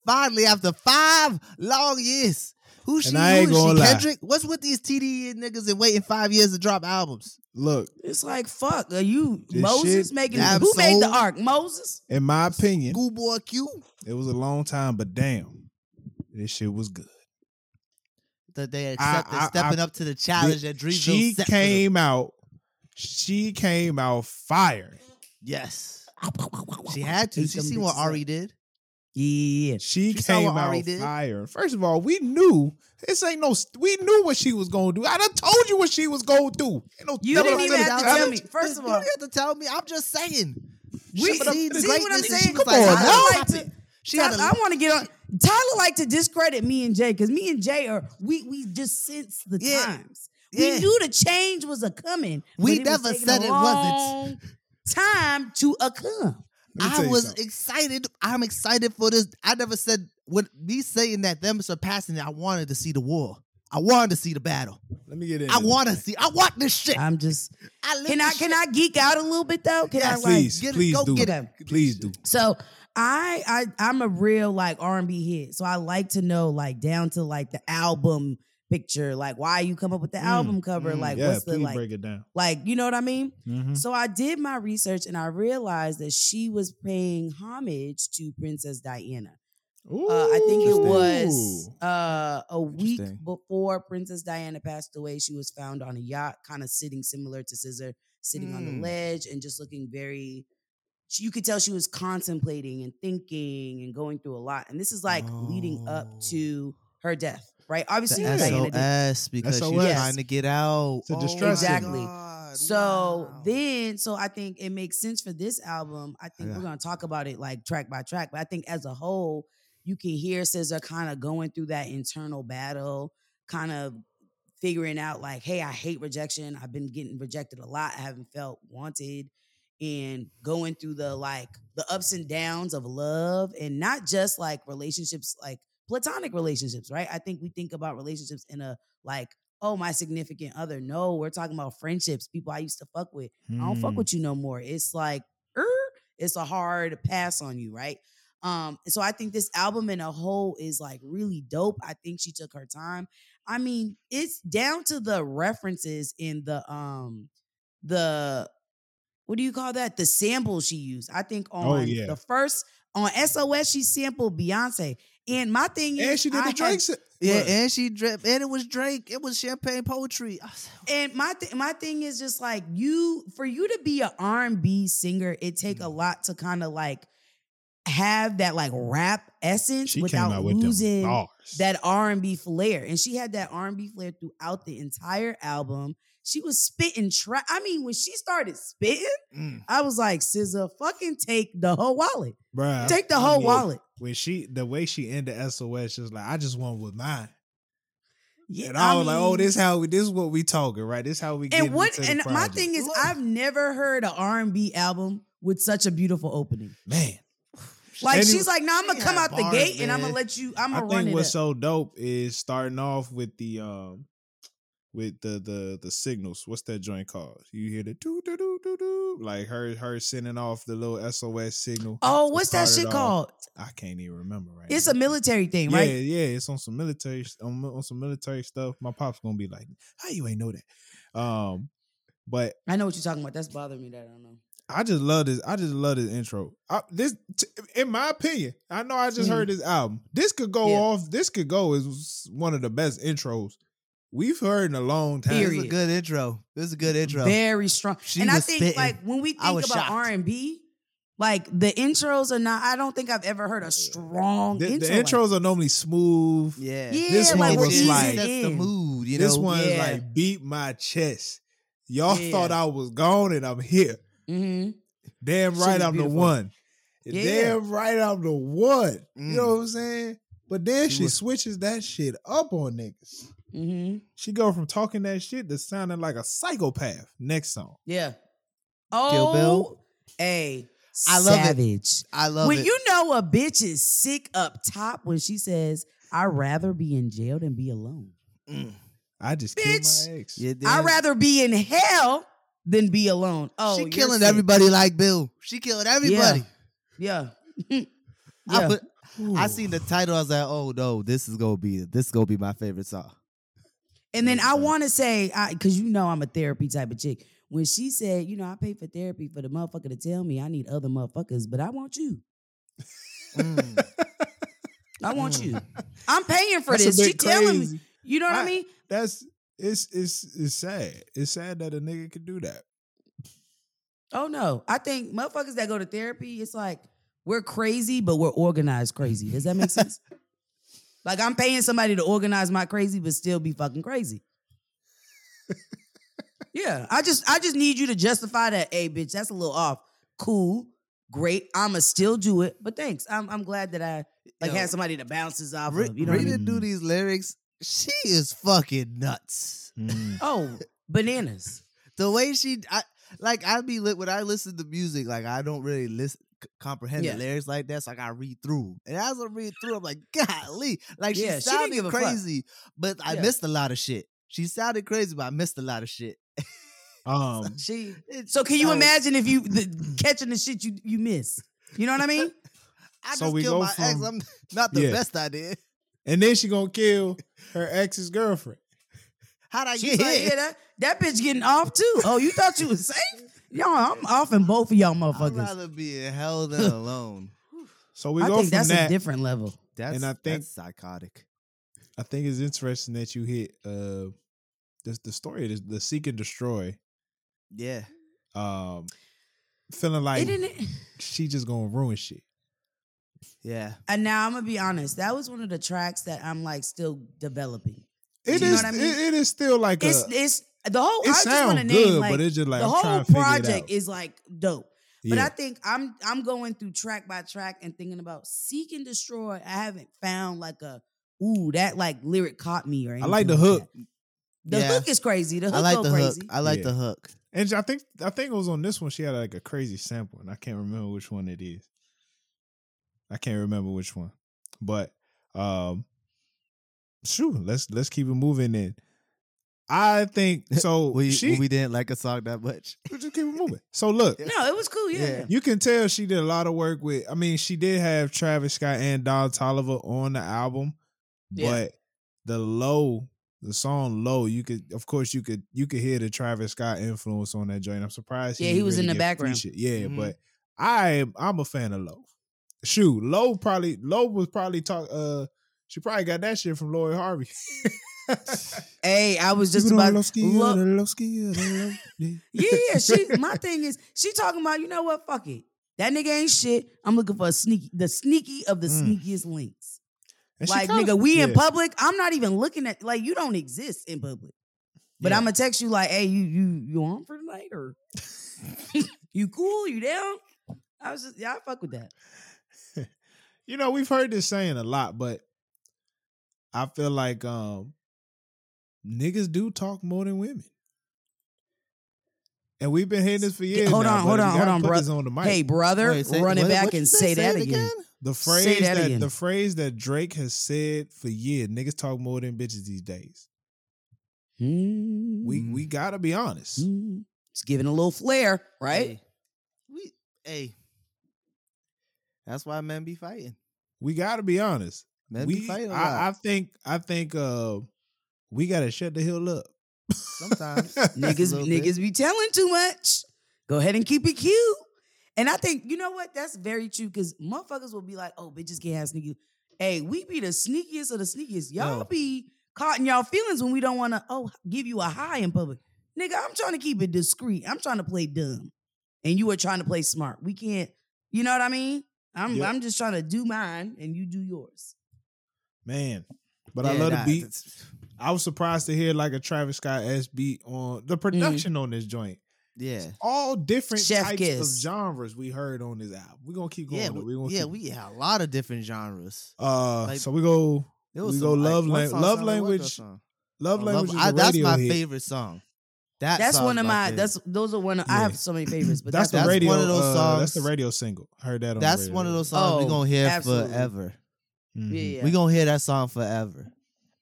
Speaker 3: Finally, after five long years, who she?
Speaker 2: And I ain't
Speaker 3: who is
Speaker 2: gonna
Speaker 3: she?
Speaker 2: lie.
Speaker 3: Kendrick? What's with these TDE niggas and waiting five years to drop albums?
Speaker 2: Look,
Speaker 1: It's like fuck. Are you
Speaker 2: This
Speaker 1: Moses
Speaker 2: shit-
Speaker 1: making?
Speaker 3: Damn
Speaker 1: Who made the
Speaker 3: soul.
Speaker 1: ark? Moses.
Speaker 2: in my opinion,
Speaker 3: Goo Boy Q.
Speaker 2: It was a long time, but damn, this shit was good.
Speaker 3: That they accepted
Speaker 2: I- I-
Speaker 3: stepping up to the challenge that Dreamville
Speaker 2: she
Speaker 3: set for them.
Speaker 2: came out. She came out fire.
Speaker 3: Yes, she had to.
Speaker 1: Ate
Speaker 3: She
Speaker 1: them
Speaker 3: seen what
Speaker 1: bitches
Speaker 3: Ari
Speaker 1: up.
Speaker 3: did.
Speaker 1: Yeah.
Speaker 2: She,
Speaker 3: She saw
Speaker 2: came
Speaker 3: what Ari
Speaker 2: out
Speaker 3: did.
Speaker 2: fire. First of all, we knew this ain't no. We knew what she was gonna do. I done told you what she was gonna do. Ain't no
Speaker 1: You
Speaker 2: double
Speaker 1: didn't
Speaker 2: up
Speaker 1: even
Speaker 2: the
Speaker 1: have to
Speaker 2: challenge.
Speaker 1: tell me. First of
Speaker 3: You
Speaker 1: all,
Speaker 3: don't have to tell me. I'm just saying.
Speaker 2: We-
Speaker 3: She seen the
Speaker 2: see
Speaker 1: what I'm
Speaker 3: greatness and
Speaker 1: saying?
Speaker 3: she was
Speaker 2: Come
Speaker 3: like,
Speaker 2: on
Speaker 3: "Nah,
Speaker 2: now."
Speaker 3: stop it." She had
Speaker 1: Tyler, I
Speaker 3: a
Speaker 1: want to get on. Tyler like to discredit me and Jay because me and Jay are we we just sense the
Speaker 3: Yeah.
Speaker 1: times.
Speaker 3: Yeah.
Speaker 1: We knew the change was a coming.
Speaker 3: We
Speaker 1: but it was
Speaker 3: never
Speaker 1: taking
Speaker 3: said
Speaker 1: a
Speaker 3: it wasn't.
Speaker 1: long Time to a come.
Speaker 2: Let me
Speaker 3: I
Speaker 2: tell you
Speaker 3: was
Speaker 2: something.
Speaker 3: excited. I'm excited for this. I never said with me saying that them surpassing it. I wanted to see the war. I wanted to see the battle.
Speaker 2: Let me get in.
Speaker 3: I want to see. I want this shit.
Speaker 1: I'm just
Speaker 3: I live
Speaker 1: can I
Speaker 3: this
Speaker 1: can
Speaker 3: shit.
Speaker 1: I geek out a little bit though? Can I
Speaker 3: Yes,
Speaker 1: like
Speaker 2: Please,
Speaker 3: get it,
Speaker 2: please
Speaker 3: go
Speaker 2: do.
Speaker 3: get
Speaker 1: it.
Speaker 2: Please do.
Speaker 1: So I I I'm a real like R&B hit. So I like to know like down to like the album picture, like why you come up with the
Speaker 2: Mm,
Speaker 1: album cover,
Speaker 3: mm,
Speaker 1: like
Speaker 2: yeah,
Speaker 1: what's
Speaker 2: please
Speaker 1: the like
Speaker 2: break it down.
Speaker 1: like you know what I mean?
Speaker 3: Mm-hmm.
Speaker 2: Mhm.
Speaker 1: So I did my research and I realized that she was paying homage to Princess Diana. Uh, I think it
Speaker 2: Ooh.
Speaker 1: was uh, a week
Speaker 3: Interesting.
Speaker 1: before Princess Diana passed away. She was found on a yacht, kind of sitting similar to Scissor, sitting on
Speaker 3: Mm.
Speaker 1: the ledge and just looking very. she- You could tell she was contemplating and thinking and going through a lot. And this is like leading
Speaker 3: Oh.
Speaker 1: up to her death, right? Obviously,
Speaker 3: The
Speaker 1: Diana did
Speaker 3: SOS because she's
Speaker 2: SOS.
Speaker 3: trying to get out.
Speaker 2: It's a
Speaker 3: Oh
Speaker 2: distress
Speaker 3: my
Speaker 1: Exactly.
Speaker 3: God.
Speaker 1: So
Speaker 3: Wow.
Speaker 1: then, so I think it makes sense for this album. I think
Speaker 3: Yeah.
Speaker 1: we're gonna talk about it like track by track, but I think as a whole, you can hear SZA kind of going through that internal battle, kind of figuring out like, hey, I hate rejection. I've been getting rejected a lot. I haven't felt wanted, and going through the like the ups and downs of love, and not just like relationships, like platonic relationships, right? I think we think about relationships in a like oh, my significant other. No, we're talking about friendships, people I used to fuck with. I don't fuck
Speaker 2: Mm.
Speaker 1: with you no more. It's like, er, it's a hard pass on you, right? Um, so I think this album in a whole is like really dope. I think she took her time. I mean, it's down to the references in the um the what do you call that? The sample she used. I think on
Speaker 2: Oh, yeah.
Speaker 1: the first on SOS she sampled Beyonce. And my thing is
Speaker 2: And she did
Speaker 1: I
Speaker 2: the
Speaker 1: had-
Speaker 2: Drake. se-
Speaker 3: yeah,
Speaker 2: Look.
Speaker 3: and she drip, and it was Drake. It was champagne poetry. I said,
Speaker 1: And my th- my thing is just like you for you to be an R and B singer, it take a
Speaker 2: Mm.
Speaker 1: lot to kind of like have that like rap essence
Speaker 2: She came
Speaker 1: without
Speaker 2: out with them
Speaker 1: losing
Speaker 2: bars.
Speaker 1: that R and B flair. And she had that R and B flair throughout the entire album. She was spitting trap. I mean, when she started spitting,
Speaker 3: mm.
Speaker 1: I was like, "SZA, fucking take the whole wallet,
Speaker 2: Bruh,
Speaker 1: take the
Speaker 2: I
Speaker 1: whole
Speaker 2: mean,
Speaker 1: wallet."
Speaker 2: when she the way she ended SOS, she was like, I just want with mine.
Speaker 1: Yeah,
Speaker 2: And I, was like, oh,
Speaker 1: mean-
Speaker 2: this how we this is what we talking, right? This how we get
Speaker 1: And what?
Speaker 2: into the
Speaker 1: And my
Speaker 2: project.
Speaker 1: thing is, I've never heard an R and B album with such a beautiful opening.
Speaker 2: man.
Speaker 1: Like
Speaker 2: Anyway-
Speaker 1: she's like, "No, nah, I'm gonna
Speaker 3: She
Speaker 1: come
Speaker 3: had
Speaker 1: out the
Speaker 3: bars,
Speaker 1: gate and I'm
Speaker 3: man.
Speaker 1: gonna let you. I'm
Speaker 2: I
Speaker 1: gonna run
Speaker 2: think
Speaker 1: it
Speaker 2: what's
Speaker 1: up."
Speaker 2: so dope is starting off with the um with the the the signals. What's that joint called? You hear the doo doo doo doo doo like her her sending off the little SOS signal.
Speaker 1: oh,
Speaker 2: to
Speaker 1: what's that
Speaker 2: start it
Speaker 1: shit
Speaker 2: off.
Speaker 1: called?
Speaker 2: I can't even remember right.
Speaker 1: It's
Speaker 2: now.
Speaker 1: a military thing,
Speaker 2: yeah,
Speaker 1: right?
Speaker 2: yeah. It's on some military on, on some military stuff. My pop's gonna be like, "How you ain't know that?" Um, but
Speaker 1: I know what you're talking about. That's bothering me. That I don't know.
Speaker 2: I just love this. I just love this intro. I, this, t- in my opinion, I know I just
Speaker 1: Mhm.
Speaker 2: heard this album. This could go
Speaker 1: Yeah.
Speaker 2: off. This could go as one of the best intros we've heard in a long time.
Speaker 3: This is a
Speaker 1: Period.
Speaker 3: good intro. This is a good intro.
Speaker 1: Very strong.
Speaker 3: She
Speaker 1: and I
Speaker 3: was
Speaker 1: think
Speaker 3: spitting.
Speaker 1: like when we
Speaker 3: I
Speaker 1: think
Speaker 3: was
Speaker 1: about
Speaker 3: shocked.
Speaker 1: R and B, like the intros are not. I don't think I've ever heard a strong
Speaker 2: The,
Speaker 1: intro.
Speaker 2: the
Speaker 1: like
Speaker 2: intros are normally smooth.
Speaker 3: yeah.
Speaker 1: Yeah,
Speaker 2: This one like, was
Speaker 3: easy.
Speaker 2: like-
Speaker 3: that's the mood. You know,
Speaker 2: this one is
Speaker 1: yeah.
Speaker 2: like beat my chest. Y'all
Speaker 1: Yeah.
Speaker 2: thought I was gone and I'm here.
Speaker 1: that. Mhm.
Speaker 2: Damn
Speaker 1: Shit
Speaker 2: right
Speaker 1: is
Speaker 2: I'm the
Speaker 1: beautiful.
Speaker 2: one.
Speaker 1: Yeah.
Speaker 2: Damn right I'm the one.
Speaker 3: Mm.
Speaker 2: You know what I'm saying? But then
Speaker 3: She
Speaker 2: she,
Speaker 3: was-
Speaker 2: switches that shit up on niggas.
Speaker 1: Mhm.
Speaker 2: She go from talking that shit to sounding like a psychopath. Next song.
Speaker 1: Yeah.
Speaker 3: Kill
Speaker 1: Oh,
Speaker 3: Bill?
Speaker 1: hey,
Speaker 3: I love it.
Speaker 1: savage.
Speaker 3: I love
Speaker 1: when
Speaker 3: it.
Speaker 1: you know a bitch is sick up top when she says, "I'd rather be in jail than be alone.
Speaker 3: Mm.
Speaker 2: I just
Speaker 1: Bitch.
Speaker 2: killed my ex.
Speaker 3: Yeah,
Speaker 1: I'd
Speaker 3: then-
Speaker 1: rather be in hell than be alone." Oh,
Speaker 3: she
Speaker 1: you're
Speaker 3: killing
Speaker 1: sick.
Speaker 3: everybody like Bill. She killed everybody.
Speaker 1: Yeah.
Speaker 3: I
Speaker 1: Yeah.
Speaker 3: put, I seen the title. I was like, oh no, this is gonna be this is gonna be my favorite song.
Speaker 1: And then I
Speaker 3: That's right.
Speaker 1: want to say, because you know I'm a therapy type of chick. When she said, you know, I pay for therapy for the motherfucker to tell me I need other motherfuckers, but I want you.
Speaker 3: Mm.
Speaker 1: I want
Speaker 3: Mm.
Speaker 1: you. I'm paying for
Speaker 2: That's a
Speaker 1: this. She
Speaker 2: bit
Speaker 1: telling me.
Speaker 2: crazy.
Speaker 1: You know what I,
Speaker 2: I-
Speaker 1: mean?
Speaker 2: That's it's it's it's sad. It's sad that a nigga could do that.
Speaker 1: Oh no. I think motherfuckers that go to therapy, it's like we're crazy, but we're organized crazy. Does that make sense? like I'm paying somebody to organize my crazy, but still be fucking crazy. yeah. I just I just need you to justify that. Hey, bitch, that's a little off. Cool. Great. I'ma still do it. But thanks. I'm I'm glad that I like
Speaker 3: Yo,
Speaker 1: had somebody to bounce this off
Speaker 3: Re-
Speaker 1: of. You know what I
Speaker 3: Rita
Speaker 1: mean?
Speaker 3: do these lyrics. She is fucking nuts.
Speaker 1: Oh, bananas.
Speaker 3: The way she, I like, I be lit when I listen to music. Like, I don't really listen. c- Comprehend
Speaker 1: Yeah.
Speaker 3: the lyrics like that, so I gotta read through 'em. And as I read through, 'em, I'm like, golly, like
Speaker 1: Yeah, she
Speaker 3: she
Speaker 1: didn't
Speaker 3: sounded
Speaker 1: give a fuck.
Speaker 3: crazy, but I
Speaker 1: Yeah.
Speaker 3: missed a lot of shit. She sounded crazy, but I missed a lot of shit.
Speaker 2: Um
Speaker 1: She
Speaker 3: It-
Speaker 1: So can you
Speaker 3: so-
Speaker 1: imagine if you the, catching the shit you you miss? You know what I mean?
Speaker 3: I just
Speaker 2: So we
Speaker 3: killed
Speaker 2: go
Speaker 3: my ex.
Speaker 2: from-
Speaker 3: I'm not the
Speaker 2: Yeah.
Speaker 3: best I did.
Speaker 2: and then she gonna kill her ex's girlfriend.
Speaker 3: How'd I
Speaker 1: She's
Speaker 3: get
Speaker 1: like,
Speaker 3: here?
Speaker 1: yeah, that, that bitch getting off too. Oh, you thought you was safe? Y'all, I'm off in both of y'all
Speaker 3: I'd
Speaker 1: motherfuckers.
Speaker 3: rather be in hell than alone.
Speaker 2: So we
Speaker 1: I
Speaker 2: go
Speaker 1: think
Speaker 2: from
Speaker 1: that's
Speaker 2: that.
Speaker 1: a different level.
Speaker 3: That's
Speaker 2: I think-
Speaker 3: that's psychotic.
Speaker 2: I think it's interesting that you hit uh this the story of this, the seek and destroy.
Speaker 3: Yeah.
Speaker 2: Um feeling
Speaker 1: It
Speaker 2: like
Speaker 1: didn't.
Speaker 2: she just gonna ruin shit.
Speaker 3: Yeah.
Speaker 1: And now I'm gonna be honest. That was one of the tracks that I'm like still developing.
Speaker 2: It
Speaker 1: You know
Speaker 2: is
Speaker 1: what I mean?
Speaker 2: it, it is still like
Speaker 1: It's
Speaker 2: a
Speaker 1: it's the whole.
Speaker 2: it
Speaker 1: I just want to
Speaker 2: sounds
Speaker 1: name
Speaker 2: good,
Speaker 1: like,
Speaker 2: but it's just like
Speaker 1: the
Speaker 2: I'm
Speaker 1: whole
Speaker 2: trying to figure it out.
Speaker 1: project is like dope. But
Speaker 2: Yeah.
Speaker 1: I think I'm I'm going through track by track and thinking about seek and destroy. I haven't found like a ooh that like lyric caught me or
Speaker 2: I
Speaker 1: anything
Speaker 2: like the
Speaker 1: like
Speaker 2: hook.
Speaker 1: that. The
Speaker 3: Yeah.
Speaker 1: hook is crazy. The hook
Speaker 3: I like
Speaker 1: go
Speaker 3: the
Speaker 1: crazy.
Speaker 3: hook. I like
Speaker 2: Yeah.
Speaker 3: the hook.
Speaker 2: And I think I think it was on this one. She had like a crazy sample, and I can't remember which one it is. I can't remember which one, but um, shoot, let's let's keep it moving. Then I think so.
Speaker 3: We
Speaker 2: she
Speaker 3: we didn't like a song that much.
Speaker 2: just keep it moving. So look,
Speaker 1: No, it was cool. Yeah.
Speaker 3: Yeah.
Speaker 2: you can tell she did a lot of work with. I mean, she did have Travis Scott and Don Tolliver on the album,
Speaker 1: Yeah.
Speaker 2: but the low, the song low, you could, of course, you could, you could hear the Travis Scott influence on that joint. I'm surprised.
Speaker 1: Yeah, he
Speaker 2: didn't
Speaker 1: was in the
Speaker 2: get
Speaker 1: background. Mm-hmm.
Speaker 2: featured. Yeah,
Speaker 3: Mhm.
Speaker 2: but I am, I'm a fan of low. Shoot, low probably low was probably talk. Uh, she probably got that shit from Lori Harvey.
Speaker 1: Hey, I was just
Speaker 2: You don't
Speaker 1: about
Speaker 2: love ski, you
Speaker 1: Lo-
Speaker 2: don't love ski, you don't love- Yeah.
Speaker 1: Yeah, yeah, she my thing is she talking about, you know what, fuck it. That nigga ain't shit. I'm looking for a sneaky, the sneaky of the
Speaker 2: Mm.
Speaker 1: sneakiest links.
Speaker 2: And she
Speaker 1: Like,
Speaker 2: kinda-
Speaker 1: nigga, we in
Speaker 2: yeah.
Speaker 1: public. I'm not even looking at like you don't exist in public. But
Speaker 2: Yeah.
Speaker 1: I'ma text you like, hey, you you you on for tonight or you cool? You down? I was just yeah, I fuck with that.
Speaker 2: you know we've heard this saying a lot but i feel like um niggas do talk more than women. And we've been hearing this for years.
Speaker 1: hold
Speaker 2: now,
Speaker 1: on,
Speaker 2: but
Speaker 1: hold
Speaker 2: we
Speaker 1: on, hold
Speaker 2: gotta
Speaker 1: on,
Speaker 2: put
Speaker 1: bro.
Speaker 2: this on the mic.
Speaker 1: Hey, brother,
Speaker 3: Wait, say-
Speaker 1: run it
Speaker 3: what-
Speaker 1: back
Speaker 3: what you
Speaker 1: and say, that
Speaker 3: it
Speaker 1: again.
Speaker 2: The
Speaker 1: Say
Speaker 2: phrase
Speaker 1: that
Speaker 2: that,
Speaker 1: again.
Speaker 2: the phrase that Drake has said for years, niggas talk more than bitches these days. We we gotta be honest.
Speaker 1: Mm. It's Hmm. giving a little flair, right?
Speaker 3: Hey, we hey. That's why men be fighting.
Speaker 2: We gotta be honest.
Speaker 3: Men be
Speaker 2: we
Speaker 3: fighting a lot
Speaker 2: I, I think I think uh we gotta shut the hill up.
Speaker 3: sometimes.
Speaker 1: Niggas,
Speaker 3: a little
Speaker 1: niggas
Speaker 3: bit.
Speaker 1: be telling too much. Go ahead and keep it cute. And I think you know what? That's very true because motherfuckers will be like, "Oh, bitches can't have sneaky." Hey, we be the sneakiest of the sneakiest. Y'all
Speaker 3: Yo.
Speaker 1: be caught in y'all feelings when we don't want to. Oh, give you a high in public, nigga. I'm trying to keep it discreet. I'm trying to play dumb, and you are trying to play smart. We can't. You know what I mean? I'm
Speaker 2: Yep.
Speaker 1: I'm just trying to do mine, and you do yours.
Speaker 2: Man. But I
Speaker 3: Yeah,
Speaker 2: love
Speaker 3: nah,
Speaker 2: the beat.
Speaker 3: that's-
Speaker 2: I was surprised to hear like a Travis Scott S beat on the production
Speaker 3: Mm.
Speaker 2: on this joint.
Speaker 3: Yeah.
Speaker 2: All different
Speaker 1: Chef
Speaker 2: types
Speaker 1: Kiss.
Speaker 2: of genres we heard on this album. We're gonna keep going.
Speaker 3: Yeah,
Speaker 2: though. We
Speaker 3: we,
Speaker 2: gonna
Speaker 3: yeah,
Speaker 2: keep-
Speaker 3: we had a lot of different genres.
Speaker 2: uh
Speaker 3: like-
Speaker 2: so we go
Speaker 3: There
Speaker 2: We
Speaker 3: was
Speaker 2: go
Speaker 3: some,
Speaker 2: love
Speaker 3: one
Speaker 2: lang-
Speaker 3: song
Speaker 2: love
Speaker 3: sounded like
Speaker 2: language-
Speaker 3: that song.
Speaker 2: Love
Speaker 3: Oh,
Speaker 2: Language is
Speaker 3: I-
Speaker 2: a
Speaker 3: that's
Speaker 2: radio
Speaker 3: my
Speaker 2: hit.
Speaker 3: favorite song. That
Speaker 1: That's
Speaker 3: song
Speaker 1: one
Speaker 3: is
Speaker 1: of my.
Speaker 3: favorite.
Speaker 1: That's those are one. Of, I
Speaker 2: Yeah.
Speaker 1: have so many favorites, but
Speaker 2: that's,
Speaker 1: that's,
Speaker 2: the
Speaker 3: that's
Speaker 2: radio.
Speaker 3: one of those
Speaker 2: uh, that's the
Speaker 3: songs-
Speaker 2: radio single. Heard that on
Speaker 3: that's
Speaker 2: the radio.
Speaker 3: one of those songs
Speaker 1: Oh,
Speaker 3: we gonna hear
Speaker 1: absolutely.
Speaker 3: forever.
Speaker 2: Mhm.
Speaker 1: Yeah, yeah.
Speaker 3: Mm-hmm. We gonna hear that song forever.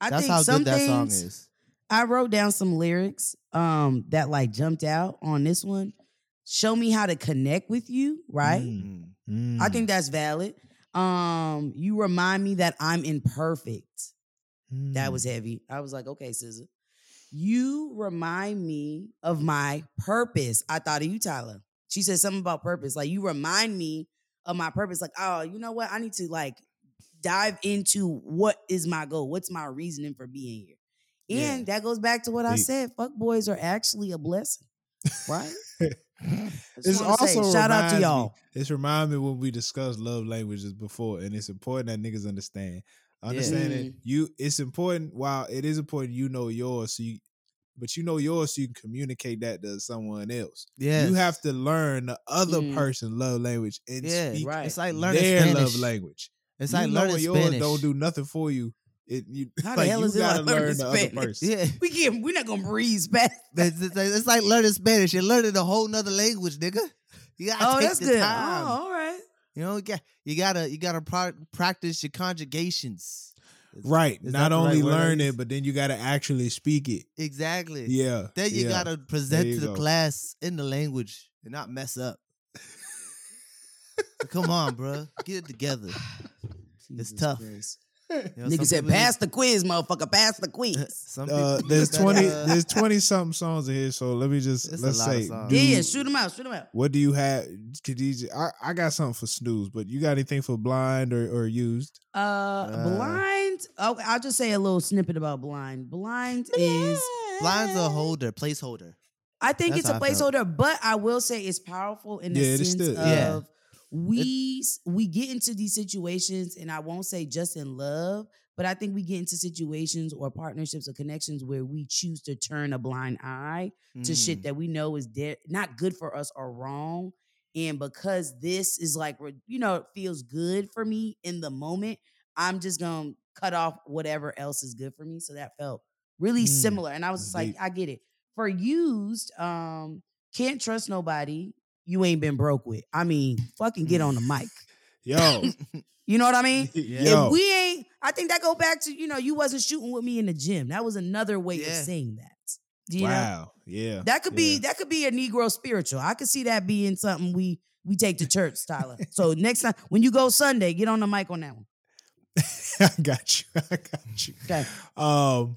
Speaker 1: I
Speaker 3: that's
Speaker 1: think
Speaker 3: how
Speaker 1: some
Speaker 3: good that song
Speaker 1: things-
Speaker 3: is.
Speaker 1: I wrote down some lyrics um that like jumped out on this one. Show me how to connect with you, right?
Speaker 2: Mm.
Speaker 3: Mm.
Speaker 1: I
Speaker 2: Mm.
Speaker 1: think that's valid. Um, you remind me that I'm imperfect. That
Speaker 2: Mm.
Speaker 3: Mm-hmm.
Speaker 1: was heavy. I was like, okay, Scissor. You remind me of my purpose. I thought of you, Tyler. She said something about purpose. Like, you remind me of my purpose. Like, oh, you know what? I need to like dive into what is my goal? What's my reasoning for being here? And that goes back to what I
Speaker 2: Deep.
Speaker 1: said. Fuck boys are actually a blessing, right? I just
Speaker 2: It's
Speaker 1: wanna say,
Speaker 2: also
Speaker 1: shout out
Speaker 2: reminds
Speaker 1: to
Speaker 2: me-
Speaker 1: y'all.
Speaker 2: It's remind me when we discussed love languages before, and it's important that niggas understand. Understand it. You, it's important. While it is important, you know yours, so you, but you know yours, so you can communicate that to someone else.
Speaker 3: Yeah,
Speaker 2: You have to learn the other
Speaker 1: Mm.
Speaker 2: person love language and
Speaker 3: Yeah,
Speaker 2: speak
Speaker 1: right.
Speaker 3: It's like learning
Speaker 2: their
Speaker 3: Spanish.
Speaker 2: love language.
Speaker 3: It's
Speaker 2: You
Speaker 3: like
Speaker 2: knowing
Speaker 3: learning
Speaker 2: yours
Speaker 3: Spanish.
Speaker 2: don't do nothing for you. It you
Speaker 1: How the
Speaker 2: like
Speaker 1: hell
Speaker 2: you
Speaker 1: is it
Speaker 2: gotta
Speaker 1: like
Speaker 2: learn
Speaker 1: learning
Speaker 2: the other
Speaker 1: Spanish?
Speaker 2: person.
Speaker 3: Yeah.
Speaker 1: We can't, we're not gonna breeze back.
Speaker 3: It's, it's like, it's like learning Spanish. You're learning a whole nother language, nigga. You gotta
Speaker 1: oh,
Speaker 3: take
Speaker 1: that's
Speaker 3: the
Speaker 1: good.
Speaker 3: time.
Speaker 1: Oh, all right.
Speaker 3: You know, you got- you gotta you gotta pro- practice your conjugations.
Speaker 2: Right.
Speaker 3: Is that
Speaker 2: Not
Speaker 3: the right
Speaker 2: only
Speaker 3: word I
Speaker 2: learn
Speaker 3: use?
Speaker 2: it, but then you gotta actually speak it.
Speaker 3: Exactly.
Speaker 2: Yeah.
Speaker 3: Then you
Speaker 2: yeah.
Speaker 3: gotta present
Speaker 2: you
Speaker 3: to the
Speaker 2: go.
Speaker 3: class in the language and not mess up. Come on, bro, get it together. It's
Speaker 1: Jesus
Speaker 3: tough.
Speaker 1: Christ.
Speaker 3: You know, some
Speaker 1: Nigga said,
Speaker 3: people need-
Speaker 1: pass the quiz, motherfucker. Pass the quiz.
Speaker 3: Some people
Speaker 2: Uh,
Speaker 3: need
Speaker 2: there's
Speaker 3: better,
Speaker 2: twenty.
Speaker 3: uh,
Speaker 2: There's twenty something songs in here. So let me just
Speaker 3: It's a
Speaker 2: let's
Speaker 3: lot of
Speaker 2: say.
Speaker 3: songs.
Speaker 2: do-
Speaker 1: yeah, shoot him out. Shoot him out.
Speaker 2: What do you have, Khadija? I, I got something for snooze, but you got anything for blind or, or used?
Speaker 1: Uh, blind. Oh, I'll just say a little snippet about blind. Blind is.
Speaker 3: blind's a holder, placeholder.
Speaker 1: I think
Speaker 3: That's
Speaker 1: it's a
Speaker 3: how I felt.
Speaker 1: placeholder, but I will say it's powerful in the
Speaker 2: Yeah, it is
Speaker 1: sense
Speaker 2: still-
Speaker 1: of
Speaker 3: Yeah.
Speaker 1: we we get into these situations, and I won't say just in love, but I think we get into situations or partnerships or connections where we choose to turn a blind eye to shit
Speaker 3: Mm.
Speaker 1: that we know is de- not good for us or wrong. And because this is like, re- you know, it feels good for me in the moment, I'm just going to cut off whatever else is good for me. So that felt really
Speaker 2: Mm,
Speaker 1: similar. And I was
Speaker 2: that's
Speaker 1: just like,
Speaker 2: deep.
Speaker 1: I get it. For used, um, can't trust nobody you ain't been broke with. I mean, fucking get on the mic.
Speaker 2: Yo,
Speaker 1: You know what I mean?
Speaker 2: yo,
Speaker 1: If we ain't, I think that go back to, you know, you wasn't shooting with me in the gym. That was another way of
Speaker 3: Yeah.
Speaker 1: saying that. Do you know?
Speaker 2: wow, yeah,
Speaker 1: That could be
Speaker 2: Yeah.
Speaker 1: that could be a Negro spiritual. I could see that being something we we take to church, Tyler. so next time when you go Sunday, get on the mic on that one.
Speaker 2: I got you, I got you.
Speaker 1: Okay.
Speaker 2: Um,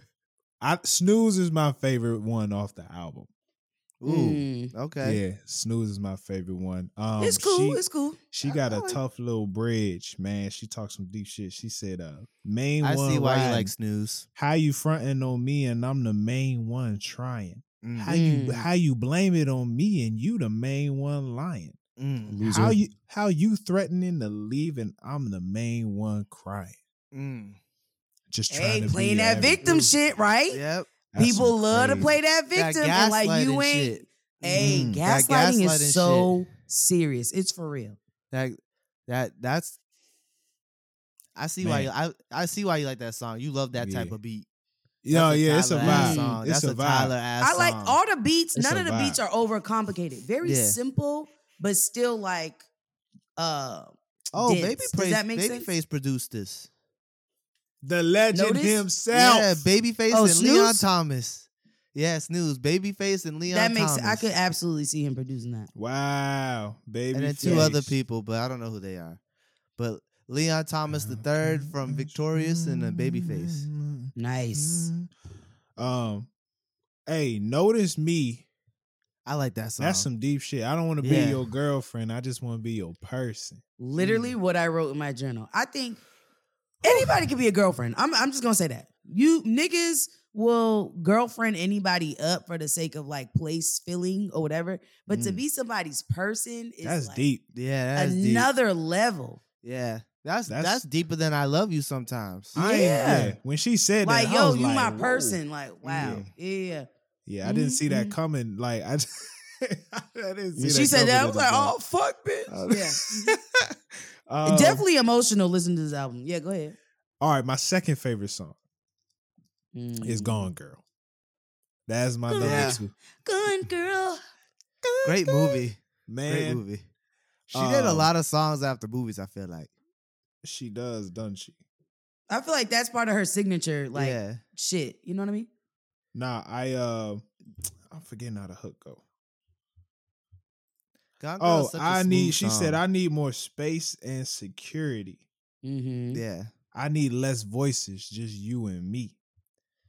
Speaker 2: I snooze is my favorite one off the album.
Speaker 3: Ooh,
Speaker 1: Mm.
Speaker 3: okay.
Speaker 2: Yeah, snooze is my favorite one. Um,
Speaker 1: it's cool.
Speaker 2: she-
Speaker 1: it's cool.
Speaker 2: She got
Speaker 3: I
Speaker 2: a
Speaker 3: like-
Speaker 2: tough little bridge, man. She talked some deep shit. She said, uh, main
Speaker 3: I
Speaker 2: one
Speaker 3: see why you
Speaker 2: riding.
Speaker 3: like snooze.
Speaker 2: how you fronting on me and I'm the main one trying. How
Speaker 3: Mm.
Speaker 1: Mm.
Speaker 2: you how you blame it on me and you the main one lying.
Speaker 3: Mm.
Speaker 2: How you how you threatening to leave and I'm the main one crying.
Speaker 3: Mm.
Speaker 2: Just trying
Speaker 1: Hey,
Speaker 2: to be
Speaker 1: playing that
Speaker 2: everything.
Speaker 1: victim
Speaker 3: Ooh.
Speaker 1: shit, right?
Speaker 3: Yep.
Speaker 2: That's
Speaker 1: People
Speaker 2: some
Speaker 1: love to
Speaker 2: crazy-
Speaker 1: play that
Speaker 3: That
Speaker 1: victim and like you
Speaker 3: gaslighting
Speaker 1: ain't.
Speaker 3: shit.
Speaker 1: Hey,
Speaker 2: Mm-hmm.
Speaker 3: Mm. That
Speaker 1: gaslighting
Speaker 3: gaslighting
Speaker 1: is so serious. It's for real.
Speaker 3: That that that's I see
Speaker 2: Man.
Speaker 3: why you, I I see why you like that song. You love that type
Speaker 2: Yeah.
Speaker 3: of beat.
Speaker 2: No,
Speaker 3: That's
Speaker 2: yeah, it's a
Speaker 3: Tyler ass
Speaker 2: vibe.
Speaker 3: Song.
Speaker 2: It's
Speaker 3: That's
Speaker 2: a
Speaker 3: a Tyler
Speaker 2: vibe.
Speaker 1: I
Speaker 3: ass
Speaker 1: like
Speaker 3: song.
Speaker 1: all the beats.
Speaker 2: It's
Speaker 1: None
Speaker 2: a
Speaker 1: of the
Speaker 2: vibe.
Speaker 1: beats are overcomplicated. Very
Speaker 3: Yeah.
Speaker 1: simple, but still like uh
Speaker 3: Oh,
Speaker 1: dibs.
Speaker 3: baby
Speaker 1: Does
Speaker 3: Praise-
Speaker 1: that make sense?
Speaker 3: Babyface produced this.
Speaker 2: The legend
Speaker 1: Notice?
Speaker 2: himself.
Speaker 3: Yeah, Babyface
Speaker 1: Oh,
Speaker 3: and Leon
Speaker 1: Snooze?
Speaker 3: Thomas. Yeah, Snooze. Babyface and Leon
Speaker 1: that makes
Speaker 3: Thomas.
Speaker 1: I could absolutely see him producing that.
Speaker 2: Wow, baby.
Speaker 3: and then two other people, but I don't know who they are. But Leon Thomas the third from Victorious and a Babyface.
Speaker 1: Nice.
Speaker 2: Mm-hmm, Um, hey, notice me.
Speaker 3: I like that song.
Speaker 2: That's some deep shit. I don't want to
Speaker 3: Yeah.
Speaker 2: be your girlfriend. I just want to be your person. Mm.
Speaker 1: Literally what I wrote in my journal. I think anybody could be a girlfriend. I'm I'm just gonna say that. You niggas will girlfriend anybody up for the sake of like place filling or whatever. But to
Speaker 3: Mm.
Speaker 1: be somebody's person is
Speaker 2: That's
Speaker 1: like
Speaker 2: deep.
Speaker 3: yeah, that's deep.
Speaker 1: another level.
Speaker 3: Yeah, that's, that's
Speaker 2: That's-
Speaker 3: deeper than I love you sometimes.
Speaker 2: I ain't,
Speaker 1: Yeah.
Speaker 2: yeah. When she said
Speaker 1: Like,
Speaker 2: that, I
Speaker 1: yo,
Speaker 2: was
Speaker 1: you
Speaker 2: like,
Speaker 1: my
Speaker 2: whoa.
Speaker 1: person. Like, wow.
Speaker 2: Yeah.
Speaker 1: yeah.
Speaker 2: Yeah, I didn't see that
Speaker 1: Mhm.
Speaker 2: coming. Like I, I
Speaker 1: When
Speaker 2: didn't see that. Uh,
Speaker 1: she said that, I
Speaker 2: coming
Speaker 1: was like,
Speaker 2: at all.
Speaker 1: oh fuck, bitch. Yeah.
Speaker 2: Um,
Speaker 1: Definitely emotional listening to this album. Yeah, go ahead.
Speaker 2: All right, my second favorite song is
Speaker 1: Mm.
Speaker 2: "Gone Girl." That's my
Speaker 1: Yeah.
Speaker 2: number two.
Speaker 1: Good girl.
Speaker 3: Great movie. Great
Speaker 2: Man,
Speaker 3: movie. She did a
Speaker 2: Um,
Speaker 3: lot of songs after movies, I feel like.
Speaker 2: she does, doesn't she?
Speaker 1: I feel like that's part of her signature, like
Speaker 3: yeah.
Speaker 1: shit. You know what I mean?
Speaker 2: Nah, I uh, I'm forgetting how the hook go.
Speaker 3: Gone Girl
Speaker 2: Oh,
Speaker 3: is such a
Speaker 2: I need.
Speaker 3: smooth
Speaker 2: She said,
Speaker 3: song.
Speaker 2: I need more space and security.
Speaker 1: Mm-hmm.
Speaker 3: Yeah.
Speaker 2: I need less voices, just you and me.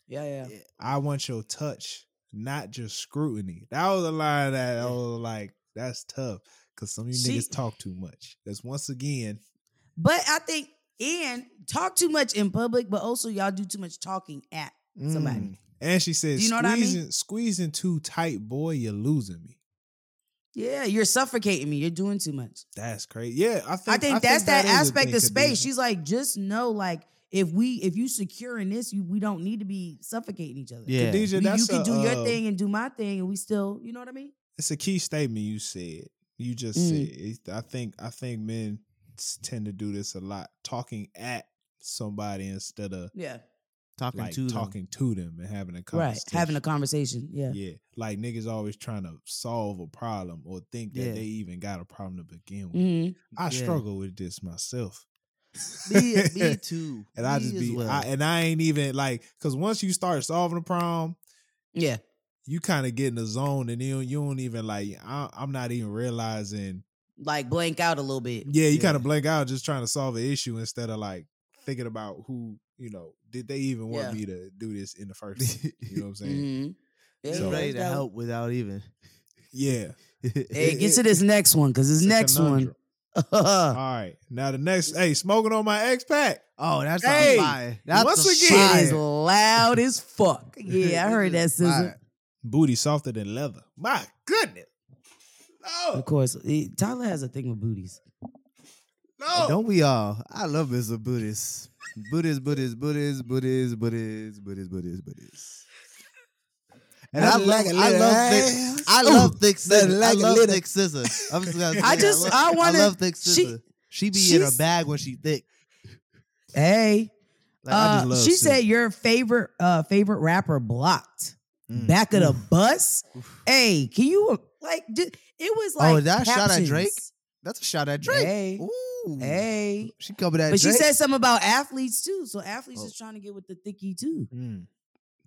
Speaker 1: Yeah, yeah.
Speaker 3: Yeah.
Speaker 2: I want your touch, not just scrutiny. That was a line that I
Speaker 3: Yeah.
Speaker 2: was like, that's tough. Cause some of you
Speaker 1: She-
Speaker 2: niggas talk too much. That's once again,
Speaker 1: But I think and talk too much in public, but also y'all do too much talking at somebody.
Speaker 2: Mm. And she said,
Speaker 1: Do you know what I mean?
Speaker 2: squeezing, squeezing too tight, boy, you're losing me.
Speaker 1: Yeah, you're suffocating me. You're doing too much.
Speaker 2: That's crazy. Yeah, I think
Speaker 1: I think that's that,
Speaker 2: is a
Speaker 1: aspect
Speaker 2: thing,
Speaker 1: of space.
Speaker 2: Khadijah.
Speaker 1: She's like, just know, like, if we if you secure in this, you, we don't need to be suffocating each other.
Speaker 3: Yeah.
Speaker 1: You,
Speaker 2: Khadijah,
Speaker 1: you
Speaker 2: that's
Speaker 1: can
Speaker 2: a,
Speaker 1: do
Speaker 2: uh,
Speaker 1: your thing and do my thing, and we still, you know what I mean?
Speaker 2: It's a key statement you said. You just
Speaker 1: Mm.
Speaker 2: said. It's- I think. I think men s- tend to do this a lot, talking at somebody instead of
Speaker 1: Yeah.
Speaker 3: Talking
Speaker 2: like
Speaker 3: to them.
Speaker 2: talking to them and having a
Speaker 1: Right.
Speaker 2: conversation.
Speaker 1: Having a conversation. Yeah.
Speaker 2: yeah, like niggas always trying to solve a problem or think that
Speaker 3: Yeah. Mm,
Speaker 2: they even got a problem to begin with.
Speaker 1: Mhm.
Speaker 2: I
Speaker 3: Yeah.
Speaker 2: struggle with this myself.
Speaker 3: me, me too.
Speaker 2: And I
Speaker 3: Me
Speaker 2: just
Speaker 3: as
Speaker 2: be,
Speaker 3: well.
Speaker 2: I, and I ain't even like, cause once you start solving a problem,
Speaker 1: Yeah.
Speaker 2: you kind of get in the zone, and you don't- you don't even like. I, I'm not even realizing.
Speaker 1: Like blank out a little bit.
Speaker 2: Yeah, you kind
Speaker 3: Yeah.
Speaker 2: of blank out just trying to solve an issue instead of like thinking about who you know. Did they even want
Speaker 1: Yeah.
Speaker 2: me to do this in the first? place? you know what I'm saying?
Speaker 3: Mm.
Speaker 1: Mhm. Yeah,
Speaker 3: He's
Speaker 2: So-
Speaker 3: ready
Speaker 1: that's
Speaker 3: to
Speaker 1: dope.
Speaker 3: help without even.
Speaker 2: Yeah.
Speaker 1: Hey,
Speaker 2: It-
Speaker 1: get to
Speaker 2: it-
Speaker 1: this next one because this
Speaker 2: it's a
Speaker 1: next one.
Speaker 2: conundrum. All right, now the next. Hey, smoking on my X pack.
Speaker 3: Oh, that's
Speaker 2: Hey,
Speaker 3: hey, fire. That's
Speaker 2: once
Speaker 3: a
Speaker 2: again-
Speaker 1: shit
Speaker 3: fire.
Speaker 1: is loud as fuck. Yeah, I heard that sizzle.
Speaker 3: Fire.
Speaker 2: Booty softer than leather. My goodness. No,
Speaker 1: Of course, it- Tyler has a thing with booties.
Speaker 2: no.
Speaker 3: Don't we all? I love Mr. Buddhist. Buddhist, Buddhist, Buddhist, Buddhist, Buddhist, Buddhist, Buddhist, Buddhist. And I
Speaker 4: Nothing like
Speaker 3: love,
Speaker 4: a
Speaker 3: I
Speaker 4: little
Speaker 3: love,
Speaker 4: ass.
Speaker 3: thick, I love thick scissor.
Speaker 4: like
Speaker 3: I
Speaker 4: a
Speaker 3: love
Speaker 4: little-
Speaker 3: thick scissor. I'm just gonna say,
Speaker 1: I just-
Speaker 3: love,
Speaker 1: I wanna-
Speaker 3: I love thick
Speaker 1: she-
Speaker 3: scissor. She, be in a
Speaker 1: she's-
Speaker 3: bag when she thick.
Speaker 1: Hey,
Speaker 3: Like, I just
Speaker 1: Uh,
Speaker 3: love
Speaker 1: she
Speaker 3: scissor.
Speaker 1: said your favorite uh favorite rapper blocked
Speaker 2: Mm.
Speaker 1: back of the bus. Hey, can you like? Did, it was like
Speaker 3: that shot at
Speaker 1: captions.
Speaker 3: Drake? "That's a shot at Drake."
Speaker 1: Hey,
Speaker 3: Ooh,
Speaker 1: hey,
Speaker 3: she covered that.
Speaker 1: but she
Speaker 3: Drake.
Speaker 1: said something about athletes too. So athletes
Speaker 3: Oh.
Speaker 1: is trying to get with the thicky too.
Speaker 2: Mm.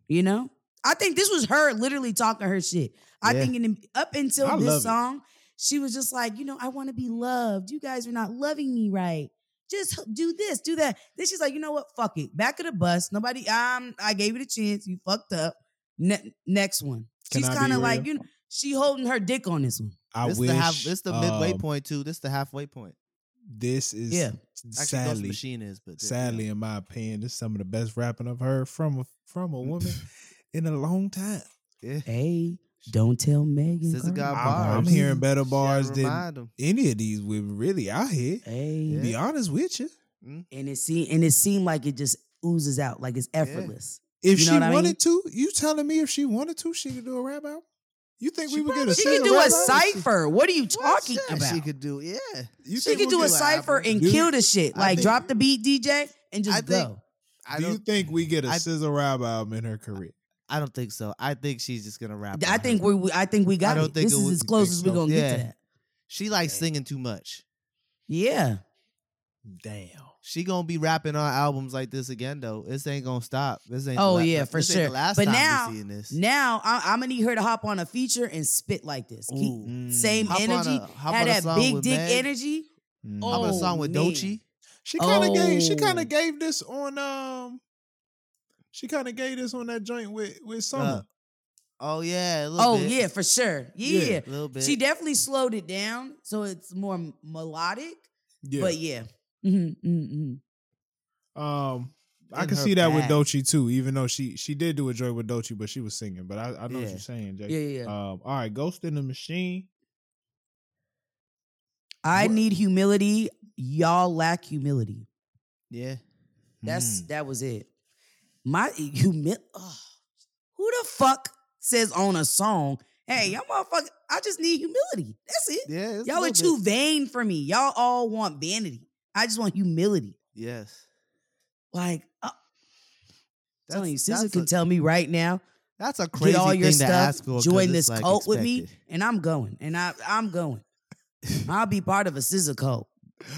Speaker 1: You know, I think this was her literally talking her shit. I
Speaker 3: Yeah.
Speaker 1: think in, up until
Speaker 2: I love
Speaker 1: this
Speaker 2: it.
Speaker 1: song, she was just like, you know, I want to be loved. You guys are not loving me right. Just do this, do that. Then she's like, you know what? Fuck it. Back of the bus. Nobody. Um, I gave you the chance. You fucked up. Ne- next one.
Speaker 2: Can
Speaker 1: she's
Speaker 2: I be
Speaker 1: kind of like
Speaker 2: real?
Speaker 1: you. Know, she holding her dick on this one.
Speaker 2: I
Speaker 3: this
Speaker 2: wish.
Speaker 3: The half, this the midway
Speaker 2: um,
Speaker 3: point too. This the halfway point.
Speaker 2: This is
Speaker 1: Yeah.
Speaker 3: Actually, Ghost
Speaker 2: sadly,
Speaker 3: Machine is, but
Speaker 2: sadly, in my opinion, this is some of the best rapping I've heard from a from a woman in a long time.
Speaker 3: yeah.
Speaker 1: Hey, don't tell Megan.
Speaker 3: Scissor
Speaker 1: Carter.
Speaker 3: got
Speaker 2: I'm, I'm
Speaker 3: bars.
Speaker 2: hearing better bars
Speaker 3: Gotta
Speaker 2: than
Speaker 3: remind 'em.
Speaker 2: any of these women really out here.
Speaker 1: Hey,
Speaker 3: Yeah.
Speaker 2: Be honest with you,
Speaker 1: and it seemed and it seemed like it just oozes out, like it's effortless.
Speaker 2: if
Speaker 1: You know
Speaker 2: she
Speaker 1: what I mean?
Speaker 2: wanted to, you telling me if she wanted to, she could do a rap album. You think
Speaker 3: She
Speaker 2: we would get
Speaker 3: probably-
Speaker 2: a
Speaker 1: She
Speaker 2: single
Speaker 1: could do
Speaker 2: rap
Speaker 1: a
Speaker 2: album?
Speaker 1: cipher. What are you
Speaker 3: Well,
Speaker 1: talking
Speaker 3: yeah,
Speaker 1: about?
Speaker 3: She could do, yeah.
Speaker 1: She
Speaker 2: You think
Speaker 1: could
Speaker 2: we'll
Speaker 1: do a
Speaker 2: get-
Speaker 3: do an
Speaker 1: cipher
Speaker 3: album.
Speaker 1: and
Speaker 2: Dude,
Speaker 1: kill the shit.
Speaker 3: I
Speaker 1: Like
Speaker 3: think-
Speaker 1: drop the beat, DJ, and just
Speaker 3: I think-
Speaker 1: go.
Speaker 3: I
Speaker 2: Do you
Speaker 3: don't.
Speaker 2: think we get a
Speaker 3: I-
Speaker 2: Sizzle Rob album in her career?
Speaker 3: I don't think so. I think she's just gonna rap.
Speaker 1: I
Speaker 3: on
Speaker 1: think
Speaker 3: her.
Speaker 1: we, we I think we got
Speaker 3: don't
Speaker 1: it.
Speaker 3: think
Speaker 1: this
Speaker 3: it
Speaker 1: is
Speaker 3: would-
Speaker 1: as close as we're
Speaker 3: so.
Speaker 1: gonna get to
Speaker 3: Yeah.
Speaker 1: that.
Speaker 3: she likes singing too much.
Speaker 1: Yeah.
Speaker 2: Damn.
Speaker 3: She gonna be rapping on albums like this again though. This ain't gonna stop. This ain't. the
Speaker 1: Oh,
Speaker 3: la-
Speaker 1: yeah,
Speaker 3: this
Speaker 1: for
Speaker 3: ain't the
Speaker 1: sure.
Speaker 3: last
Speaker 1: But
Speaker 3: time we
Speaker 1: now-
Speaker 3: seeing this.
Speaker 1: Now I, am gonna need her to hop on a feature and spit like this. Keep-
Speaker 3: Ooh.
Speaker 2: Mm.
Speaker 1: same
Speaker 3: Hop on
Speaker 1: energy.
Speaker 3: a- hop on
Speaker 1: had
Speaker 3: a
Speaker 1: that
Speaker 3: song
Speaker 1: big
Speaker 3: with
Speaker 1: dick
Speaker 3: Meg.
Speaker 1: energy. Oh.
Speaker 3: How about a song with
Speaker 1: man.
Speaker 3: Dochi?
Speaker 2: She kind of gave. She
Speaker 1: Mm.
Speaker 2: kind
Speaker 1: Oh.
Speaker 2: of gave this on. Um. She kind of gave this on that joint with with
Speaker 3: Uh,
Speaker 2: Summer.
Speaker 3: oh yeah. A little
Speaker 1: Oh
Speaker 3: bit.
Speaker 1: yeah, for sure.
Speaker 2: Yeah.
Speaker 1: Yeah.
Speaker 3: A little bit.
Speaker 1: She definitely slowed it down, so it's more m- melodic. But yeah. Mm-hmm, mm-hmm.
Speaker 2: Um. I
Speaker 3: In
Speaker 2: can
Speaker 3: her
Speaker 2: see that with
Speaker 1: bag.
Speaker 2: Dochi too, even though she she did do a joint with Dochi, but she was singing. But I, I know what
Speaker 3: Yeah.
Speaker 2: you're saying, Jay.
Speaker 1: Yeah, yeah.
Speaker 3: uh,
Speaker 1: yeah.
Speaker 2: Um. All right, Ghost in the Machine.
Speaker 1: I
Speaker 2: what-
Speaker 1: need humility. Y'all lack humility.
Speaker 3: yeah.
Speaker 1: That's
Speaker 2: Mm.
Speaker 1: that was it. My humil. ugh. Who the fuck says on a song? Hey, y'all motherfucker. I just need humility. That's it.
Speaker 3: Yeah. it's a
Speaker 1: Y'all are too
Speaker 3: little bit.
Speaker 1: vain for me. Y'all all want vanity. I just want humility.
Speaker 3: Yes.
Speaker 1: Like, uh,
Speaker 3: That's,
Speaker 1: telling you, Scissor
Speaker 3: that's
Speaker 1: can
Speaker 3: a,
Speaker 1: tell me right now.
Speaker 3: That's a crazy
Speaker 1: Get all your
Speaker 3: thing to
Speaker 1: stuff.
Speaker 3: ask for. 'cause
Speaker 1: Join
Speaker 3: it's,
Speaker 1: this
Speaker 3: like,
Speaker 1: cult with me,
Speaker 3: expected.
Speaker 1: and I'm going. And I, I'm going. I'll be part of a Scissor cult.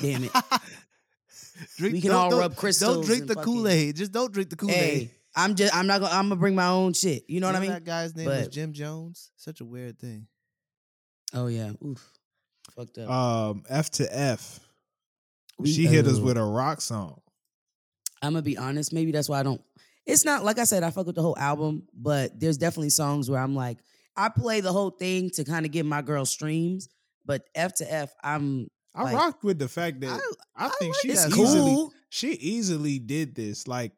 Speaker 1: Damn it.
Speaker 3: drink,
Speaker 1: We can
Speaker 3: don't-
Speaker 1: all
Speaker 3: don't-
Speaker 1: rub
Speaker 3: Don't
Speaker 1: crystals
Speaker 3: drink
Speaker 1: and
Speaker 3: the
Speaker 1: fucking-
Speaker 3: Kool Aid. Just don't drink the Kool Aid.
Speaker 1: Hey, I'm just. I'm not gonna. I'm gonna bring my own shit. You know what I mean?
Speaker 3: That guy's name was
Speaker 1: But-
Speaker 3: Jim Jones. Such a weird thing.
Speaker 1: Oh yeah. Oof. Fucked up.
Speaker 2: Um. F to F.
Speaker 1: We-
Speaker 2: She hit us
Speaker 1: uh,
Speaker 2: with a rock song.
Speaker 1: I'm gonna be honest. Maybe that's why I don't. It's not like I said. I fuck with the whole album, but there's definitely songs where I'm like, I play the whole thing to kind of give my girl streams. But F to F, I'm.
Speaker 2: I
Speaker 1: like-
Speaker 2: rocked with the fact that I,
Speaker 3: I
Speaker 2: think
Speaker 3: like
Speaker 2: she
Speaker 1: It's
Speaker 3: that
Speaker 2: easily
Speaker 1: cool.
Speaker 2: she easily did this. Like,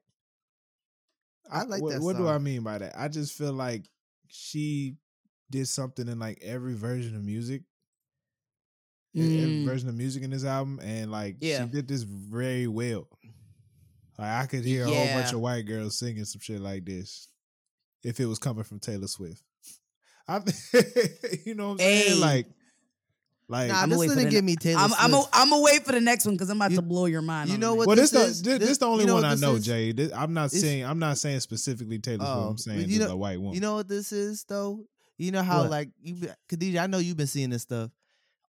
Speaker 3: I like
Speaker 2: what,
Speaker 3: that
Speaker 2: What do I
Speaker 3: song.
Speaker 2: mean by that? I just feel like she did something in like every version of music, e- every
Speaker 1: Mm.
Speaker 2: version of music in this album, and like
Speaker 1: Yeah.
Speaker 2: she did this very well. Like I could hear a whole bunch
Speaker 1: Yeah.
Speaker 2: of white girls singing some shit like this if it was coming from Taylor Swift. I, you know what I'm saying?
Speaker 1: Hey.
Speaker 2: Like, like
Speaker 3: Nah,
Speaker 1: I'ma
Speaker 3: this
Speaker 1: wait for
Speaker 3: didn't
Speaker 1: the
Speaker 3: give me Taylor
Speaker 1: I'm. I'm. A,
Speaker 3: Swift.
Speaker 1: I'm gonna wait for the next one because I'm about
Speaker 3: You-
Speaker 1: to blow your mind.
Speaker 3: you
Speaker 1: on
Speaker 3: know
Speaker 1: that.
Speaker 3: what
Speaker 2: well, this,
Speaker 3: this is?
Speaker 2: the this,
Speaker 3: This-
Speaker 2: this the only
Speaker 3: you know
Speaker 2: one
Speaker 3: what
Speaker 2: I
Speaker 3: this
Speaker 2: know,
Speaker 3: is?
Speaker 2: Jay. This, I'm not
Speaker 3: It's-
Speaker 2: saying I'm not saying specifically Taylor Swift.
Speaker 3: Oh,
Speaker 2: I'm saying
Speaker 3: you
Speaker 2: just
Speaker 3: know-
Speaker 2: a white woman.
Speaker 3: You know what this is though? You know how
Speaker 1: What?
Speaker 3: like you be- Khadija, I know you've been seeing this stuff.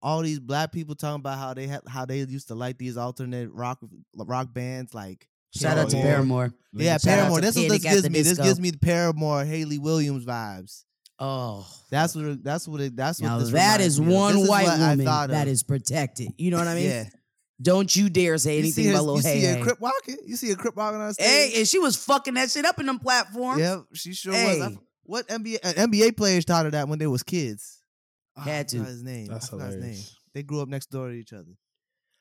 Speaker 3: All these black people talking about how they ha- how they used to like these alternate rock rock bands like
Speaker 1: Shout out to
Speaker 2: Oh, yeah.
Speaker 1: Paramore.
Speaker 2: Linkin
Speaker 3: yeah
Speaker 2: Park.
Speaker 1: Shout out
Speaker 3: Paramore.
Speaker 1: to
Speaker 3: This is what
Speaker 1: Panic
Speaker 3: this
Speaker 1: at
Speaker 3: gives
Speaker 1: the
Speaker 3: me. This
Speaker 1: Disco.
Speaker 3: gives me the Paramore Haley Williams vibes.
Speaker 1: Oh,
Speaker 3: That's what it- that's what it that's what
Speaker 1: now
Speaker 3: this
Speaker 1: that
Speaker 3: reminds
Speaker 1: is
Speaker 3: me of.
Speaker 1: one
Speaker 3: This is
Speaker 1: white
Speaker 3: what I
Speaker 1: woman
Speaker 3: thought
Speaker 1: that
Speaker 3: of.
Speaker 1: is protected. You know what I mean?
Speaker 3: Yeah.
Speaker 1: Don't you dare say
Speaker 3: You see
Speaker 1: anything
Speaker 3: her-
Speaker 1: about little
Speaker 3: you
Speaker 1: hey.
Speaker 3: see a
Speaker 1: hey.
Speaker 3: crip walking? You see a crip walking on stage?
Speaker 1: Hey, and she was fucking that shit up in them platforms.
Speaker 3: Yep, she sure was. I
Speaker 1: Hey.
Speaker 3: f- what NBA uh, NBA players taught her that when they was kids? Ah, I
Speaker 1: Had to.
Speaker 3: forgot his name.
Speaker 2: That's
Speaker 3: I forgot his name.
Speaker 2: hilarious.
Speaker 3: They grew up next door to each other.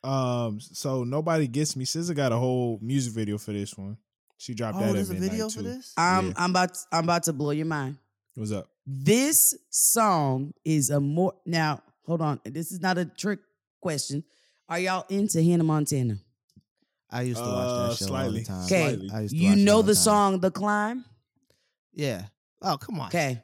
Speaker 2: Um, so nobody gets me. SZA got a whole music video for this one. She dropped
Speaker 3: Oh,
Speaker 2: that at
Speaker 3: there's a
Speaker 2: midnight
Speaker 3: video
Speaker 2: too.
Speaker 3: for this.
Speaker 1: I'm
Speaker 2: Yeah.
Speaker 1: I'm about to, I'm about to blow your mind.
Speaker 2: What's up?
Speaker 1: This song is a more now. Hold on, this is not a trick question. Are y'all into Hannah Montana?
Speaker 3: I used to watch
Speaker 2: Uh,
Speaker 3: that show all
Speaker 2: slightly,
Speaker 3: the time.
Speaker 1: Okay,
Speaker 2: slightly.
Speaker 3: I used to
Speaker 1: you
Speaker 3: watch it all
Speaker 1: know the
Speaker 3: time.
Speaker 1: song "The Climb."
Speaker 3: Yeah. Oh, come on.
Speaker 1: Okay,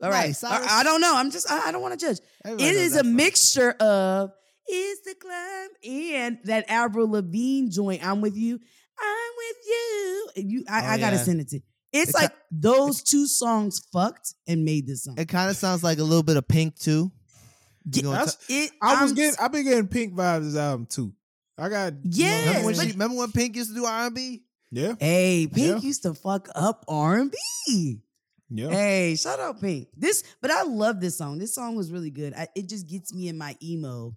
Speaker 1: all right.
Speaker 3: Nice,
Speaker 1: I,
Speaker 3: Cyrus.
Speaker 1: I don't know. I'm just I, I don't want to judge.
Speaker 3: Everybody
Speaker 1: It
Speaker 3: knows
Speaker 1: is
Speaker 3: that
Speaker 1: a
Speaker 3: song.
Speaker 1: mixture of "Is the Climb" and that Avril Lavigne joint. I'm with you. I'm with you. And You, I,
Speaker 3: Oh,
Speaker 1: I gotta
Speaker 3: yeah.
Speaker 1: send it to. you. It's
Speaker 3: It ki-
Speaker 1: like those two songs fucked and made this song.
Speaker 3: It kind of sounds like a little bit of Pink too. You
Speaker 1: Yeah,
Speaker 3: gonna
Speaker 2: That's-
Speaker 3: t-
Speaker 1: It,
Speaker 2: I was
Speaker 1: I'm
Speaker 2: getting. I've been getting Pink vibes this album too. I got.
Speaker 1: Yes,
Speaker 3: remember, when
Speaker 1: but-
Speaker 3: she, remember when Pink used to do R and B?
Speaker 2: yeah,
Speaker 1: Hey, Pink
Speaker 2: Yeah.
Speaker 1: used to fuck up R and B.
Speaker 2: yeah.
Speaker 1: Hey, shout out Pink. This, but I love this song. This song was really good. I, it just gets me in my emo,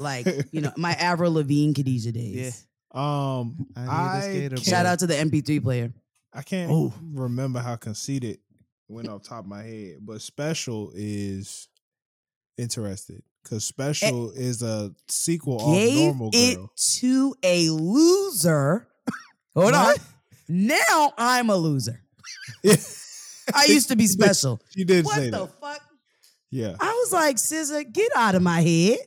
Speaker 1: like you know, my Avril Lavigne, Khadija days.
Speaker 2: Um,
Speaker 3: I need a
Speaker 2: I,
Speaker 3: skater
Speaker 2: can't-
Speaker 1: Shout out to the MP3 player.
Speaker 2: I can't
Speaker 3: Oh.
Speaker 2: remember how conceited it went off top of my head, but special is interested because
Speaker 3: Eh.
Speaker 2: special is a sequel of
Speaker 1: Gave
Speaker 2: normal girl.
Speaker 1: it to a loser. Hold on.
Speaker 3: What?
Speaker 1: Now I'm a loser.
Speaker 2: Yeah.
Speaker 1: I used to be special.
Speaker 2: She did
Speaker 1: what
Speaker 2: say
Speaker 1: the
Speaker 2: that.
Speaker 1: fuck?
Speaker 2: Yeah.
Speaker 1: I was like, SZA, get out of my head.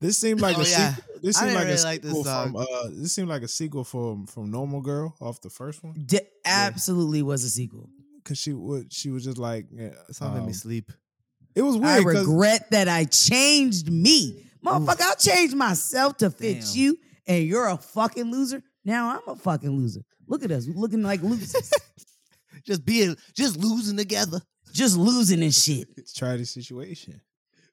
Speaker 2: This seemed like
Speaker 3: Oh,
Speaker 2: a
Speaker 3: yeah.
Speaker 2: sequel. This
Speaker 3: I
Speaker 2: seemed
Speaker 3: didn't
Speaker 2: like
Speaker 3: really
Speaker 2: a
Speaker 3: like this
Speaker 2: sequel
Speaker 3: song.
Speaker 2: from uh this seemed like a sequel from from Normal Girl off the first one
Speaker 1: D- absolutely was a sequel.
Speaker 2: cuz she would she was just like yeah,
Speaker 3: That song made
Speaker 2: um,
Speaker 3: me sleep.
Speaker 2: It was
Speaker 1: I
Speaker 2: weird cuz
Speaker 1: regret that I changed me. Motherfucker, I changed myself to fit
Speaker 3: Damn.
Speaker 1: you, and you're a fucking loser. Now I'm a fucking loser. Look at us looking like losers,
Speaker 3: just being just losing together.
Speaker 1: just losing and shit.
Speaker 2: Try the situation.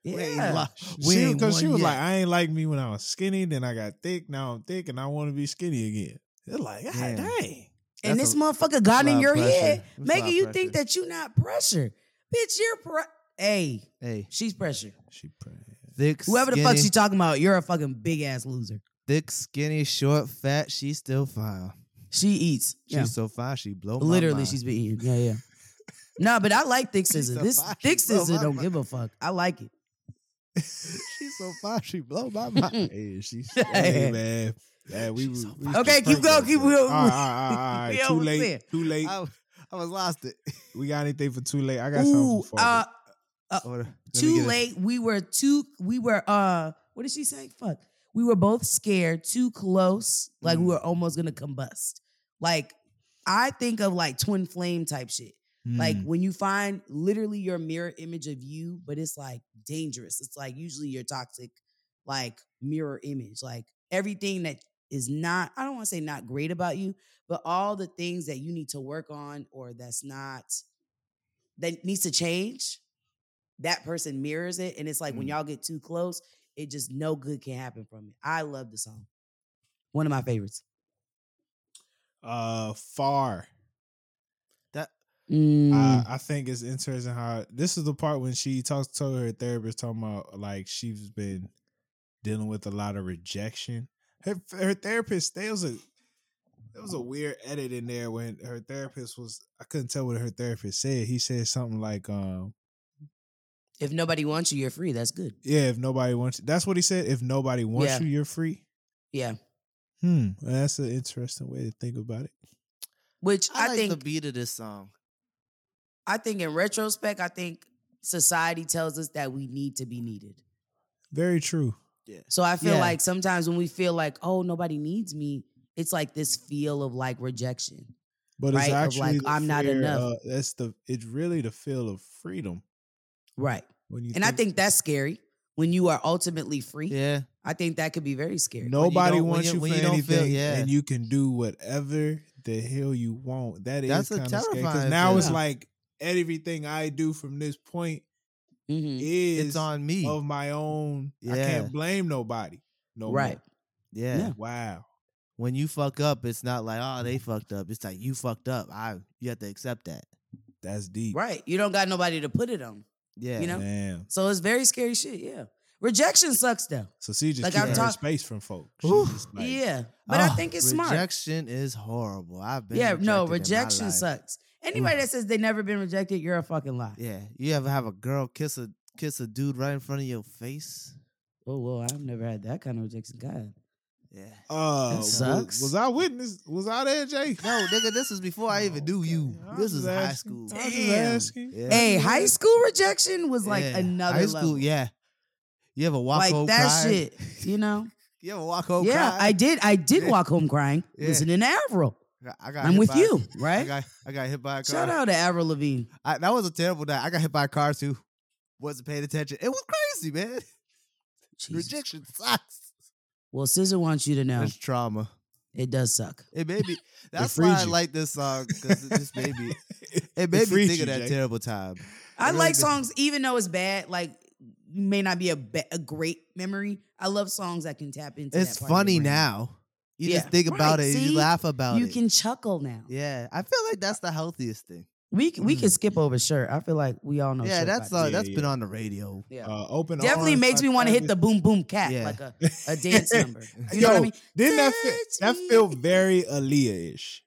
Speaker 3: We ain't
Speaker 1: Yeah.
Speaker 3: lo- we
Speaker 2: she,
Speaker 3: ain't
Speaker 2: because she
Speaker 3: won
Speaker 2: was
Speaker 3: yet.
Speaker 2: like, I ain't like me when I was skinny, then I got thick, now I'm thick, and I want to be skinny again. They're like, God
Speaker 3: Yeah.
Speaker 2: dang.
Speaker 1: and
Speaker 3: That's
Speaker 1: this
Speaker 3: a-
Speaker 1: motherfucker
Speaker 3: that's
Speaker 1: got
Speaker 3: a lot
Speaker 1: in
Speaker 3: of
Speaker 1: your
Speaker 3: pressure.
Speaker 1: head,
Speaker 3: That's a lot
Speaker 1: making
Speaker 3: of
Speaker 1: you think
Speaker 3: pressure.
Speaker 1: that you not pressure. Bitch, you're pre- hey,
Speaker 3: Hey,
Speaker 1: she's pressure.
Speaker 2: She praying.
Speaker 3: thick.
Speaker 1: Whoever the fuck
Speaker 3: skinny-
Speaker 1: she talking about, you're a fucking big ass loser.
Speaker 3: thick, skinny, short, fat. She still fine.
Speaker 1: She eats.
Speaker 3: She's
Speaker 1: Yeah.
Speaker 3: so fine. She blow. my
Speaker 1: Literally,
Speaker 3: mind.
Speaker 1: she's been eating. Yeah, yeah. nah, but I like thick scissor.
Speaker 3: a
Speaker 1: This
Speaker 3: fucking
Speaker 1: thick
Speaker 3: blow
Speaker 1: scissor
Speaker 3: my
Speaker 1: don't
Speaker 3: mind.
Speaker 1: give a fuck. I like it.
Speaker 3: she's so fine. She blow my mind.
Speaker 2: Hey, she, hey man. Yeah, we,
Speaker 3: She's so
Speaker 2: we-
Speaker 3: fine.
Speaker 2: we
Speaker 1: Okay,
Speaker 2: just
Speaker 1: keep going,
Speaker 2: perfect.
Speaker 1: keep
Speaker 2: All right,
Speaker 1: going.
Speaker 2: all right, all
Speaker 1: We
Speaker 2: right, all right. Too
Speaker 1: almost
Speaker 2: late.
Speaker 1: there.
Speaker 2: Too late.
Speaker 3: I, I was lost it.
Speaker 2: we got anything for too late? I got
Speaker 1: Ooh,
Speaker 2: something for
Speaker 1: uh,
Speaker 3: Hold on. Let me
Speaker 1: too
Speaker 3: get it.
Speaker 1: late. We were too. We were. uh What did she say? Fuck. We were both scared. Too close. Like we
Speaker 2: Mm.
Speaker 1: were almost gonna combust. Like I think of like twin flame type shit.
Speaker 2: Hmm.
Speaker 1: Like when you find literally your mirror image of you, but it's like dangerous. It's like usually your toxic, like mirror image. Like everything that is not, I don't want to say not great about you, but all the things that you need to work on or that's not, that needs to change, that person mirrors it. And it's like when
Speaker 2: Mm.
Speaker 1: y'all get too close, it just no good can happen from it. I love the song. One of my favorites.
Speaker 2: uh far.
Speaker 1: Mm.
Speaker 2: I, I think it's interesting how this is the part when she talks to her therapist talking about like she's been dealing with a lot of rejection. Her her therapist there was a there was a weird edit in there when her therapist was I couldn't tell what her therapist said. He said something like um
Speaker 1: if nobody wants you, you're free. That's good.
Speaker 2: yeah if nobody wants you that's what he said if nobody wants
Speaker 1: Yeah.
Speaker 2: you you're free.
Speaker 1: Yeah.
Speaker 2: Hmm, that's an interesting way to think about it.
Speaker 1: Which
Speaker 3: I,
Speaker 1: I,
Speaker 3: like
Speaker 1: think
Speaker 3: the beat of this song.
Speaker 1: I think in retrospect, I think society tells us that we need to be needed.
Speaker 2: Very true.
Speaker 1: So I feel
Speaker 3: Yeah.
Speaker 1: like sometimes when we feel like, oh, nobody needs me, it's like this feel of like rejection.
Speaker 2: But it's
Speaker 1: right? Of
Speaker 2: actually
Speaker 1: like,
Speaker 2: the
Speaker 1: I'm not
Speaker 2: fear,
Speaker 1: enough.
Speaker 2: uh, that's the it's really the feel of freedom
Speaker 1: Right.
Speaker 2: when you
Speaker 1: And I think that's scary when you are ultimately free.
Speaker 3: Yeah.
Speaker 1: I think that could be very scary.
Speaker 2: nobody
Speaker 3: don't- when
Speaker 2: wants
Speaker 3: you-
Speaker 2: you,
Speaker 3: when
Speaker 2: for
Speaker 3: you don't
Speaker 2: anything,
Speaker 3: feel- yeah.
Speaker 2: and you can do whatever the hell you want. That is
Speaker 3: That's a
Speaker 2: kinda scary, 'cause
Speaker 3: terrifying
Speaker 2: Now it's
Speaker 1: feeling.
Speaker 2: like everything I do from this point
Speaker 1: Mhm.
Speaker 2: is
Speaker 3: Mm, It's on me.
Speaker 2: of my own. I
Speaker 3: Yeah.
Speaker 2: can't blame nobody. No, more.
Speaker 1: Right.
Speaker 3: yeah.
Speaker 1: Yeah.
Speaker 2: Wow.
Speaker 3: When you fuck up, it's not like, oh, they fucked up. It's like you fucked up. I you have to accept that.
Speaker 2: That's deep.
Speaker 1: Right. You don't got nobody to put it on.
Speaker 3: Yeah.
Speaker 1: You know?
Speaker 2: Damn.
Speaker 1: So it's very scary shit. Yeah. Rejection sucks though.
Speaker 2: So she just
Speaker 1: Like,
Speaker 2: keeping
Speaker 1: I'm
Speaker 2: her
Speaker 1: talk-
Speaker 2: space from folks. She's
Speaker 3: Ooh.
Speaker 2: just like,
Speaker 1: yeah. But I
Speaker 3: Oh,
Speaker 1: think it's smart.
Speaker 3: Rejection is horrible. I've been
Speaker 1: Yeah, no,
Speaker 3: rejected in my
Speaker 1: rejection
Speaker 3: life.
Speaker 1: sucks. Anybody
Speaker 3: Oof.
Speaker 1: that says they never been rejected, you're a fucking liar.
Speaker 3: Yeah. You ever have a girl kiss a kiss a dude right in front of your face?
Speaker 1: Oh well, I've never had that kind of rejection. God,
Speaker 3: Yeah.
Speaker 2: Uh,
Speaker 1: That
Speaker 2: was-
Speaker 1: sucks.
Speaker 2: Was, I witness? Was I there, Jay?
Speaker 3: No, nigga, this was before I even knew
Speaker 2: Okay.
Speaker 3: you.
Speaker 2: I
Speaker 3: This
Speaker 2: was
Speaker 3: is
Speaker 2: just
Speaker 3: high
Speaker 2: asking.
Speaker 3: school.
Speaker 2: I was just
Speaker 1: Damn.
Speaker 2: asking.
Speaker 3: Yeah.
Speaker 1: hey, high school rejection was like
Speaker 3: Yeah.
Speaker 1: another
Speaker 3: high school.
Speaker 1: level.
Speaker 3: Yeah, you ever walk
Speaker 1: like
Speaker 3: home
Speaker 1: that
Speaker 3: crying?
Speaker 1: shit. You know?
Speaker 3: You ever walk home?
Speaker 1: yeah, I
Speaker 3: crying?
Speaker 1: did. I did
Speaker 3: Yeah.
Speaker 1: walk home crying,
Speaker 3: Yeah.
Speaker 1: listening to Avril.
Speaker 3: I, I got.
Speaker 1: I'm
Speaker 3: hit
Speaker 1: with
Speaker 3: by-
Speaker 1: you,
Speaker 3: I
Speaker 1: right?
Speaker 3: got. I got hit by a car.
Speaker 1: Shout out to Avril Lavigne.
Speaker 3: I, that was a terrible night. I got hit by a car too. Wasn't paying attention. It was crazy, man.
Speaker 1: Jesus.
Speaker 3: Rejection sucks.
Speaker 1: Well, Scissor wants you to know
Speaker 3: It's trauma.
Speaker 1: it does suck.
Speaker 3: It made me. That's
Speaker 2: freed
Speaker 3: why I
Speaker 2: you.
Speaker 3: like this song because it just made me. It made me
Speaker 2: freed
Speaker 3: think
Speaker 2: you,
Speaker 3: of that
Speaker 2: Jay.
Speaker 3: terrible time.
Speaker 1: I
Speaker 3: really
Speaker 1: like
Speaker 3: did.
Speaker 1: songs, even though it's bad. Like may not be a ba- a great memory. I love songs that can tap into.
Speaker 3: It's
Speaker 1: that part of your
Speaker 3: funny
Speaker 1: brain.
Speaker 3: now. You
Speaker 1: Yeah.
Speaker 3: just think about
Speaker 1: Right,
Speaker 3: it.
Speaker 1: see?
Speaker 3: You laugh about
Speaker 1: you
Speaker 3: it.
Speaker 1: can chuckle now.
Speaker 3: Yeah, I feel like that's the healthiest thing.
Speaker 1: We c- we can
Speaker 2: Mhm.
Speaker 1: skip over shirt. I feel like we all know.
Speaker 3: yeah,
Speaker 1: Shirt
Speaker 3: that's
Speaker 1: by
Speaker 3: uh,
Speaker 1: now.
Speaker 2: Yeah,
Speaker 3: that's been
Speaker 2: yeah.
Speaker 3: on the radio.
Speaker 1: Yeah.
Speaker 2: Uh, open
Speaker 1: Definitely
Speaker 2: Arms
Speaker 1: makes
Speaker 2: by
Speaker 1: me want to hit the
Speaker 2: Travis-
Speaker 1: boom boom cat
Speaker 3: Yeah.
Speaker 1: like a, a dance number. You know
Speaker 2: Yo,
Speaker 1: what I mean?
Speaker 2: Didn't that feel, that
Speaker 1: Touch
Speaker 2: feel
Speaker 1: me.
Speaker 2: very Aaliyah ish?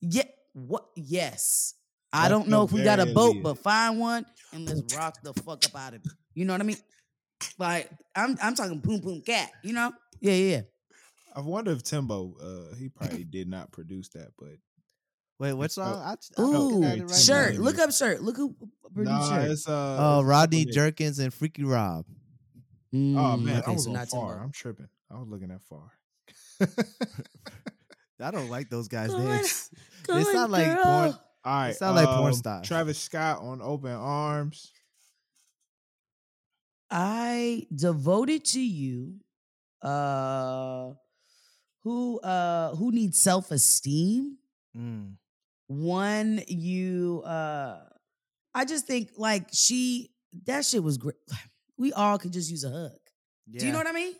Speaker 1: Yeah. What? Yes. I
Speaker 2: That
Speaker 1: don't know
Speaker 2: feel
Speaker 1: if we got a
Speaker 2: very
Speaker 1: boat,
Speaker 2: Aaliyah.
Speaker 1: but find one and let's rock the fuck up out of it. You know what I mean? Like I'm I'm talking boom boom cat. You know? Yeah, yeah.
Speaker 2: I wonder if Timbo, uh, he probably did not produce that, but
Speaker 3: Wait, what
Speaker 2: It's, uh,
Speaker 3: song? I,
Speaker 1: yeah.
Speaker 3: I don't think I
Speaker 1: Ooh,
Speaker 3: did it
Speaker 2: now.
Speaker 1: shirt.
Speaker 2: Yeah.
Speaker 1: Look up Oh, shirt. Look who produced
Speaker 2: nah,
Speaker 1: shirt.
Speaker 2: it's uh,
Speaker 3: Oh, Rodney
Speaker 2: yeah.
Speaker 3: Jerkins and Freaky Rob.
Speaker 2: oh
Speaker 1: Mm,
Speaker 2: man, I
Speaker 1: okay,
Speaker 2: was
Speaker 1: so
Speaker 2: on
Speaker 1: not
Speaker 2: far.
Speaker 1: Timbo.
Speaker 2: I'm tripping. I was looking at far.
Speaker 3: I don't like those guys'
Speaker 1: Good-
Speaker 3: names.
Speaker 1: Good
Speaker 3: They sound like
Speaker 1: girl.
Speaker 3: porn.
Speaker 2: All right,
Speaker 3: sound like porn
Speaker 2: um,
Speaker 3: stars.
Speaker 2: Travis Scott on Open Arms.
Speaker 1: I devoted to you. Uh, who uh who needs self esteem?
Speaker 3: Mm.
Speaker 1: One, you uh I just think like she that shit was great. We all could just use a hug.
Speaker 3: Yeah.
Speaker 1: Do you know what I mean?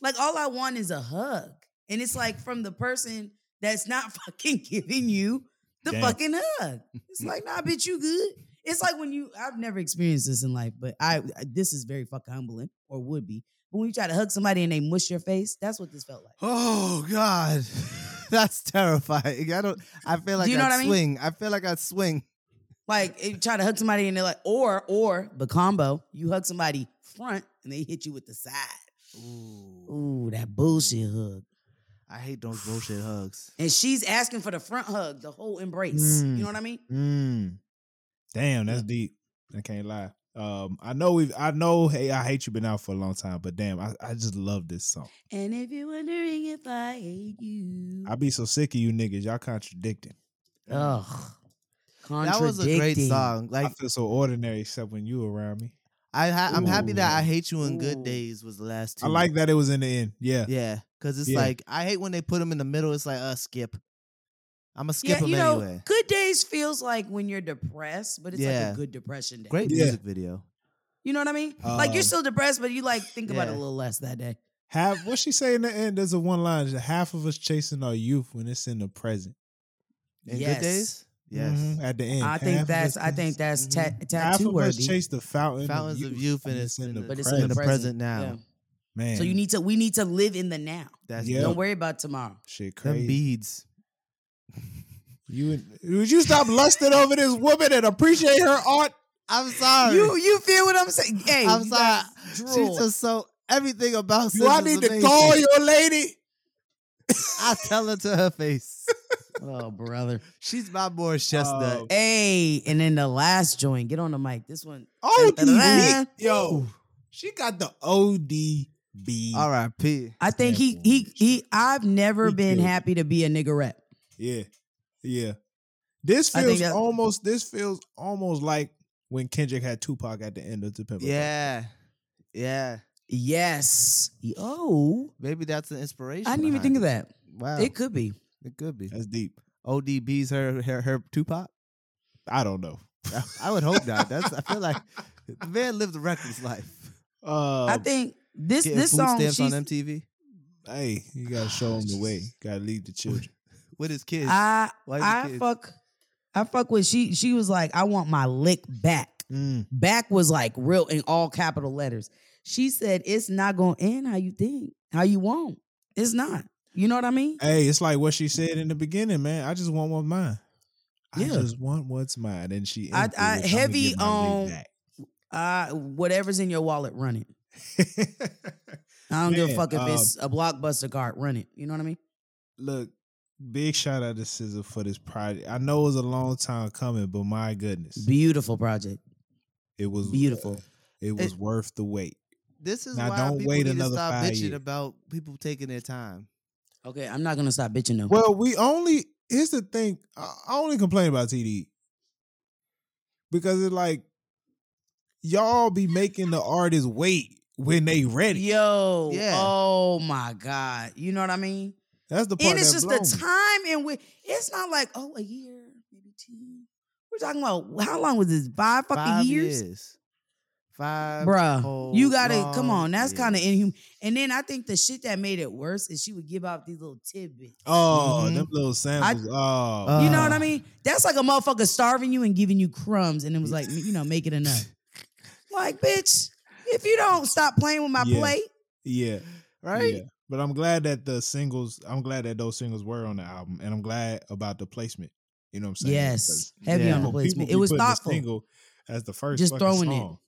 Speaker 1: Like all I want is a hug. And it's like from the person that's not fucking giving you the
Speaker 2: Damn.
Speaker 1: fucking hug. It's like, nah, bitch, you good. It's like when you I've never experienced this in life, but I this is very fucking humbling or would be. But when you try to hug somebody and they mush your face, that's what this felt like.
Speaker 3: Oh God, that's terrifying. I don't. I feel like
Speaker 1: you know
Speaker 3: I'd
Speaker 1: what I mean?
Speaker 3: swing. I feel like I'd swing.
Speaker 1: Like if you try to hug somebody and they're like, or or the combo, you hug somebody front and they hit you with the side.
Speaker 3: Ooh,
Speaker 1: Ooh, that bullshit hug.
Speaker 3: I hate those bullshit hugs.
Speaker 1: And she's asking for the front hug, the whole embrace.
Speaker 3: Mm.
Speaker 1: You know what I mean?
Speaker 3: Mm.
Speaker 2: Damn, that's deep. I can't lie. Um, I know we've. I know. Hey, I hate you. Been out for a long time, but damn, I, I just love this song.
Speaker 1: And if you're wondering if I hate you,
Speaker 2: I be so sick of you niggas. Y'all contradicting.
Speaker 3: Oh,
Speaker 1: ugh,
Speaker 3: That was a great
Speaker 1: contradicting.
Speaker 3: song.
Speaker 2: I
Speaker 3: Like
Speaker 2: feel so ordinary except when you around me.
Speaker 3: I, ha- I'm happy that
Speaker 1: Ooh.
Speaker 3: I hate you in good
Speaker 1: Ooh.
Speaker 3: days was the last two.
Speaker 2: I like that it was in the end. Yeah.
Speaker 3: Yeah, because it's
Speaker 2: Yeah.
Speaker 3: like I hate when they put them in the middle. It's like, uh, skip. I'm gonna skip
Speaker 1: Yeah,
Speaker 3: them
Speaker 1: you know,
Speaker 3: anyway.
Speaker 1: good days feels like when you're depressed, but it's like
Speaker 3: Yeah.
Speaker 1: a good depression day.
Speaker 3: Great
Speaker 2: Yeah.
Speaker 3: music video.
Speaker 1: You know what I mean? like you're
Speaker 2: Um,
Speaker 1: still depressed, but you like think about it a
Speaker 3: yeah.
Speaker 1: little less that day.
Speaker 2: Half what she say in the end, there's a one line half of us chasing our youth when it's in the present.
Speaker 3: In
Speaker 1: Yes. Mm-hmm.
Speaker 3: good days. Yes.
Speaker 2: Mhm, At the end.
Speaker 1: I
Speaker 2: half
Speaker 1: think
Speaker 2: of
Speaker 1: that's
Speaker 2: us
Speaker 1: I think
Speaker 2: chase-
Speaker 1: that's ta-
Speaker 2: half
Speaker 1: tattoo
Speaker 2: of us
Speaker 1: worthy.
Speaker 2: chase the fountain.
Speaker 3: Fountains of youth and it's in the-
Speaker 1: But it's
Speaker 3: Present.
Speaker 1: in the
Speaker 3: In the
Speaker 1: present,
Speaker 3: present now.
Speaker 1: Yeah.
Speaker 2: man.
Speaker 1: So you need to we need to live in the now.
Speaker 3: That's
Speaker 2: Yeah.
Speaker 3: dope.
Speaker 1: Don't worry about tomorrow.
Speaker 2: shit
Speaker 3: them
Speaker 2: crazy.
Speaker 3: beads.
Speaker 2: you and- would you stop lusting over this woman and appreciate her art?
Speaker 3: I'm sorry.
Speaker 1: You you feel what I'm saying? Hey,
Speaker 3: I'm
Speaker 1: you
Speaker 3: sorry.
Speaker 1: guys drool.
Speaker 3: She's just so everything about.
Speaker 2: Do I
Speaker 3: Sis
Speaker 2: need
Speaker 3: is
Speaker 2: to
Speaker 3: amazing.
Speaker 2: call your lady?
Speaker 3: I tell her to her face.
Speaker 1: oh brother.
Speaker 3: She's my boy chestnut.
Speaker 2: Um,
Speaker 1: Hey, and then the last joint. Get on the mic. This one.
Speaker 2: ODB.
Speaker 1: Da-da-da.
Speaker 2: Yo, she got the ODB.
Speaker 3: R.I.P.
Speaker 1: I think he
Speaker 2: Sample
Speaker 1: he
Speaker 2: and
Speaker 1: he. I've never
Speaker 2: He
Speaker 1: been
Speaker 2: killed it.
Speaker 1: happy to be a nigga rep.
Speaker 2: Yeah. Yeah. This
Speaker 1: I think
Speaker 2: feels
Speaker 1: that-
Speaker 2: almost this feels almost like when Kendrick had Tupac at the end of the Pimp. a Butterfly.
Speaker 3: Yeah, yeah.
Speaker 1: Yes. Oh,
Speaker 3: Maybe that's an inspiration.
Speaker 1: I didn't even think
Speaker 3: behind it. Oh.
Speaker 1: of that.
Speaker 3: Wow,
Speaker 1: It could be.
Speaker 3: it could be.
Speaker 2: That's deep.
Speaker 3: ODB's her her, her Tupac.
Speaker 2: I don't know.
Speaker 3: I- I would hope not. That's I feel like the man lived a reckless life.
Speaker 2: Uh
Speaker 1: I think this
Speaker 3: Oh. Getting
Speaker 1: this
Speaker 3: food
Speaker 1: song.
Speaker 3: stamps on
Speaker 1: She's,
Speaker 3: MTV
Speaker 2: hey, you gotta show them the way. Gotta lead the children.
Speaker 3: with his kids.
Speaker 1: I
Speaker 3: Why his
Speaker 1: I
Speaker 3: kids?
Speaker 1: fuck. I fuck with she. She was like, I want my lick back. Back was like real in all capital letters. She said, "It's not gonna end how you think, how you want. It's not. You know what I mean?
Speaker 2: Hey, it's like what she said in the beginning, man. I just want what's mine. I
Speaker 1: Yeah.
Speaker 2: just want what's mine. And she
Speaker 1: I-
Speaker 2: ended
Speaker 1: I-
Speaker 2: with, "I'ma
Speaker 1: heavy um,
Speaker 2: get my leg
Speaker 1: on- Uh, whatever's in your wallet, run it.
Speaker 2: back."
Speaker 1: I don't give a
Speaker 2: Man,
Speaker 1: fuck if
Speaker 2: um,
Speaker 1: it's a blockbuster card. Run it. You know what I mean?
Speaker 2: Look, big shout out to Scissor for this project. I know it was a long time coming, but my goodness.
Speaker 1: Beautiful project.
Speaker 2: it was
Speaker 1: Beautiful.
Speaker 2: It was
Speaker 3: It-
Speaker 2: worth the wait.
Speaker 3: this is
Speaker 2: Now,
Speaker 3: why
Speaker 2: don't
Speaker 3: people
Speaker 2: wait
Speaker 3: need
Speaker 2: another
Speaker 3: to stop
Speaker 2: five
Speaker 3: bitching
Speaker 2: years.
Speaker 3: about people taking their time.
Speaker 1: Okay, I'm not gonna stop bitching though.
Speaker 2: Well, we only here's the thing. I I only complain about TD because it's like y'all be making the artists wait when they ready.
Speaker 1: Yo,
Speaker 3: Yeah.
Speaker 1: oh my god, you know what I mean?
Speaker 2: That's the part.
Speaker 1: And it's
Speaker 2: that
Speaker 1: just
Speaker 2: blow
Speaker 1: the
Speaker 2: me.
Speaker 1: time in which it's not like oh a year, maybe two. We're talking about how long was this? Five fucking
Speaker 3: Five
Speaker 1: years,
Speaker 3: Five.
Speaker 1: bruh.
Speaker 3: whole
Speaker 1: You gotta
Speaker 3: long
Speaker 1: come on. That's
Speaker 3: years.
Speaker 1: kind of inhuman. And then I think the shit that made it worse is she would give out these little tidbits.
Speaker 2: Oh,
Speaker 3: Mhm.
Speaker 2: them little samples. oh,
Speaker 3: Uh,
Speaker 1: you know what I mean? That's like a motherfucker starving you and giving you crumbs, and it was like, you know, make it enough. like, bitch, if you don't stop playing with my
Speaker 2: Yeah.
Speaker 1: plate,
Speaker 2: yeah,
Speaker 3: right?
Speaker 2: yeah. But I'm glad that the singles. I'm glad that those singles were on the album, and I'm glad about the placement. You know what I'm saying?
Speaker 1: yes,
Speaker 2: Because
Speaker 1: heavy
Speaker 3: Yeah.
Speaker 1: on the
Speaker 2: people-
Speaker 1: placement.
Speaker 2: people
Speaker 1: It
Speaker 2: be
Speaker 1: was
Speaker 2: putting the
Speaker 1: thoughtful.
Speaker 2: Single as the first,
Speaker 1: Just
Speaker 2: fucking
Speaker 1: throwing it.
Speaker 2: song.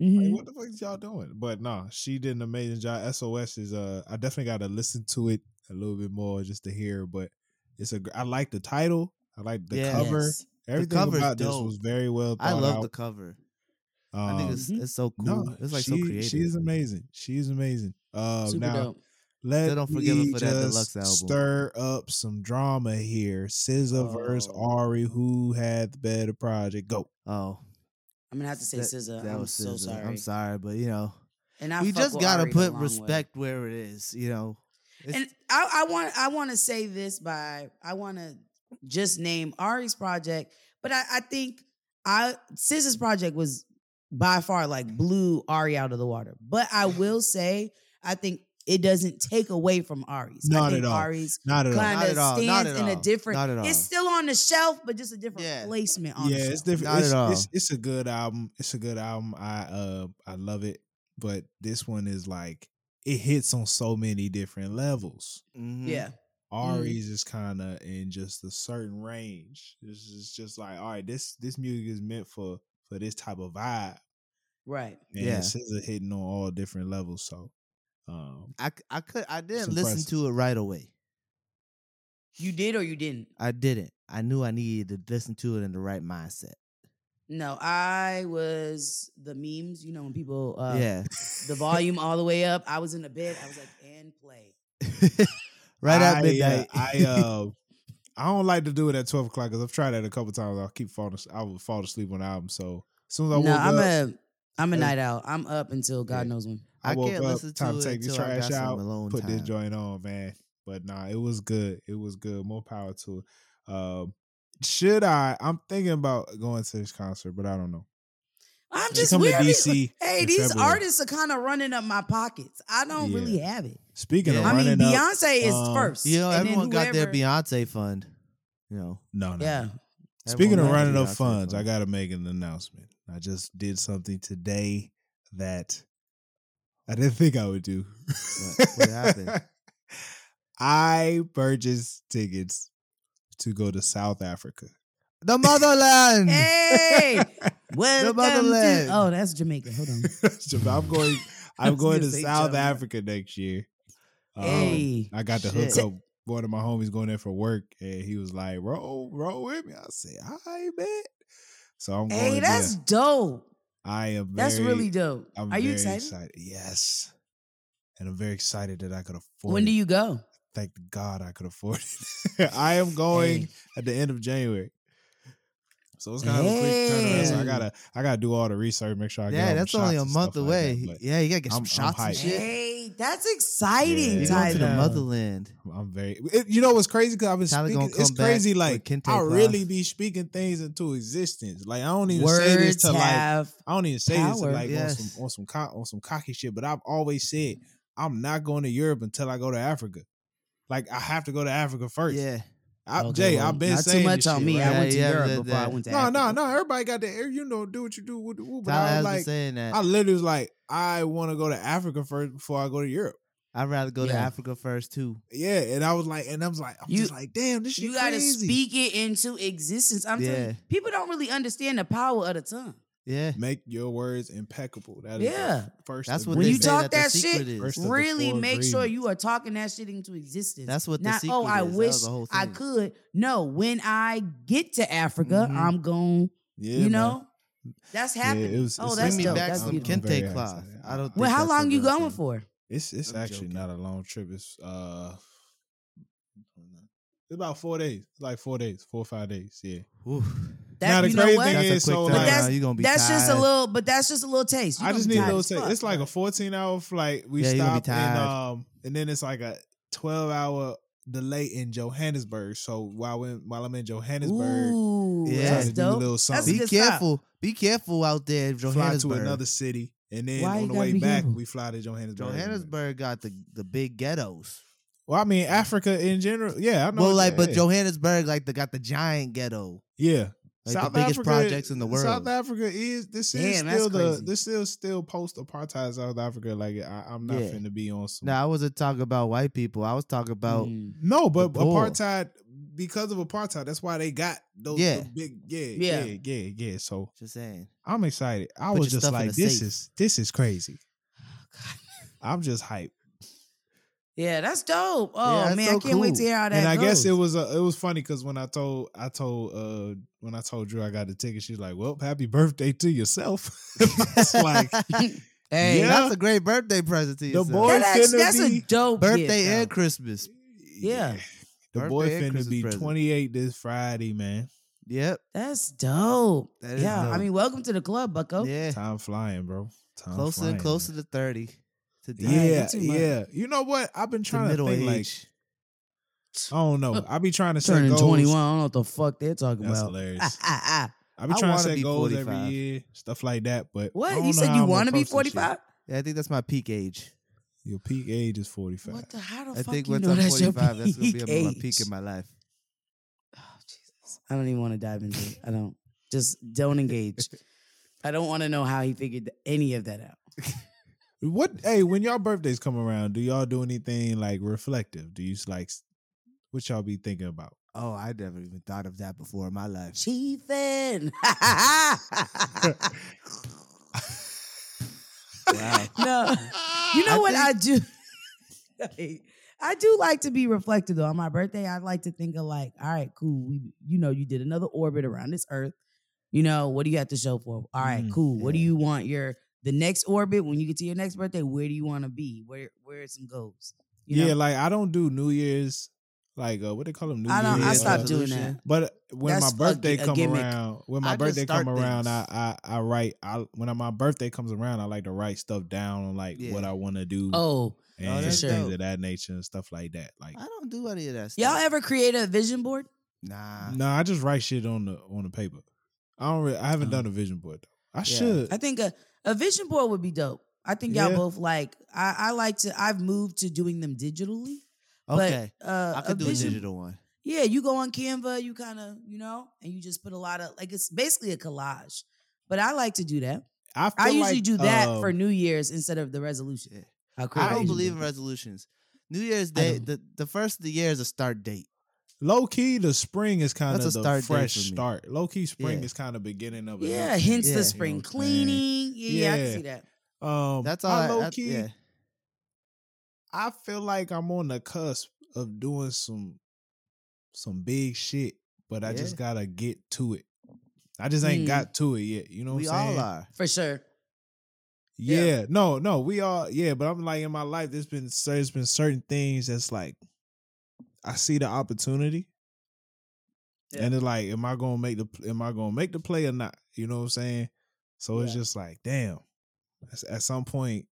Speaker 2: Like,
Speaker 3: Mm-hmm.
Speaker 1: Mhm.
Speaker 2: what the fuck is y'all doing? But nah, she did an amazing job. SOS is uh, I definitely got to listen to it a little bit more just to hear. But it's a, gr- I like the title. I like the
Speaker 3: Yeah.
Speaker 2: cover.
Speaker 1: Yes.
Speaker 2: Everything
Speaker 3: cover's
Speaker 2: about this
Speaker 3: dope.
Speaker 2: was very well
Speaker 3: I
Speaker 2: thought
Speaker 3: love
Speaker 2: out.
Speaker 3: the cover.
Speaker 2: Um,
Speaker 3: I think it's,
Speaker 1: Mhm.
Speaker 3: it's so cool.
Speaker 2: no,
Speaker 3: it's like
Speaker 2: she,
Speaker 3: so creative.
Speaker 2: She's amazing. She's amazing. Uh,
Speaker 1: Super
Speaker 2: now
Speaker 1: dope.
Speaker 2: let
Speaker 3: Still don't forgive her
Speaker 2: me
Speaker 3: for that
Speaker 2: just
Speaker 3: deluxe album.
Speaker 2: stir up some drama here. SZA versus
Speaker 1: Oh.
Speaker 2: Ari, who had the better project? Go.
Speaker 3: oh,
Speaker 1: I'm gonna have to say
Speaker 3: that-
Speaker 1: SZA.
Speaker 3: that
Speaker 1: I'm
Speaker 3: was
Speaker 1: so
Speaker 3: SZA.
Speaker 1: sorry.
Speaker 3: I'm sorry, but you know,
Speaker 1: And I
Speaker 3: we
Speaker 1: fuck
Speaker 3: just
Speaker 1: with
Speaker 3: gotta
Speaker 1: Ari in a
Speaker 3: put
Speaker 1: long way.
Speaker 3: respect where it is. You know, It's-
Speaker 1: And I, I want I want to say this by I want to just name Ari's project. But I, I think I Scissor's project was by far like blew Ari out of the water. But I will say, I think it doesn't take away from Ari's. I
Speaker 2: Not
Speaker 1: think
Speaker 2: at all.
Speaker 1: Ari's
Speaker 2: Not at all.
Speaker 1: kind
Speaker 3: Not
Speaker 1: of
Speaker 3: at all, not
Speaker 1: stands
Speaker 3: at
Speaker 1: in a
Speaker 3: all,
Speaker 1: different.
Speaker 3: not at all.
Speaker 1: It's still on the shelf, but just a different
Speaker 3: Yeah.
Speaker 1: placement on.
Speaker 2: yeah,
Speaker 1: the
Speaker 2: it's
Speaker 1: shelf.
Speaker 2: different.
Speaker 3: Not
Speaker 2: It's,
Speaker 3: at all.
Speaker 2: it's it's a good album. It's a good album. I uh I love it, but this one is like it hits on so many different levels.
Speaker 3: Mhm.
Speaker 1: Yeah,
Speaker 2: Ari's is kind of in just a certain range. This is just like all right, this this music is meant for for this type of vibe.
Speaker 1: right.
Speaker 2: And yeah,
Speaker 3: Yeah.
Speaker 2: SZA hitting on all different levels. So, um,
Speaker 3: I, c- I could I didn't
Speaker 2: impressive.
Speaker 3: listen to it right away.
Speaker 1: You did or you didn't.
Speaker 3: I didn't. I knew I needed to listen to it in the right mindset.
Speaker 1: No, I was the memes. You know when people uh,
Speaker 3: yeah.
Speaker 1: the volume all the way up. I was in the bed. I was like, and play.
Speaker 3: right
Speaker 2: I,
Speaker 3: at
Speaker 2: uh,
Speaker 3: midnight.
Speaker 2: I uh, I don't like to do it at twelve o'clock because I've tried that a couple times. I'll keep falling. as- I would fall asleep on the album. So as soon as I
Speaker 1: no,
Speaker 2: woke
Speaker 1: I'm
Speaker 2: up,
Speaker 1: a I'm a
Speaker 2: Uh,
Speaker 1: night owl. I'm up until God
Speaker 2: yeah.
Speaker 1: knows when.
Speaker 2: I
Speaker 3: I
Speaker 2: woke
Speaker 3: can't
Speaker 2: up,
Speaker 3: listen to
Speaker 2: time
Speaker 3: it
Speaker 2: to take this
Speaker 3: until I
Speaker 2: trash
Speaker 3: got some
Speaker 2: out,
Speaker 3: alone
Speaker 2: put this
Speaker 3: time.
Speaker 2: joint on, man. But nah, it was good. It was good. More power to it. Um, should I? I'm thinking about going to this concert, but I don't know.
Speaker 1: I'm
Speaker 2: She
Speaker 1: just
Speaker 2: come to
Speaker 1: weird.
Speaker 2: DC
Speaker 1: Hey,
Speaker 2: in
Speaker 1: these
Speaker 2: February.
Speaker 1: artists are kind of running up my pockets. I don't
Speaker 2: Yeah.
Speaker 1: really have it.
Speaker 2: Speaking of
Speaker 3: Yeah.
Speaker 1: I mean,
Speaker 2: running up,
Speaker 1: Beyonce is
Speaker 2: um,
Speaker 1: first.
Speaker 3: you know,
Speaker 1: and then
Speaker 3: everyone got their
Speaker 1: whoever-
Speaker 3: Beyonce fund. You know.
Speaker 2: no, no,
Speaker 1: Yeah,
Speaker 2: Speaking of
Speaker 3: everyone got their
Speaker 2: running up
Speaker 3: Beyonce
Speaker 2: funds, I
Speaker 3: fund.
Speaker 2: gotta make an announcement. I just did something today that I didn't think I would do.
Speaker 3: What- what happened?
Speaker 2: I purchased tickets to go to South Africa.
Speaker 3: the motherland.
Speaker 1: hey, welcome
Speaker 3: motherland.
Speaker 1: to. Oh, that's Jamaica. Hold on.
Speaker 2: So I'm going.
Speaker 1: I
Speaker 2: I'm
Speaker 1: was
Speaker 2: going
Speaker 1: gonna
Speaker 2: to
Speaker 1: say
Speaker 2: South
Speaker 1: Jamaica.
Speaker 2: Africa next year. Um,
Speaker 1: Hey.
Speaker 2: I got to hook
Speaker 3: Shit.
Speaker 2: up. One of my homies going there for work, and he was like, "Roll, roll with me." I said, "I bet." So I'm going.
Speaker 1: hey,
Speaker 2: to
Speaker 1: that's
Speaker 2: do
Speaker 1: dope.
Speaker 2: that. I am.
Speaker 1: That's
Speaker 2: very-
Speaker 1: really dope.
Speaker 2: I'm
Speaker 1: Are
Speaker 2: very
Speaker 1: you excited?
Speaker 2: Yes. And I'm very excited that I could afford
Speaker 1: When do
Speaker 2: it.
Speaker 1: you go?
Speaker 2: Thank God I could afford it. I am going
Speaker 1: Hey.
Speaker 2: at the end of January. So it's kind of a quick turnaround. So I
Speaker 1: Hey.
Speaker 2: gotta I gotta do all the research, make sure I get all
Speaker 3: yeah,
Speaker 2: the
Speaker 3: that's only
Speaker 2: shots
Speaker 3: a
Speaker 2: and
Speaker 3: month
Speaker 2: stuff like that,
Speaker 3: away.
Speaker 2: but
Speaker 3: yeah, you gotta get
Speaker 2: I'm-
Speaker 3: some
Speaker 2: I'm
Speaker 3: shots and
Speaker 2: hyped.
Speaker 3: shit.
Speaker 1: Hey, that's exciting,
Speaker 2: Yeah.
Speaker 3: You
Speaker 1: Tyler.
Speaker 3: going to the motherland?
Speaker 2: I'm- I'm very. It, you know what's crazy? Because I've been
Speaker 3: Tyler
Speaker 2: speaking.
Speaker 3: gonna
Speaker 2: It's
Speaker 3: come back
Speaker 2: crazy.
Speaker 3: with
Speaker 2: Like
Speaker 3: Kente
Speaker 2: I
Speaker 3: cloth.
Speaker 2: really be speaking things into existence. Like I don't even say this
Speaker 1: Words
Speaker 2: to like
Speaker 1: have
Speaker 2: I don't even say this
Speaker 1: Power,
Speaker 2: like
Speaker 3: yes.
Speaker 2: on some on some co- on some cocky shit, but I've always said I'm not going to Europe until I go to Africa. Like I have to go to Africa first.
Speaker 3: Yeah.
Speaker 2: I,
Speaker 1: Okay,
Speaker 2: Jay,
Speaker 1: well,
Speaker 2: I've been
Speaker 1: not
Speaker 2: saying
Speaker 1: too much
Speaker 2: this
Speaker 1: on
Speaker 2: shit,
Speaker 1: me.
Speaker 2: Right?
Speaker 1: I
Speaker 3: Yeah,
Speaker 1: went to
Speaker 3: yeah,
Speaker 1: Europe
Speaker 3: that-
Speaker 1: before I
Speaker 3: that-
Speaker 1: went to
Speaker 2: No, no,
Speaker 1: Africa.
Speaker 2: no. Everybody got the air. You know, do what you do. Woo, woo, but
Speaker 3: Tyler
Speaker 2: I
Speaker 3: has
Speaker 2: was
Speaker 3: been
Speaker 2: like,
Speaker 3: saying that.
Speaker 2: I literally was like, I want to go to Africa first before I go to Europe.
Speaker 3: I'd rather go to
Speaker 1: Yeah.
Speaker 3: Africa first too.
Speaker 2: Yeah, and I was like, and I was like, I'm
Speaker 1: You-
Speaker 2: just like, damn, this shit
Speaker 1: You got to
Speaker 2: crazy.
Speaker 1: speak it into existence. I'm telling
Speaker 3: Yeah.
Speaker 1: you, people don't really understand the power of the tongue.
Speaker 3: Yeah,
Speaker 2: Make your words impeccable. That is yeah,
Speaker 1: Yeah.
Speaker 2: first.
Speaker 3: that's
Speaker 2: and
Speaker 3: what
Speaker 1: When
Speaker 3: they
Speaker 1: you
Speaker 2: biggest-
Speaker 3: say
Speaker 1: talk
Speaker 3: that
Speaker 1: that
Speaker 3: the secret
Speaker 1: shit,
Speaker 3: is.
Speaker 2: First- That's the
Speaker 1: Really
Speaker 2: full
Speaker 1: make sure
Speaker 2: agreement.
Speaker 1: you are talking that shit into existence.
Speaker 3: That's what the
Speaker 1: Not,
Speaker 3: secret
Speaker 1: oh, I
Speaker 3: is. That was
Speaker 1: wish
Speaker 3: the whole
Speaker 1: I
Speaker 3: thing."
Speaker 1: could. No, when I get to Africa,
Speaker 3: Mhm.
Speaker 1: I'm going,
Speaker 2: yeah,
Speaker 1: you
Speaker 2: man.
Speaker 1: know, that's
Speaker 2: Yeah,
Speaker 1: happening.
Speaker 2: it was-
Speaker 1: oh,
Speaker 2: it's
Speaker 1: that's
Speaker 3: Bring me
Speaker 1: dope.
Speaker 3: back
Speaker 1: That's
Speaker 3: some
Speaker 1: beautiful.
Speaker 2: I'm very
Speaker 3: kente cloth.
Speaker 2: excited.
Speaker 3: I don't.
Speaker 2: I
Speaker 1: Well,
Speaker 3: think
Speaker 1: how
Speaker 3: that's a
Speaker 1: long you
Speaker 3: real
Speaker 1: going
Speaker 3: thing.
Speaker 1: for?
Speaker 2: It's it's
Speaker 3: I'm
Speaker 2: actually
Speaker 3: joking.
Speaker 2: not a long trip. It's uh, it's about four days. It's like four days, four or five days. Yeah.
Speaker 3: Oof.
Speaker 1: That
Speaker 2: Now, the
Speaker 1: you know
Speaker 2: crazy
Speaker 1: what?
Speaker 2: thing
Speaker 3: That's
Speaker 2: is,
Speaker 3: a quick
Speaker 2: so,
Speaker 3: turnaround.
Speaker 2: like-
Speaker 1: But that's-
Speaker 3: you gonna be
Speaker 1: that's just a
Speaker 3: tired.
Speaker 1: little, but that's just a little taste. You
Speaker 2: I
Speaker 1: gonna
Speaker 2: just
Speaker 1: be
Speaker 2: need a
Speaker 1: tired
Speaker 2: little.
Speaker 1: as
Speaker 2: Take.
Speaker 1: fuck.
Speaker 2: It's like a fourteen hour flight. We
Speaker 3: Yeah, you gonna be
Speaker 2: stop and
Speaker 3: tired.
Speaker 2: um, and then it's like a twelve hour delay in Johannesburg. So while in while I'm in Johannesburg,
Speaker 1: Ooh,
Speaker 3: Yeah.
Speaker 2: trying
Speaker 1: that's
Speaker 2: to do a
Speaker 1: dope.
Speaker 2: little
Speaker 1: a
Speaker 2: something,
Speaker 3: Be
Speaker 1: good stop.
Speaker 3: careful. Be careful out there, in
Speaker 2: fly
Speaker 3: Johannesburg.
Speaker 2: to another city, and then
Speaker 1: Why
Speaker 2: on
Speaker 1: you
Speaker 2: the
Speaker 1: gotta
Speaker 2: way
Speaker 1: be
Speaker 2: back
Speaker 1: evil?
Speaker 2: we fly to Johannesburg.
Speaker 3: Johannesburg got the the big ghettos.
Speaker 2: Well, I mean Africa in general. Yeah, I know.
Speaker 3: Well, like,
Speaker 2: yeah.
Speaker 3: but Johannesburg, like, they got the giant ghetto.
Speaker 2: yeah,
Speaker 3: Like the biggest projects in the world.
Speaker 2: South Africa is this is
Speaker 1: Damn, that's
Speaker 2: still the
Speaker 1: crazy.
Speaker 2: this still still post apartheid South Africa. Like I, I'm not
Speaker 3: Yeah.
Speaker 2: finna be on some.
Speaker 3: Now, I wasn't talking about white people. I was talking about
Speaker 1: Mm.
Speaker 2: No, but
Speaker 3: The poor.
Speaker 2: apartheid because of apartheid, that's why they got those
Speaker 3: Yeah.
Speaker 2: the big yeah,
Speaker 1: Yeah.
Speaker 2: yeah, yeah, yeah. So
Speaker 3: just saying.
Speaker 2: I'm excited. I
Speaker 3: Put
Speaker 2: was
Speaker 3: your
Speaker 2: just
Speaker 3: stuff in
Speaker 2: like,
Speaker 3: a
Speaker 2: this
Speaker 3: safe.
Speaker 2: is this is crazy.
Speaker 1: Oh, God.
Speaker 2: I'm just hyped.
Speaker 1: Yeah, that's dope.
Speaker 3: Yeah,
Speaker 1: Oh
Speaker 3: that's
Speaker 1: man,
Speaker 3: so
Speaker 1: I can't wait
Speaker 3: cool.
Speaker 1: to hear how that
Speaker 2: and I guess
Speaker 1: goes.
Speaker 2: it was a, it was funny because when I told I told uh when I told Drew I got the ticket, she's like, Well, happy birthday to yourself. it's like
Speaker 1: Hey,
Speaker 2: Yeah.
Speaker 3: That's a great birthday present to
Speaker 2: The
Speaker 3: yourself.
Speaker 2: boy-
Speaker 1: that actually, that's
Speaker 2: Finna be
Speaker 1: a dope
Speaker 3: birthday
Speaker 1: gift,
Speaker 3: and
Speaker 1: though.
Speaker 3: Christmas.
Speaker 1: Yeah.
Speaker 2: The
Speaker 3: Birthday
Speaker 2: boy
Speaker 3: and
Speaker 2: finna
Speaker 3: Christmas
Speaker 2: be
Speaker 3: present.
Speaker 2: 28 this Friday, man.
Speaker 3: Yep.
Speaker 1: That's dope.
Speaker 3: That is
Speaker 1: yeah, I
Speaker 3: dope.
Speaker 1: mean, welcome to the club, Bucko.
Speaker 3: Yeah.
Speaker 2: Time flying, bro. Time
Speaker 3: Closer
Speaker 2: flying,
Speaker 3: and closer to thirty. Today.
Speaker 2: Man. Yeah,
Speaker 1: Dang, too much.
Speaker 2: yeah. You know what? I've been
Speaker 3: To
Speaker 2: trying to
Speaker 3: middle
Speaker 2: think like
Speaker 3: age.
Speaker 2: I don't know. I be trying to set
Speaker 1: Turning
Speaker 2: goals.
Speaker 1: 21. I don't know what the fuck they're talking
Speaker 2: That's
Speaker 1: about.
Speaker 2: hilarious.
Speaker 1: Ah, ah, ah.
Speaker 2: I be
Speaker 3: I
Speaker 2: trying
Speaker 3: wanna
Speaker 2: to set
Speaker 3: be
Speaker 2: goals
Speaker 3: 45.
Speaker 2: every year, stuff like that. But I
Speaker 1: What?
Speaker 2: don't
Speaker 1: You
Speaker 2: know
Speaker 1: said
Speaker 2: how
Speaker 1: you
Speaker 2: I'm
Speaker 1: want to be
Speaker 2: approach that shit.
Speaker 1: 45?
Speaker 3: Yeah, I think that's my peak age.
Speaker 2: Your peak age is forty five.
Speaker 1: What the? How the
Speaker 3: I
Speaker 1: fuck
Speaker 3: think
Speaker 1: you
Speaker 3: once
Speaker 1: know
Speaker 3: I'm
Speaker 1: that's
Speaker 3: 45,
Speaker 1: your peak
Speaker 3: that's gonna be a, my
Speaker 1: age?
Speaker 3: peak in my life.
Speaker 1: Oh, Jesus. I don't even want to dive into it. I don't. Just don't engage. I don't want to know how he figured any of that out.
Speaker 2: What? Hey, when y'all birthdays come around, do y'all do anything like reflective? Do you like s- what y'all be thinking about?
Speaker 3: Oh, I never even thought of that before in my life.
Speaker 1: Chiefin.
Speaker 3: Wow.
Speaker 1: no. You know
Speaker 3: I
Speaker 1: what
Speaker 3: think-
Speaker 1: I do? Like, I do like to be reflective though. On my birthday, I like to think of like, all right, cool. We, you know, you did another orbit around this earth. You know, what do you have to show for? it? All right,
Speaker 2: Mm,
Speaker 1: cool. What do
Speaker 3: yeah.
Speaker 1: you want your the next orbit when you get to your next birthday? Where do you want to be? Where where are some goals? You know?
Speaker 2: yeah, like I don't do New Year's, like uh, what they call them. New
Speaker 1: I don't. I
Speaker 2: Year's,
Speaker 1: stopped
Speaker 2: uh,
Speaker 1: doing
Speaker 3: resolution.
Speaker 1: that.
Speaker 2: But when my
Speaker 1: That's a gi-
Speaker 2: birthday
Speaker 1: a
Speaker 2: come
Speaker 1: gimmick.
Speaker 2: around, when my
Speaker 3: I just
Speaker 2: birthday
Speaker 3: start
Speaker 2: come around,
Speaker 3: things.
Speaker 2: I, I I write. I when my birthday comes around, I like to write stuff down on like what
Speaker 3: Yeah.
Speaker 2: I want to do
Speaker 1: Oh,
Speaker 2: and
Speaker 1: that's
Speaker 2: things
Speaker 3: dope.
Speaker 2: of that nature and stuff like that. Like,
Speaker 3: I don't do any of that stuff.
Speaker 1: y'all ever create a vision board?
Speaker 3: Nah.
Speaker 1: Ah.
Speaker 2: no, I just write shit on the on the paper. I don't. Really, I haven't
Speaker 1: Oh.
Speaker 2: done a vision board. though. I
Speaker 3: Yeah.
Speaker 2: should.
Speaker 1: I think a, a vision board would be dope. I think y'all
Speaker 2: Yeah.
Speaker 1: both like. I, I like to. I've moved to doing them digitally.
Speaker 3: Okay.
Speaker 1: But, uh,
Speaker 3: I could do
Speaker 1: vision,
Speaker 3: a digital one.
Speaker 1: Yeah, you go on Canva. You kind of you know, and you just put a lot of like it's basically a collage. But I like to do that.
Speaker 2: I, feel
Speaker 1: I usually
Speaker 2: like,
Speaker 1: do that
Speaker 2: um,
Speaker 1: for New Year's instead of the resolution.
Speaker 3: Yeah.
Speaker 1: I'll create
Speaker 3: I
Speaker 1: a
Speaker 3: don't
Speaker 1: vision
Speaker 3: believe in
Speaker 1: board.
Speaker 3: resolutions. New Year's Day,
Speaker 1: don't.
Speaker 3: the, the first of the year is a start date.
Speaker 2: Low key, the spring is kind
Speaker 3: That's
Speaker 2: of
Speaker 3: a
Speaker 2: the
Speaker 3: start date
Speaker 2: fresh
Speaker 3: for me.
Speaker 2: start. Low key, spring
Speaker 3: Yeah.
Speaker 2: is kind of beginning of a new
Speaker 1: Yeah,
Speaker 2: thing.
Speaker 1: hence
Speaker 3: Yeah.
Speaker 1: the
Speaker 3: You
Speaker 1: spring
Speaker 2: know what I'm saying?
Speaker 1: cleaning. Yeah, yeah, I can
Speaker 2: Yeah.
Speaker 1: see that.
Speaker 2: Um,
Speaker 3: That's all.
Speaker 2: I
Speaker 3: I,
Speaker 2: low
Speaker 3: I-
Speaker 2: key.
Speaker 3: yeah.
Speaker 2: I feel like I'm on the cusp of doing some some big shit, but I just
Speaker 3: Yeah. Hmm.
Speaker 2: gotta get to it. I just ain't
Speaker 1: Mm.
Speaker 2: got to it yet. You know what
Speaker 3: We
Speaker 2: I'm
Speaker 3: all
Speaker 2: saying?
Speaker 3: are.
Speaker 1: For sure.
Speaker 2: Yeah.
Speaker 1: Yeah.
Speaker 2: No, no, we all yeah, but I'm like in my life there's been cer- there's been certain things that's like I see the opportunity.
Speaker 1: Yeah.
Speaker 2: And it's like, am I gonna make the am I gonna make the play or not? You know what I'm saying? So it's
Speaker 1: Yeah.
Speaker 2: just like, damn. that's- At some point,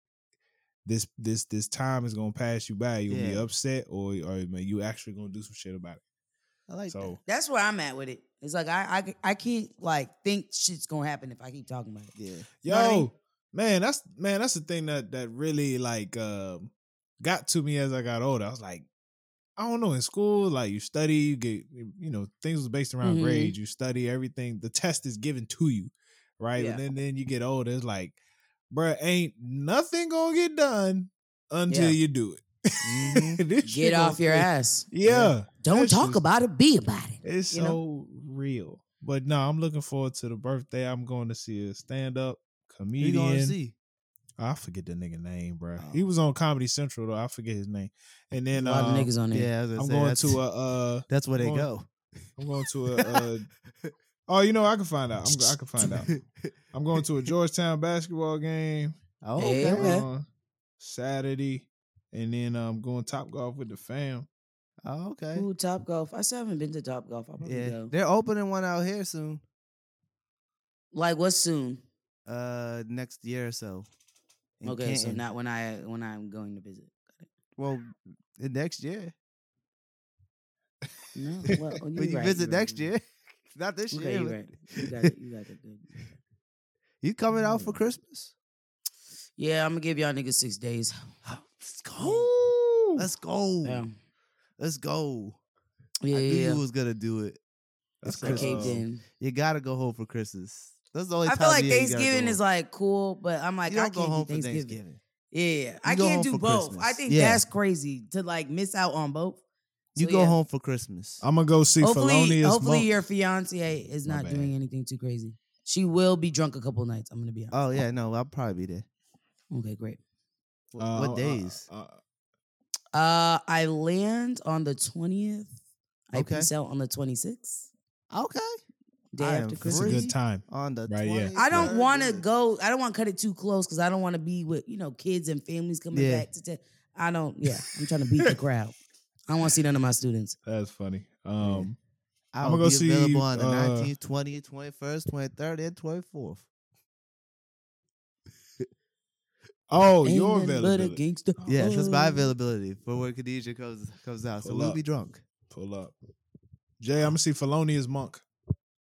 Speaker 2: this this this time is gonna pass you by. You gonna be
Speaker 3: Yeah.
Speaker 2: upset, or or man, you actually gonna do some shit about it.
Speaker 3: I like that.
Speaker 2: so
Speaker 1: That's where I'm at with it. It's like I I, I can't like think shit's gonna happen if I keep talking about it.
Speaker 3: Yeah.
Speaker 1: You know what I mean?
Speaker 2: yo, man, that's man, that's the thing that that really like um got to me as I got older. I was like, I don't know, in school, like you study, you get you know, things was based around
Speaker 1: Mhm.
Speaker 2: grades, you study everything, the test is given to you, right?
Speaker 1: Yeah.
Speaker 2: And then then you get older, it's like, bruh, ain't nothing gonna get done until
Speaker 1: Yeah.
Speaker 2: you do it.
Speaker 3: Mhm.
Speaker 2: This shit
Speaker 1: Get
Speaker 2: gonna
Speaker 1: off your
Speaker 2: feel-
Speaker 1: ass.
Speaker 2: Yeah.
Speaker 1: Don't
Speaker 2: That's
Speaker 1: talk
Speaker 2: just-
Speaker 1: about it. Be about it.
Speaker 2: It's
Speaker 1: you
Speaker 2: so
Speaker 1: know?
Speaker 2: real. But no, I'm looking forward to the birthday. I'm going to see a stand-up
Speaker 3: Who you
Speaker 2: comedian.
Speaker 3: going to see?
Speaker 2: I forget the nigga name, bro.
Speaker 3: Oh.
Speaker 2: He was on Comedy Central though. I forget his name. And then
Speaker 1: a lot
Speaker 2: uh,
Speaker 1: of niggas on there.
Speaker 3: Yeah. I was gonna
Speaker 2: I'm
Speaker 3: say,
Speaker 2: going
Speaker 3: that's,
Speaker 2: to a uh,
Speaker 3: That's where they
Speaker 2: I'm going-
Speaker 3: go.
Speaker 2: I'm going to a uh, oh, you know I can find out. I'm, go- I can find out. I'm going to a Georgetown basketball game
Speaker 3: oh,
Speaker 1: Hey,
Speaker 3: okay.
Speaker 1: okay.
Speaker 2: on Saturday, and then I'm um, going top golf with the fam.
Speaker 3: Oh, okay.
Speaker 1: Ooh, Top Golf. I still haven't been to Top Golf. I'll probably
Speaker 3: Yeah.
Speaker 1: go.
Speaker 3: They're opening one out here soon.
Speaker 1: Like what's soon?
Speaker 3: Uh, next year or so. in
Speaker 1: okay, so
Speaker 3: Canton.
Speaker 1: not when I when I'm going to visit.
Speaker 3: well in next year.
Speaker 1: No, well, oh,
Speaker 3: When
Speaker 1: you
Speaker 3: you
Speaker 1: right,
Speaker 3: visit
Speaker 1: you right,
Speaker 3: next
Speaker 1: you
Speaker 3: year,
Speaker 1: right.
Speaker 3: not this
Speaker 1: Okay,
Speaker 3: year.
Speaker 1: you
Speaker 3: but-
Speaker 1: right. You got it. You got it. Good.
Speaker 3: You coming out for
Speaker 1: Mm.
Speaker 3: Christmas?
Speaker 1: Yeah, I'm gonna give y'all niggas six days.
Speaker 3: Let's go. Let's go.
Speaker 1: Yeah,
Speaker 3: Let's go.
Speaker 1: Um, yeah,
Speaker 3: I knew
Speaker 1: yeah.
Speaker 3: you was gonna do it.
Speaker 2: That's
Speaker 1: I caved
Speaker 2: uh,
Speaker 1: in.
Speaker 3: You gotta go home for Christmas. That's the only
Speaker 1: I
Speaker 3: time
Speaker 1: feel like
Speaker 3: of year you gotta
Speaker 1: Thanksgiving
Speaker 3: go
Speaker 1: is
Speaker 3: home.
Speaker 1: like cool, but I'm like
Speaker 3: you don't
Speaker 1: I can't
Speaker 3: go home
Speaker 1: do
Speaker 3: for
Speaker 1: Thanksgiving.
Speaker 3: Thanksgiving.
Speaker 1: Yeah, I
Speaker 3: go home
Speaker 1: can't do
Speaker 3: for
Speaker 1: both. I
Speaker 3: Christmas.
Speaker 1: think
Speaker 3: Yeah.
Speaker 1: that's crazy to like miss out on both.
Speaker 3: You
Speaker 1: So,
Speaker 3: go
Speaker 1: yeah.
Speaker 3: home for Christmas.
Speaker 2: I'm gonna go see
Speaker 1: Hopefully,
Speaker 2: Felonious
Speaker 1: hopefully
Speaker 2: Monk.
Speaker 1: your fiance is
Speaker 2: My
Speaker 1: not
Speaker 2: bad.
Speaker 1: doing anything too crazy. She will be drunk a couple nights. I'm gonna be honest.
Speaker 3: Oh yeah, no, I'll probably be there.
Speaker 1: Okay, great.
Speaker 3: What,
Speaker 2: Uh,
Speaker 3: what
Speaker 2: uh,
Speaker 3: days?
Speaker 2: uh, uh,
Speaker 1: Uh, I land on the twentieth. I
Speaker 3: Okay.
Speaker 1: peace out on the twenty sixth.
Speaker 3: okay,
Speaker 1: Day
Speaker 3: I
Speaker 1: after
Speaker 3: am
Speaker 2: it's
Speaker 1: Christmas.
Speaker 2: a
Speaker 3: free.
Speaker 2: good time.
Speaker 3: on the
Speaker 2: Right, yeah.
Speaker 3: 23rd,
Speaker 1: I don't want to
Speaker 3: yeah.
Speaker 1: go. I don't want to cut it too close because I don't want to be with you know kids and families coming
Speaker 3: Yeah.
Speaker 1: back to. T- I don't. Yeah, I'm trying to beat the crowd. I don't want to see none of my students.
Speaker 2: That's funny. Um,
Speaker 3: I
Speaker 2: I'ma
Speaker 3: will
Speaker 2: go
Speaker 3: be
Speaker 2: see,
Speaker 3: available on the
Speaker 2: uh,
Speaker 3: 19th, 20th, 21st, 23rd, and 24th.
Speaker 2: oh,
Speaker 1: Ain't
Speaker 2: your
Speaker 1: nothing but a
Speaker 2: availability.
Speaker 1: gangster.
Speaker 3: Yeah, that's my
Speaker 1: Oh.
Speaker 3: availability for when Khadijah comes comes out. So
Speaker 2: Pull
Speaker 3: we'll
Speaker 2: up.
Speaker 3: be drunk.
Speaker 2: pull up. Jay, I'm gonna see Felonious Monk.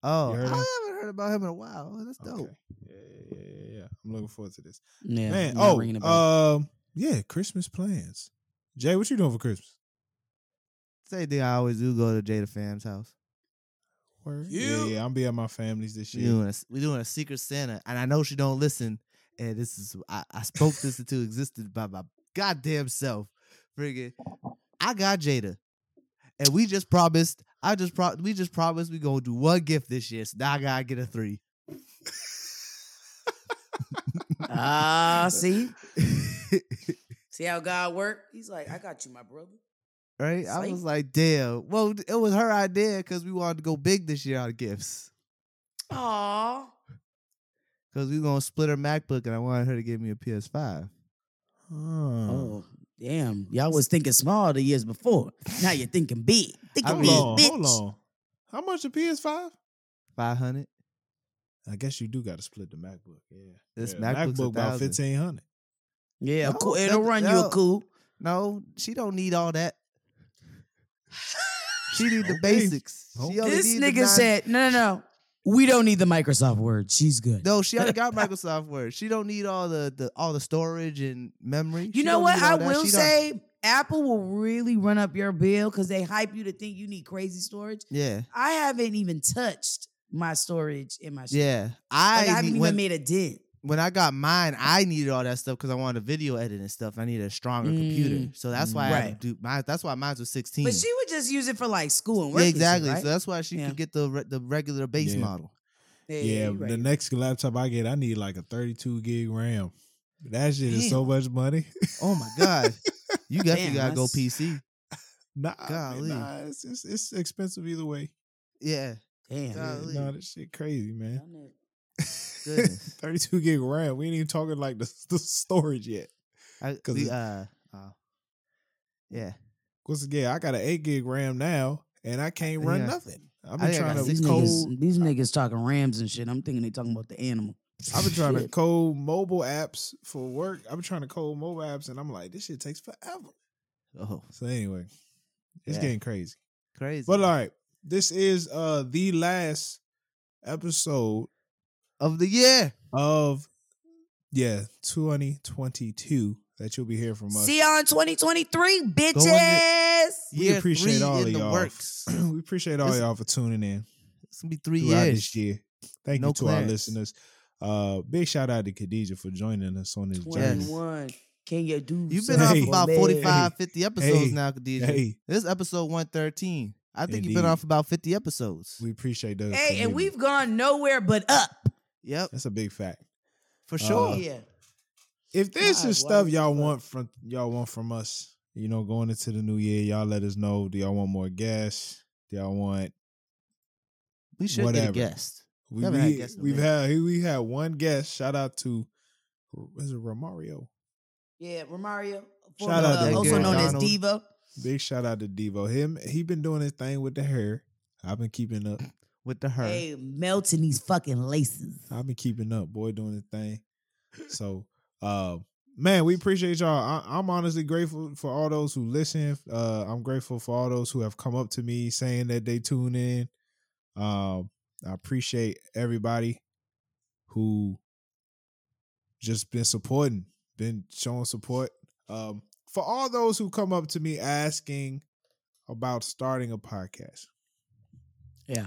Speaker 3: Oh,
Speaker 2: You
Speaker 3: I
Speaker 2: heard him?
Speaker 3: haven't heard about him in a while. That's dope.
Speaker 2: Okay. Yeah, yeah, yeah, yeah, yeah. I'm looking forward to this.
Speaker 1: Yeah,
Speaker 2: Man,
Speaker 1: not
Speaker 2: oh,
Speaker 1: ringing a bell.
Speaker 2: um, yeah, Christmas plans. Jay, what you doing for Christmas?
Speaker 3: Same thing I always do. Go to Jada Fam's house.
Speaker 2: Yeah, yeah, I'm be at my family's this
Speaker 3: We
Speaker 2: year.
Speaker 3: doing a, we doing a Secret Santa, and I know she don't listen. And this is I, I spoke this into existence by my goddamn self. Friggin', I got Jada, and we just promised. I just pro- we just promised we gonna do one gift this year. So now I gotta get a three.
Speaker 1: Ah, see, see how God worked. He's like, I got you, my brother.
Speaker 3: right? I
Speaker 1: Psych.
Speaker 3: was like, damn. Well, it was her idea because we wanted to go big this year on gifts.
Speaker 1: Aw,
Speaker 3: Because we were going to split her MacBook and I wanted her to give me a PS5.
Speaker 2: Huh.
Speaker 3: Mm.
Speaker 1: oh damn, y'all was thinking small the years before. Now you're thinking big. Think
Speaker 3: I'm
Speaker 2: Hold
Speaker 1: big,
Speaker 2: on,
Speaker 1: bitch.
Speaker 2: hold on. How much a PS5?
Speaker 3: 500
Speaker 2: I guess you do got to split the MacBook. Yeah,
Speaker 3: This
Speaker 2: yeah,
Speaker 3: MacBook's a
Speaker 2: MacBook about
Speaker 3: thousand.
Speaker 2: fifteen hundred.
Speaker 1: Yeah,
Speaker 3: No,
Speaker 1: cool.
Speaker 3: that-
Speaker 1: It'll run you a
Speaker 3: no.
Speaker 1: cool.
Speaker 3: No, she don't need all that. she need the
Speaker 2: Okay.
Speaker 3: basics. She
Speaker 2: Okay.
Speaker 3: only
Speaker 1: This
Speaker 3: need the
Speaker 1: nigga
Speaker 3: nine-
Speaker 1: said, no, no, no. We don't need the Microsoft word. She's good.
Speaker 3: No, she already got Microsoft Word. She don't need all the, the all the storage and memory.
Speaker 1: You
Speaker 3: She
Speaker 1: know
Speaker 3: don't
Speaker 1: what?
Speaker 3: need all
Speaker 1: I
Speaker 3: that.
Speaker 1: will
Speaker 3: She don't-
Speaker 1: say Apple will really run up your bill because they hype you to think you need crazy storage.
Speaker 3: Yeah,
Speaker 1: I haven't even touched my storage in my shit.
Speaker 3: yeah.
Speaker 1: Like, I,
Speaker 3: I,
Speaker 1: haven't
Speaker 3: need-
Speaker 1: even
Speaker 3: when-
Speaker 1: made a dent.
Speaker 3: when I got mine, I needed all that stuff because I wanted video editing and stuff. I needed a stronger computer,
Speaker 1: Mm,
Speaker 3: so that's why I had
Speaker 1: right.
Speaker 3: to do my. That's why mine's was sixteen.
Speaker 1: But she would just use it for like school and work.
Speaker 3: yeah,
Speaker 1: and shit,
Speaker 3: exactly.
Speaker 1: right?
Speaker 3: So that's why she
Speaker 1: Yeah.
Speaker 3: could get the re- the regular base
Speaker 2: Yeah.
Speaker 3: model.
Speaker 1: yeah, yeah,
Speaker 2: Yeah,
Speaker 1: you right.
Speaker 2: the next laptop I get, I need like a thirty-two gig RAM. That shit is so much money.
Speaker 3: Oh my god, you definitely
Speaker 1: Damn,
Speaker 3: gotta go
Speaker 1: that's-
Speaker 3: PC.
Speaker 2: nah,
Speaker 3: Golly.
Speaker 2: man, nah, it's, it's it's expensive either way.
Speaker 3: Yeah,
Speaker 1: Damn.
Speaker 3: God.
Speaker 1: man.
Speaker 3: Golly.
Speaker 2: Nah, that shit crazy, man.
Speaker 3: Goodness.
Speaker 2: Thirty-two gig RAM. We ain't even talking like the, the storage yet.
Speaker 3: I,
Speaker 2: 'Cause
Speaker 3: we,
Speaker 2: it-
Speaker 3: uh, uh, yeah.
Speaker 2: Once again, I got an eight gig RAM now, and I can't run
Speaker 3: Yeah.
Speaker 2: nothing. I've
Speaker 3: I
Speaker 2: been
Speaker 3: think I
Speaker 2: trying
Speaker 3: got
Speaker 2: to
Speaker 1: These
Speaker 3: six
Speaker 2: cold.
Speaker 1: niggas, these niggas talking rams and shit. I'm thinking they talking about the animal.
Speaker 2: I've been trying to
Speaker 1: Shit.
Speaker 2: code mobile apps for work. I've been trying to code mobile apps, and I'm like, this shit takes forever.
Speaker 3: Oh,
Speaker 2: So anyway, it's
Speaker 3: Yeah.
Speaker 2: getting crazy.
Speaker 3: crazy.
Speaker 2: But uh, all right, this is uh the last episode
Speaker 3: of the year.
Speaker 2: of yeah 2022 that you'll be hearing from us.
Speaker 1: See y'all in 2023,
Speaker 3: Go in
Speaker 1: bitches.
Speaker 3: there.
Speaker 2: we
Speaker 3: year
Speaker 2: appreciate
Speaker 3: three
Speaker 2: all
Speaker 3: in
Speaker 2: of
Speaker 3: the
Speaker 2: y'all.
Speaker 3: works.
Speaker 2: we appreciate all
Speaker 3: This-
Speaker 2: y'all for tuning in
Speaker 3: It's gonna be three
Speaker 2: throughout
Speaker 3: years.
Speaker 2: this year. Thank
Speaker 3: No
Speaker 2: you to our
Speaker 3: clearance.
Speaker 2: listeners. Uh, big shout out to Khadija for joining us on this journey.
Speaker 1: 21. Can you do
Speaker 3: You've been on
Speaker 2: Hey.
Speaker 3: for about
Speaker 1: something,
Speaker 3: 45, 50 episodes
Speaker 2: Hey.
Speaker 3: now, Khadija.
Speaker 2: Hey,
Speaker 3: This is episode 113. I think you've been
Speaker 2: Indeed.
Speaker 3: on for about 50 episodes.
Speaker 2: we appreciate those.
Speaker 1: man? Hey, and we've gone nowhere but up.
Speaker 2: Uh-huh.
Speaker 3: yep,
Speaker 2: that's a big fact.
Speaker 3: for
Speaker 2: Uh,
Speaker 3: sure.
Speaker 1: yeah.
Speaker 2: If there's
Speaker 1: God,
Speaker 2: just
Speaker 1: why
Speaker 2: stuff
Speaker 1: would you
Speaker 2: y'all
Speaker 1: fuck?
Speaker 2: want from y'all want from us, you know, going into the new year, y'all let us know. Do y'all want more guests? Do y'all want
Speaker 3: we should
Speaker 2: whatever.
Speaker 3: get a guest.
Speaker 2: we,
Speaker 3: Haven't had
Speaker 2: we
Speaker 3: guests in a
Speaker 2: we've
Speaker 3: minute.
Speaker 2: had we had one guest. Shout out to is it Romario?
Speaker 1: Yeah, Romario.
Speaker 2: Shout
Speaker 1: former,
Speaker 2: out to
Speaker 1: uh,
Speaker 2: that
Speaker 1: also
Speaker 2: girl,
Speaker 1: known as
Speaker 3: Donald.
Speaker 1: Devo.
Speaker 2: Big shout out to Devo. Him he been doing his thing with the hair. I've been keeping up.
Speaker 3: with the her.
Speaker 1: Hey, melting these fucking laces.
Speaker 2: I've been keeping up, boy, doing his thing. So, uh, man, we appreciate y'all. I, I'm honestly grateful for all those who listen. Uh, I'm grateful for all those who have come up to me saying that they tune in. Um, I appreciate everybody who just been supporting, been showing support. Um, for all those who come up to me asking about starting a podcast.
Speaker 1: Yeah.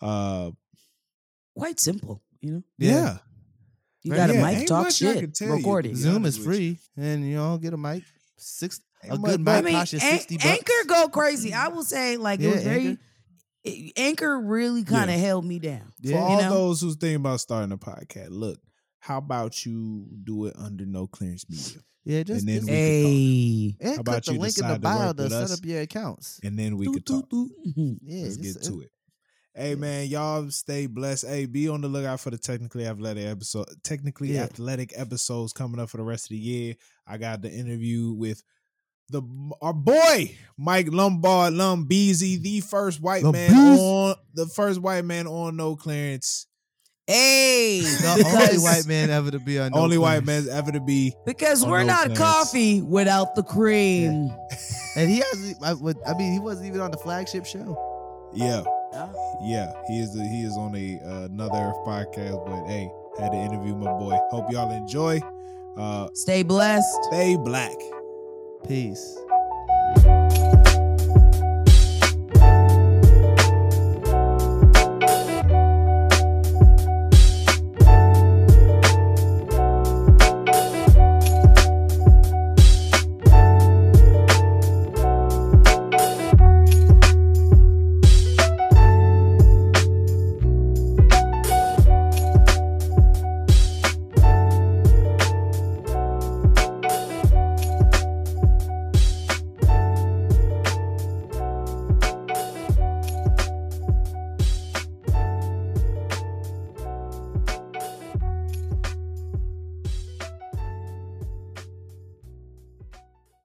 Speaker 2: Uh,
Speaker 1: Quite simple, you know.
Speaker 3: Yeah.
Speaker 2: yeah.
Speaker 1: You
Speaker 3: Right,
Speaker 1: got
Speaker 3: yeah,
Speaker 1: a mic,
Speaker 2: ain't
Speaker 1: talk
Speaker 2: much I
Speaker 1: shit,
Speaker 2: could tell you.
Speaker 1: record it.
Speaker 2: be
Speaker 3: Zoom
Speaker 2: honest
Speaker 3: is
Speaker 2: with you.
Speaker 3: free, and you know, get a mic. Six a
Speaker 2: Ain't
Speaker 3: good
Speaker 2: much-
Speaker 1: I
Speaker 3: mic
Speaker 1: mean,
Speaker 3: costs you
Speaker 1: An-
Speaker 3: sixty bucks.
Speaker 1: Anchor go crazy. I will say, like it
Speaker 3: Yeah,
Speaker 1: was very.
Speaker 3: Anchor.
Speaker 1: it- Anchor really kind of held me down.
Speaker 3: Yeah.
Speaker 1: you
Speaker 2: For all
Speaker 1: know?
Speaker 2: those who's thinking about starting a podcast, look, how about you do it under no clearance media?
Speaker 3: Yeah, just,
Speaker 2: And then
Speaker 3: just
Speaker 2: we-
Speaker 1: Hey,
Speaker 3: and
Speaker 2: about
Speaker 3: click the
Speaker 2: you
Speaker 3: link in
Speaker 2: decide
Speaker 3: the
Speaker 2: to
Speaker 3: bio
Speaker 2: work
Speaker 3: to
Speaker 2: with
Speaker 3: set
Speaker 2: us?
Speaker 3: up your accounts.
Speaker 2: And then we
Speaker 1: Doo,
Speaker 2: could
Speaker 1: doo,
Speaker 2: talk.
Speaker 1: doo. Mhm.
Speaker 3: Yeah,
Speaker 2: Let's
Speaker 3: just-
Speaker 2: get to it. Hey
Speaker 3: yeah.
Speaker 2: man, y'all stay blessed. Hey, be on the lookout for the technically athletic episode. Technically
Speaker 3: Yeah.
Speaker 2: athletic episodes coming up for the rest of the year. I got the interview with the our boy Mike Lombard Lumbeezy, the first white man
Speaker 3: Lumbeezy.
Speaker 2: on the first white man on no clearance.
Speaker 1: Hey,
Speaker 3: The only
Speaker 1: because-
Speaker 3: white man ever to be on. No
Speaker 2: Only white
Speaker 3: Clearance.
Speaker 2: man's ever to be
Speaker 1: Because
Speaker 2: on
Speaker 1: we're
Speaker 2: no
Speaker 1: not
Speaker 2: clearance.
Speaker 1: coffee without the cream.
Speaker 3: And he hasn't. I, would- I mean, he wasn't even on the flagship show.
Speaker 2: Yeah,
Speaker 1: Oh,
Speaker 2: yeah. He is he is on a uh, another podcast, but hey, had to interview my boy. Hope y'all enjoy. Uh,
Speaker 1: Stay blessed.
Speaker 2: stay black.
Speaker 3: Peace.